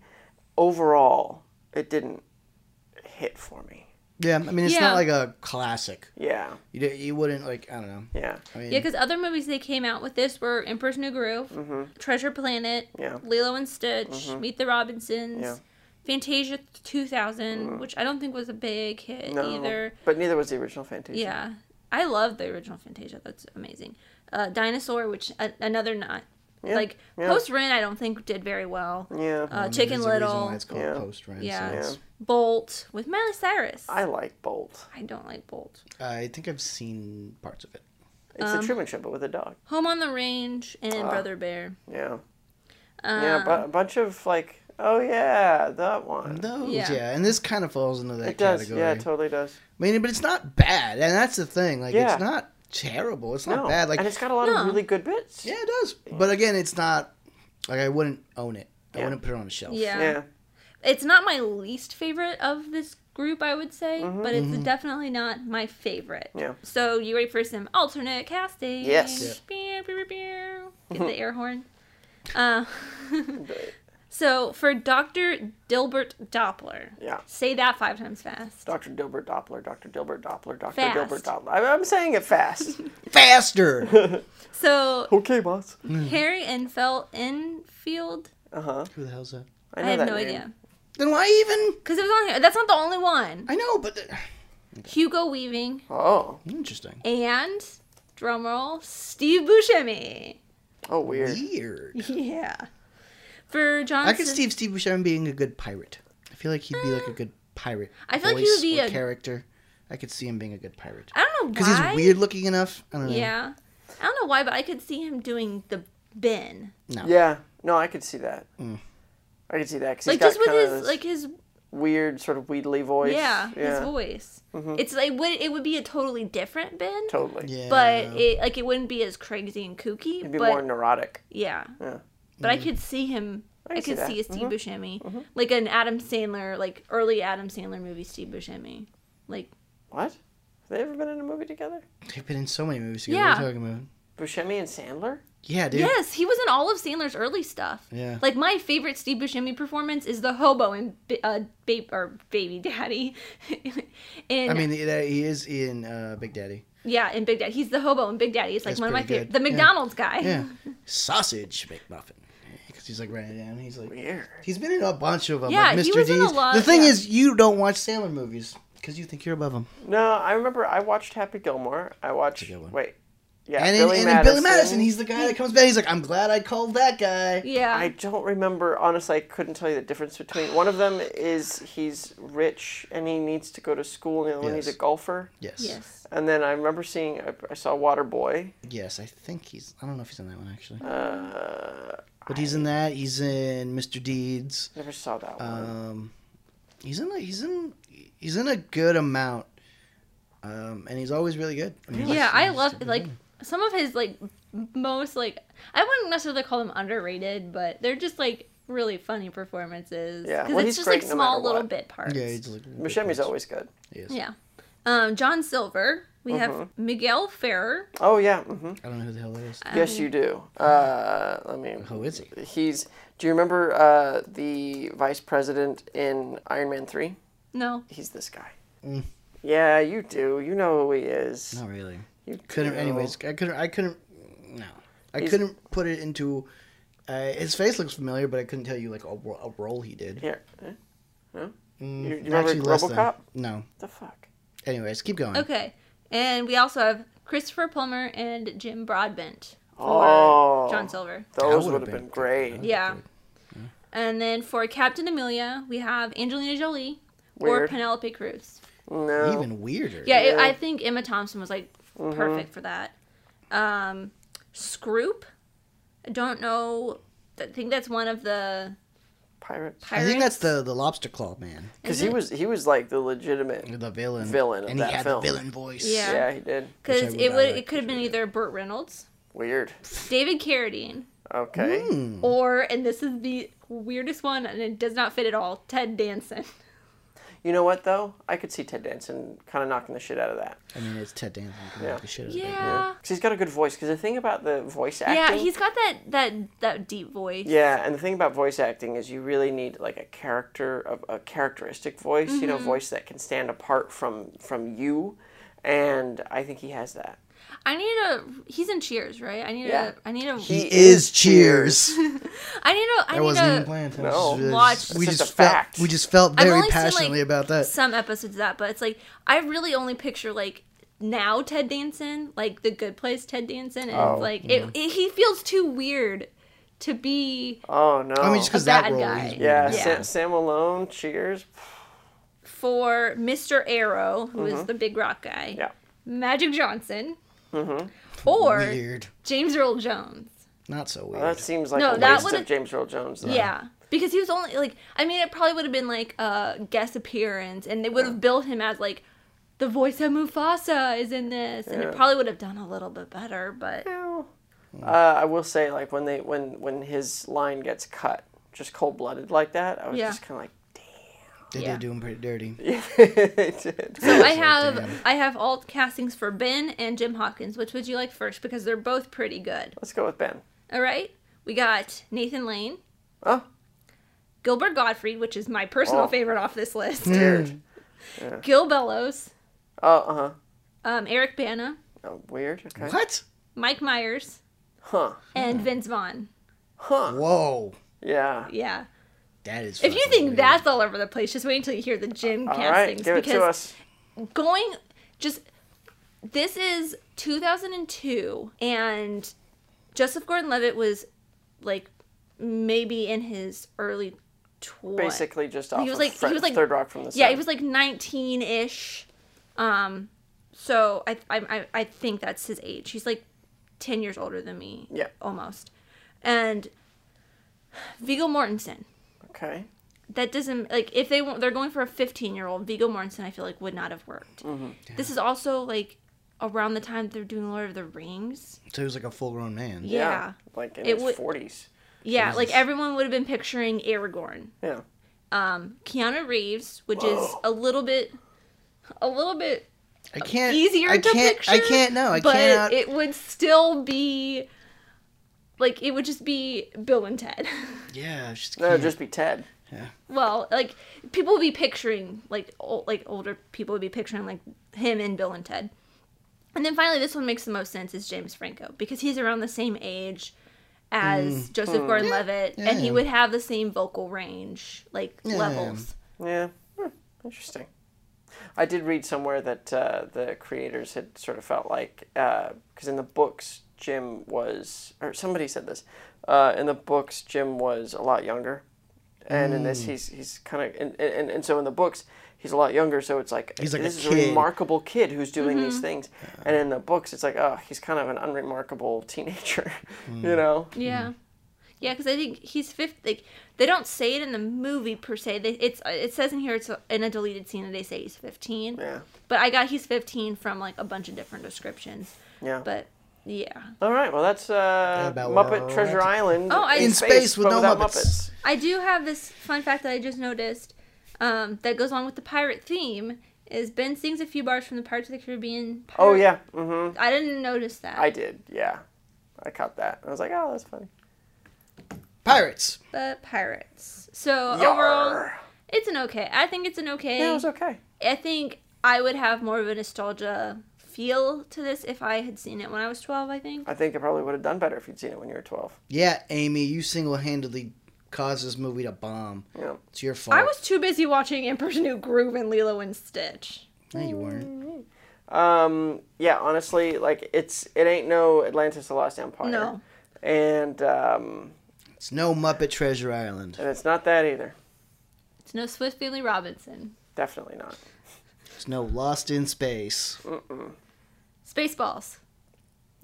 [SPEAKER 2] overall, it didn't hit for me.
[SPEAKER 3] Yeah, I mean, it's
[SPEAKER 1] Yeah.
[SPEAKER 3] not like a classic.
[SPEAKER 2] Yeah.
[SPEAKER 3] You, d- you wouldn't like. I don't know.
[SPEAKER 2] Yeah.
[SPEAKER 3] I mean,
[SPEAKER 1] Yeah, because other movies they came out with this were Emperor's New Groove, Treasure Planet,
[SPEAKER 2] Mm-hmm. Yeah. Mm-hmm.
[SPEAKER 1] Lilo and Stitch, Meet the Robinsons,
[SPEAKER 2] Yeah. Mm-hmm.
[SPEAKER 1] Fantasia 2000, which I don't think was a big hit
[SPEAKER 2] No.
[SPEAKER 1] either.
[SPEAKER 2] But neither was the original Fantasia.
[SPEAKER 1] Yeah, I love the original Fantasia. That's amazing. Uh, Dinosaur, which uh, another not
[SPEAKER 2] Yeah,
[SPEAKER 1] like
[SPEAKER 2] yeah.
[SPEAKER 1] post Ren, I don't think did very well.
[SPEAKER 2] Yeah.
[SPEAKER 1] Uh,
[SPEAKER 3] there's
[SPEAKER 1] Chicken
[SPEAKER 3] a reason
[SPEAKER 1] Little,
[SPEAKER 3] Why it's called
[SPEAKER 2] Yeah.
[SPEAKER 3] post
[SPEAKER 1] yeah.
[SPEAKER 3] Renaissance.
[SPEAKER 1] Bolt with Miley Cyrus.
[SPEAKER 2] I like Bolt.
[SPEAKER 1] I don't like Bolt.
[SPEAKER 3] I think I've seen parts of it.
[SPEAKER 2] It's
[SPEAKER 1] Um,
[SPEAKER 2] the Truman Show, but with a dog.
[SPEAKER 1] Home on the Range and Brother Bear.
[SPEAKER 2] Yeah.
[SPEAKER 1] Um,
[SPEAKER 2] yeah. But a bunch of like, oh yeah, that one.
[SPEAKER 3] Those, yeah.
[SPEAKER 1] Yeah.
[SPEAKER 3] and this kind of falls into that
[SPEAKER 2] it does.
[SPEAKER 3] category.
[SPEAKER 2] Yeah, it totally does.
[SPEAKER 3] I mean, but it's not bad, and that's the thing. Like,
[SPEAKER 2] Yeah.
[SPEAKER 3] it's not terrible. It's not
[SPEAKER 2] No.
[SPEAKER 3] bad. Like,
[SPEAKER 2] and it's got a lot
[SPEAKER 1] No.
[SPEAKER 2] of really good bits.
[SPEAKER 3] yeah, it does. But again, it's not like I wouldn't own it. I
[SPEAKER 2] Yeah.
[SPEAKER 3] wouldn't put it on a
[SPEAKER 2] Oh,
[SPEAKER 3] shelf.
[SPEAKER 1] yeah.
[SPEAKER 2] Yeah.
[SPEAKER 1] it's not my least favorite of this group, I would say, but it's
[SPEAKER 3] mm-hmm.
[SPEAKER 1] definitely not my favorite.
[SPEAKER 2] Mm-hmm, Yeah.
[SPEAKER 1] So you ready for some alternate casting?
[SPEAKER 2] Yes. Mm-hmm.
[SPEAKER 1] Beow, beow, beow, beow. Get the air horn. Uh, so for Dr. Dilbert Doppler.
[SPEAKER 2] Yeah.
[SPEAKER 1] Say that five times fast.
[SPEAKER 2] Dr. Dilbert Doppler, Dr. Dilbert Doppler, Dr.
[SPEAKER 1] Fast.
[SPEAKER 2] Dilbert Doppler. I- I'm saying
[SPEAKER 1] *laughs*
[SPEAKER 2] it fast. *laughs*
[SPEAKER 3] Faster.
[SPEAKER 1] So
[SPEAKER 2] okay, boss.
[SPEAKER 3] Mm.
[SPEAKER 1] Harry Enfeld Enfield.
[SPEAKER 2] Uh huh.
[SPEAKER 3] Who the hell's that?
[SPEAKER 1] I,
[SPEAKER 2] know
[SPEAKER 1] have
[SPEAKER 2] that
[SPEAKER 1] no
[SPEAKER 2] name.
[SPEAKER 1] idea.
[SPEAKER 3] Then why even?
[SPEAKER 1] Because it was on here. That's not the only one.
[SPEAKER 3] I know, but
[SPEAKER 1] Hugo Weaving
[SPEAKER 2] Oh.
[SPEAKER 3] *sighs* interesting.
[SPEAKER 1] and drumroll Steve Buscemi. *laughs*
[SPEAKER 2] Oh, weird.
[SPEAKER 3] Weird.
[SPEAKER 1] Yeah. For Johnson,
[SPEAKER 3] I could see Steve Buscemi being a good pirate. I feel like he'd be like a good pirate.
[SPEAKER 1] I feel like he would
[SPEAKER 3] voice
[SPEAKER 1] be
[SPEAKER 3] or
[SPEAKER 1] a-
[SPEAKER 3] character. I could see him being a good pirate
[SPEAKER 1] I don't know
[SPEAKER 3] because
[SPEAKER 1] why.
[SPEAKER 3] he's weird looking enough. I don't know.
[SPEAKER 1] Yeah. I don't know why, but I could see him doing the Ben.
[SPEAKER 2] Yeah. No, I could see that.
[SPEAKER 3] Mm.
[SPEAKER 2] I could see that because
[SPEAKER 1] like
[SPEAKER 2] he's
[SPEAKER 1] just
[SPEAKER 2] got
[SPEAKER 1] with
[SPEAKER 2] kind of
[SPEAKER 1] his
[SPEAKER 2] this
[SPEAKER 1] like his
[SPEAKER 2] weird sort of wheedly voice. Mm-hmm.
[SPEAKER 1] yeah, his voice. It's like would it would be a totally different Ben.
[SPEAKER 2] Totally.
[SPEAKER 3] Yeah.
[SPEAKER 1] But it like it wouldn't be as crazy and kooky.
[SPEAKER 2] It'd be
[SPEAKER 1] but
[SPEAKER 2] more neurotic.
[SPEAKER 1] yeah.
[SPEAKER 2] Yeah.
[SPEAKER 1] But I could see him I,
[SPEAKER 2] can see
[SPEAKER 1] could
[SPEAKER 2] that. Mm-hmm.
[SPEAKER 1] see a Steve Buscemi. Like an Adam Sandler, like early Adam Sandler movie Steve Buscemi. Like
[SPEAKER 2] What? Have they ever been in a movie together?
[SPEAKER 3] they've been in so many movies together. What are you talking about?
[SPEAKER 2] Buscemi and Sandler?
[SPEAKER 3] Yeah, dude.
[SPEAKER 1] Yes, he was in all of Sandler's early stuff.
[SPEAKER 3] Yeah.
[SPEAKER 1] Like my favorite Steve Buscemi performance is the hobo in Ba- uh, babe or Baby Daddy. *laughs* and
[SPEAKER 3] I mean, he that- he is in uh, Big Daddy.
[SPEAKER 1] yeah, in Big Daddy, he's the hobo in Big Daddy. It's like
[SPEAKER 3] That's
[SPEAKER 1] one of my
[SPEAKER 3] pretty
[SPEAKER 1] favorite.
[SPEAKER 3] good.
[SPEAKER 1] The
[SPEAKER 3] Yeah.
[SPEAKER 1] McDonald's guy.
[SPEAKER 3] Yeah, sausage McMuffin. Because he's like running down. He's like
[SPEAKER 2] Weird.
[SPEAKER 3] he's been in a bunch of them.
[SPEAKER 1] Yeah,
[SPEAKER 3] like Mr.
[SPEAKER 1] he was
[SPEAKER 3] D's.
[SPEAKER 1] in a lot-
[SPEAKER 3] the thing
[SPEAKER 1] yeah.
[SPEAKER 3] is, you don't watch Sailor movies because you think you're above them.
[SPEAKER 2] No, I remember I watched Happy Gilmore. I watched.
[SPEAKER 3] good one.
[SPEAKER 2] Wait. Yeah.
[SPEAKER 3] and in,
[SPEAKER 2] Billy
[SPEAKER 3] and in
[SPEAKER 2] Madison.
[SPEAKER 3] Billy Madison, he's the guy that comes back. He's like, I'm glad I called that guy.
[SPEAKER 1] *laughs* Yeah.
[SPEAKER 2] I don't remember. Honestly, I couldn't tell you the difference between. One of them is he's rich and he needs to go to school, and the other one he's
[SPEAKER 3] Yes.
[SPEAKER 2] a golfer.
[SPEAKER 3] Yes.
[SPEAKER 1] yes.
[SPEAKER 2] And then I remember seeing. I, I saw Waterboy.
[SPEAKER 3] Yes, I think he's. I don't know if he's in that one actually. but he's in that. He's in Mr. Deeds.
[SPEAKER 2] uh, Never saw that one.
[SPEAKER 3] Um, he's in. A, he's in. He's in a good amount. Um, and he's always really good. I mean,
[SPEAKER 1] Yeah,
[SPEAKER 3] he's-
[SPEAKER 1] I
[SPEAKER 3] he's
[SPEAKER 1] love
[SPEAKER 3] really
[SPEAKER 1] like
[SPEAKER 3] good.
[SPEAKER 1] some of his like most like I wouldn't necessarily call them underrated, but they're just like really funny performances.
[SPEAKER 2] Yeah,
[SPEAKER 1] because
[SPEAKER 2] well,
[SPEAKER 1] it's
[SPEAKER 2] he's
[SPEAKER 1] just
[SPEAKER 2] great
[SPEAKER 1] like
[SPEAKER 2] no
[SPEAKER 1] small
[SPEAKER 2] matter
[SPEAKER 1] little
[SPEAKER 2] what.
[SPEAKER 1] bit parts.
[SPEAKER 3] Yeah, he's like
[SPEAKER 2] Buscemi's always good.
[SPEAKER 3] Yes.
[SPEAKER 1] Yeah. Um, John Silver. We have
[SPEAKER 2] Mm-hmm.
[SPEAKER 1] Miguel Ferrer.
[SPEAKER 2] Oh yeah. hmm
[SPEAKER 3] I don't know who the hell that is.
[SPEAKER 2] yes,
[SPEAKER 1] Um,
[SPEAKER 2] you do. Uh, let me.
[SPEAKER 3] Who is he?
[SPEAKER 2] He's. Do you remember uh, the vice president in Iron Man Three?
[SPEAKER 1] No.
[SPEAKER 2] He's this guy.
[SPEAKER 3] Mm.
[SPEAKER 2] Yeah, you do. You know who he is.
[SPEAKER 3] Not really.
[SPEAKER 2] You
[SPEAKER 3] Couldn't.
[SPEAKER 2] do.
[SPEAKER 3] Anyways, I couldn't. I couldn't. No, I couldn't put it into. Uh, his face looks familiar, but I couldn't tell you like a, ro- a role he did.
[SPEAKER 2] Here. eh? Huh? Huh?
[SPEAKER 3] Mm,
[SPEAKER 2] You, you remember
[SPEAKER 3] actually less than-
[SPEAKER 2] RoboCop?
[SPEAKER 3] No.
[SPEAKER 2] The fuck.
[SPEAKER 3] Anyways, keep going.
[SPEAKER 1] Okay. And we also have Christopher Plummer and Jim Broadbent for
[SPEAKER 2] Oh.
[SPEAKER 1] John Silver.
[SPEAKER 2] Those
[SPEAKER 3] would've
[SPEAKER 2] would have
[SPEAKER 3] been-
[SPEAKER 2] been great.
[SPEAKER 1] Yeah. And then for Captain Amelia, we have Angelina Jolie or
[SPEAKER 2] Weird.
[SPEAKER 1] Penelope Cruz.
[SPEAKER 2] No.
[SPEAKER 3] Even weirder.
[SPEAKER 1] Yeah, it, I think Emma Thompson was like
[SPEAKER 2] Mm-hmm.
[SPEAKER 1] perfect for that. Um, Scroop. I don't know. I think that's one of the
[SPEAKER 2] Pirates.
[SPEAKER 1] pirates.
[SPEAKER 3] I think that's the the lobster claw man,
[SPEAKER 2] Because he was he was like the legitimate.
[SPEAKER 3] the villain.
[SPEAKER 2] Villain of
[SPEAKER 3] and
[SPEAKER 2] that
[SPEAKER 3] he had
[SPEAKER 2] film.
[SPEAKER 3] the villain voice.
[SPEAKER 1] Yeah.
[SPEAKER 2] Yeah, he did.
[SPEAKER 3] Which I
[SPEAKER 1] because
[SPEAKER 3] would-
[SPEAKER 1] it
[SPEAKER 3] I
[SPEAKER 1] would
[SPEAKER 3] like
[SPEAKER 1] it could have been either Burt Reynolds,
[SPEAKER 2] Weird.
[SPEAKER 1] David Carradine,
[SPEAKER 2] Okay.
[SPEAKER 3] Hmm.
[SPEAKER 1] or and this is the weirdest one, and it does not fit at all. Ted Danson.
[SPEAKER 2] You know what though? I could see Ted Danson kind of knocking the shit out of that.
[SPEAKER 3] I mean, it's Ted Danson.
[SPEAKER 2] Yeah.
[SPEAKER 3] Yeah. The shit out of it.
[SPEAKER 1] Yeah.
[SPEAKER 2] Because he's got a good voice. Because the thing about the voice acting.
[SPEAKER 1] Yeah, he's got that that that deep voice.
[SPEAKER 2] Yeah, and the thing about voice acting is you really need like a character, a, a characteristic voice. You
[SPEAKER 1] Mm-hmm.
[SPEAKER 2] know, a voice that can stand apart from from you. And I think he has that.
[SPEAKER 1] I need a. He's in Cheers, right? I need
[SPEAKER 2] Yeah.
[SPEAKER 1] a. I need a.
[SPEAKER 2] He
[SPEAKER 3] Is cheers.
[SPEAKER 1] *laughs* I need a. I
[SPEAKER 3] That
[SPEAKER 1] need
[SPEAKER 3] wasn't
[SPEAKER 1] a,
[SPEAKER 3] even planned. That
[SPEAKER 2] No.
[SPEAKER 3] was just-
[SPEAKER 1] Watch-
[SPEAKER 3] we
[SPEAKER 2] It's
[SPEAKER 3] just
[SPEAKER 2] just a
[SPEAKER 3] felt.
[SPEAKER 2] fact.
[SPEAKER 3] We just felt
[SPEAKER 1] I've
[SPEAKER 3] very
[SPEAKER 1] only seen, like,
[SPEAKER 3] passionately about that.
[SPEAKER 1] some episodes of that, but it's like I really only picture like now Ted Danson, like the Good Place Ted Danson, and
[SPEAKER 2] Oh,
[SPEAKER 1] it's like it, it- he feels too weird to be
[SPEAKER 2] Oh no.
[SPEAKER 3] I mean, just
[SPEAKER 1] a
[SPEAKER 3] because that
[SPEAKER 1] bad
[SPEAKER 3] role.
[SPEAKER 1] guy.
[SPEAKER 3] he's-
[SPEAKER 2] yeah,
[SPEAKER 1] Yeah.
[SPEAKER 2] Sam, Sam Malone. Cheers.
[SPEAKER 1] for Mr. Arrow, who is the big rock guy,
[SPEAKER 2] Mm-hmm. Yeah. Mm-hmm.
[SPEAKER 1] Magic Johnson, or
[SPEAKER 3] Weird.
[SPEAKER 1] James Earl Jones.
[SPEAKER 3] Not so weird.
[SPEAKER 2] Well, that seems like
[SPEAKER 1] No,
[SPEAKER 2] a
[SPEAKER 1] that
[SPEAKER 2] waste
[SPEAKER 1] would've-
[SPEAKER 2] of James Earl Jones. Though.
[SPEAKER 1] Yeah. Because he was only like, I mean, it probably would have been like a guest appearance, and they would have billed him as like the voice of Mufasa is in this, and it
[SPEAKER 2] Yeah.
[SPEAKER 1] probably would have done a little bit better. But
[SPEAKER 2] Uh, I will say, like when they when when his line gets cut, just cold blooded like *laughs* that, I was
[SPEAKER 1] Yeah.
[SPEAKER 2] just kind
[SPEAKER 3] they
[SPEAKER 1] Yeah.
[SPEAKER 3] did do him pretty dirty.
[SPEAKER 2] of like, damn. They did.
[SPEAKER 1] I have I have alt castings for Ben and Jim Hawkins. Which would you like first? Because they're both pretty good.
[SPEAKER 2] Let's go with Ben.
[SPEAKER 1] All right, we got Nathan Lane,
[SPEAKER 2] Oh,
[SPEAKER 1] Gilbert Gottfried, which is my personal
[SPEAKER 2] Oh.
[SPEAKER 1] favorite off this list.
[SPEAKER 2] weird.
[SPEAKER 1] Gil Bellows,
[SPEAKER 2] Oh, uh huh.
[SPEAKER 1] um, Eric Bana,
[SPEAKER 2] Oh, weird. Okay.
[SPEAKER 3] What?
[SPEAKER 1] Mike Myers,
[SPEAKER 2] Huh.
[SPEAKER 1] and Vince Vaughn.
[SPEAKER 2] Huh.
[SPEAKER 3] Whoa.
[SPEAKER 2] Yeah.
[SPEAKER 1] Yeah.
[SPEAKER 3] That is.
[SPEAKER 1] If you
[SPEAKER 3] fucking
[SPEAKER 1] think
[SPEAKER 3] weird.
[SPEAKER 1] that's all over the place, just wait until you hear the Jim
[SPEAKER 2] All right.
[SPEAKER 1] castings
[SPEAKER 2] Give it
[SPEAKER 1] because
[SPEAKER 2] to us.
[SPEAKER 1] going just this is 2002 and Joseph Gordon-Levitt was like maybe in his early 20s.
[SPEAKER 2] Basically, just off
[SPEAKER 1] was
[SPEAKER 2] of
[SPEAKER 1] like- he
[SPEAKER 2] Fred-
[SPEAKER 1] was like-
[SPEAKER 2] Third Rock from the Sun.
[SPEAKER 1] Yeah, he was like 19-ish. Um so I I I- I think that's his age. He's like 10 years older than me.
[SPEAKER 2] Yeah.
[SPEAKER 1] Almost. And Viggo Mortensen
[SPEAKER 2] Okay.
[SPEAKER 1] that doesn't like if they want they're going for a 15 year old Viggo Mortensen I feel like would not have worked. This is also like around the time they're doing Lord of the Rings.
[SPEAKER 3] So he was like a full-grown man.
[SPEAKER 1] Yeah. Yeah.
[SPEAKER 2] Like in
[SPEAKER 1] It
[SPEAKER 2] his
[SPEAKER 1] would-
[SPEAKER 2] forties.
[SPEAKER 1] like everyone would have been picturing Aragorn.
[SPEAKER 2] Yeah.
[SPEAKER 1] Um Keanu Reeves, which is a little bit a little bit
[SPEAKER 3] I can't.
[SPEAKER 1] easier
[SPEAKER 3] I
[SPEAKER 1] to
[SPEAKER 3] can't.
[SPEAKER 1] picture.
[SPEAKER 3] I can't. No. I
[SPEAKER 1] but
[SPEAKER 3] cannot.
[SPEAKER 1] it would still be like it would just be Bill and Ted. *laughs*
[SPEAKER 3] yeah. I Just
[SPEAKER 2] No,
[SPEAKER 3] can't.
[SPEAKER 2] it'd just be Ted.
[SPEAKER 1] well, like people would be picturing like old, like older people would be picturing like him and Bill and Ted. And then finally, this one makes the most sense is James Franco because he's around the same age as Joseph Gordon-Levitt, and he
[SPEAKER 3] Mm. yeah.
[SPEAKER 1] would have the same vocal range, like
[SPEAKER 3] Yeah.
[SPEAKER 1] levels.
[SPEAKER 2] Yeah. Hmm, Interesting. I did read somewhere that uh, the creators had sort of felt like because in the books Jim was or somebody said this uh, in the books Jim was a lot younger, and in
[SPEAKER 3] Mm.
[SPEAKER 2] this he's he's kind of and, and and so in the books he's a lot younger so it's like
[SPEAKER 3] He's like a
[SPEAKER 2] this is
[SPEAKER 3] kid.
[SPEAKER 2] a remarkable kid who's doing
[SPEAKER 1] Mm-hmm.
[SPEAKER 2] these things, and in the books it's like oh he's kind of an unremarkable *laughs* teenager,
[SPEAKER 3] Mm.
[SPEAKER 2] you know.
[SPEAKER 1] Yeah, yeah, because I think he's fifth. Like they don't say it in the movie per se. They, it's it says in here it's in a deleted scene that they say he's fifteen.
[SPEAKER 2] Yeah.
[SPEAKER 1] But I got he's fifteen from like a bunch of different descriptions.
[SPEAKER 2] Yeah.
[SPEAKER 1] But yeah.
[SPEAKER 2] All right. Well, that's uh,
[SPEAKER 3] about where
[SPEAKER 2] Muppet
[SPEAKER 3] we're
[SPEAKER 2] Treasure
[SPEAKER 3] at.
[SPEAKER 2] Island.
[SPEAKER 1] Oh, I- In
[SPEAKER 3] space with
[SPEAKER 2] but
[SPEAKER 3] no
[SPEAKER 2] without
[SPEAKER 3] Muppets.
[SPEAKER 1] I do have this fun fact that I just noticed um, that goes along with the pirate theme. Is Ben sings a few bars from the Pirates of the Caribbean? pirate-
[SPEAKER 2] Oh yeah, mm-hmm.
[SPEAKER 1] I didn't notice that.
[SPEAKER 2] I did. Yeah, I caught that. I was like, oh, that's funny.
[SPEAKER 3] Pirates.
[SPEAKER 1] But pirates. So overall,
[SPEAKER 2] Yarr.
[SPEAKER 1] it's an okay. I think it's an okay.
[SPEAKER 2] Yeah, it was okay.
[SPEAKER 1] I think I would have more of a nostalgia feel to this if I had seen it when I was 12, I think.
[SPEAKER 2] I think I probably would have done better if you'd seen it when you were twelve.
[SPEAKER 3] Yeah, Amy, you single-handedly caused this movie to bomb.
[SPEAKER 2] Yeah.
[SPEAKER 3] It's your fault.
[SPEAKER 1] I was too busy watching Emperor's New Groove and Lilo and Stitch.
[SPEAKER 3] No, you weren't.
[SPEAKER 2] Um, yeah, honestly, like it's it ain't no Atlantis: The Lost Empire.
[SPEAKER 1] No.
[SPEAKER 2] And um,
[SPEAKER 3] It's no Muppet Treasure Island.
[SPEAKER 2] and it's not that either.
[SPEAKER 1] It's no Swiss Family Robinson.
[SPEAKER 2] Definitely not.
[SPEAKER 3] It's no Lost in Space.
[SPEAKER 1] Spaceballs.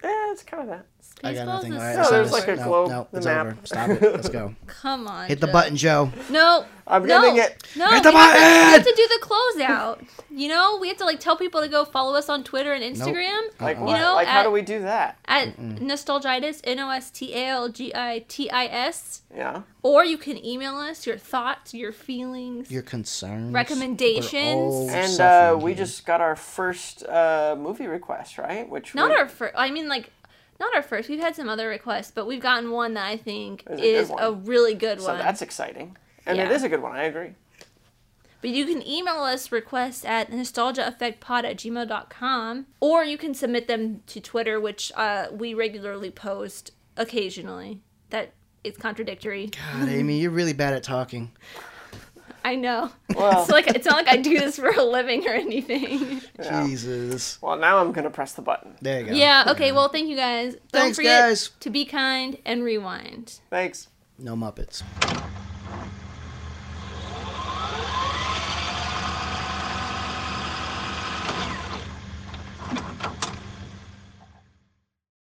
[SPEAKER 2] Yeah, it's kind of that.
[SPEAKER 1] Spaceballs
[SPEAKER 3] I got nothing.
[SPEAKER 1] is
[SPEAKER 3] All right,
[SPEAKER 1] so
[SPEAKER 2] No,
[SPEAKER 3] it's
[SPEAKER 2] there's
[SPEAKER 3] over.
[SPEAKER 2] like a
[SPEAKER 3] no,
[SPEAKER 2] globe,
[SPEAKER 3] No,
[SPEAKER 2] the
[SPEAKER 3] it's
[SPEAKER 2] map.
[SPEAKER 3] over. Stop it.
[SPEAKER 2] *laughs*
[SPEAKER 3] Let's go.
[SPEAKER 1] Come on.
[SPEAKER 3] Hit the
[SPEAKER 1] Joe.
[SPEAKER 3] button, Joe.
[SPEAKER 1] No.
[SPEAKER 2] I'm
[SPEAKER 1] no.
[SPEAKER 2] getting it.
[SPEAKER 1] No.
[SPEAKER 3] Hit the
[SPEAKER 1] we have to-
[SPEAKER 3] button!
[SPEAKER 1] we have to do the closeout. You know, we have to like tell people to go follow us on Twitter and Instagram.
[SPEAKER 3] Uh,
[SPEAKER 2] Like
[SPEAKER 1] You
[SPEAKER 2] what?
[SPEAKER 1] know,
[SPEAKER 2] like how
[SPEAKER 1] at-
[SPEAKER 2] do we do that?
[SPEAKER 1] At nostalgitis, N O S T A L G I T I S.
[SPEAKER 2] Yeah.
[SPEAKER 1] Or you can email us your thoughts, your feelings.
[SPEAKER 3] Your concerns.
[SPEAKER 1] Recommendations.
[SPEAKER 3] We're all
[SPEAKER 2] And uh,
[SPEAKER 3] suffering
[SPEAKER 2] we
[SPEAKER 3] here.
[SPEAKER 2] just got our first uh, movie request, right? Which
[SPEAKER 1] not
[SPEAKER 2] we-
[SPEAKER 1] our first. I mean, like, not our first. We've had some other requests, but we've gotten one that I think
[SPEAKER 2] Is a good
[SPEAKER 1] is
[SPEAKER 2] one.
[SPEAKER 1] a really good
[SPEAKER 2] so
[SPEAKER 1] one.
[SPEAKER 2] that's exciting, and it
[SPEAKER 1] Yeah.
[SPEAKER 2] is a good one. I agree.
[SPEAKER 1] But you can email us requests at nostalgiaeffectpod at gmail.com, or you can submit them to Twitter, which uh, we regularly post occasionally. That is contradictory.
[SPEAKER 3] God, Amy, you're really bad at talking.
[SPEAKER 1] I know. *laughs*
[SPEAKER 2] Well,
[SPEAKER 1] It's like it's not like I do this for a living or anything.
[SPEAKER 2] Yeah.
[SPEAKER 3] Jesus.
[SPEAKER 2] well, now I'm gonna press the button.
[SPEAKER 3] There you go.
[SPEAKER 1] Yeah. Okay. Well, thank you guys. Don't
[SPEAKER 3] Thanks,
[SPEAKER 1] forget
[SPEAKER 3] guys.
[SPEAKER 1] to be kind and rewind.
[SPEAKER 2] Thanks.
[SPEAKER 3] No Muppets.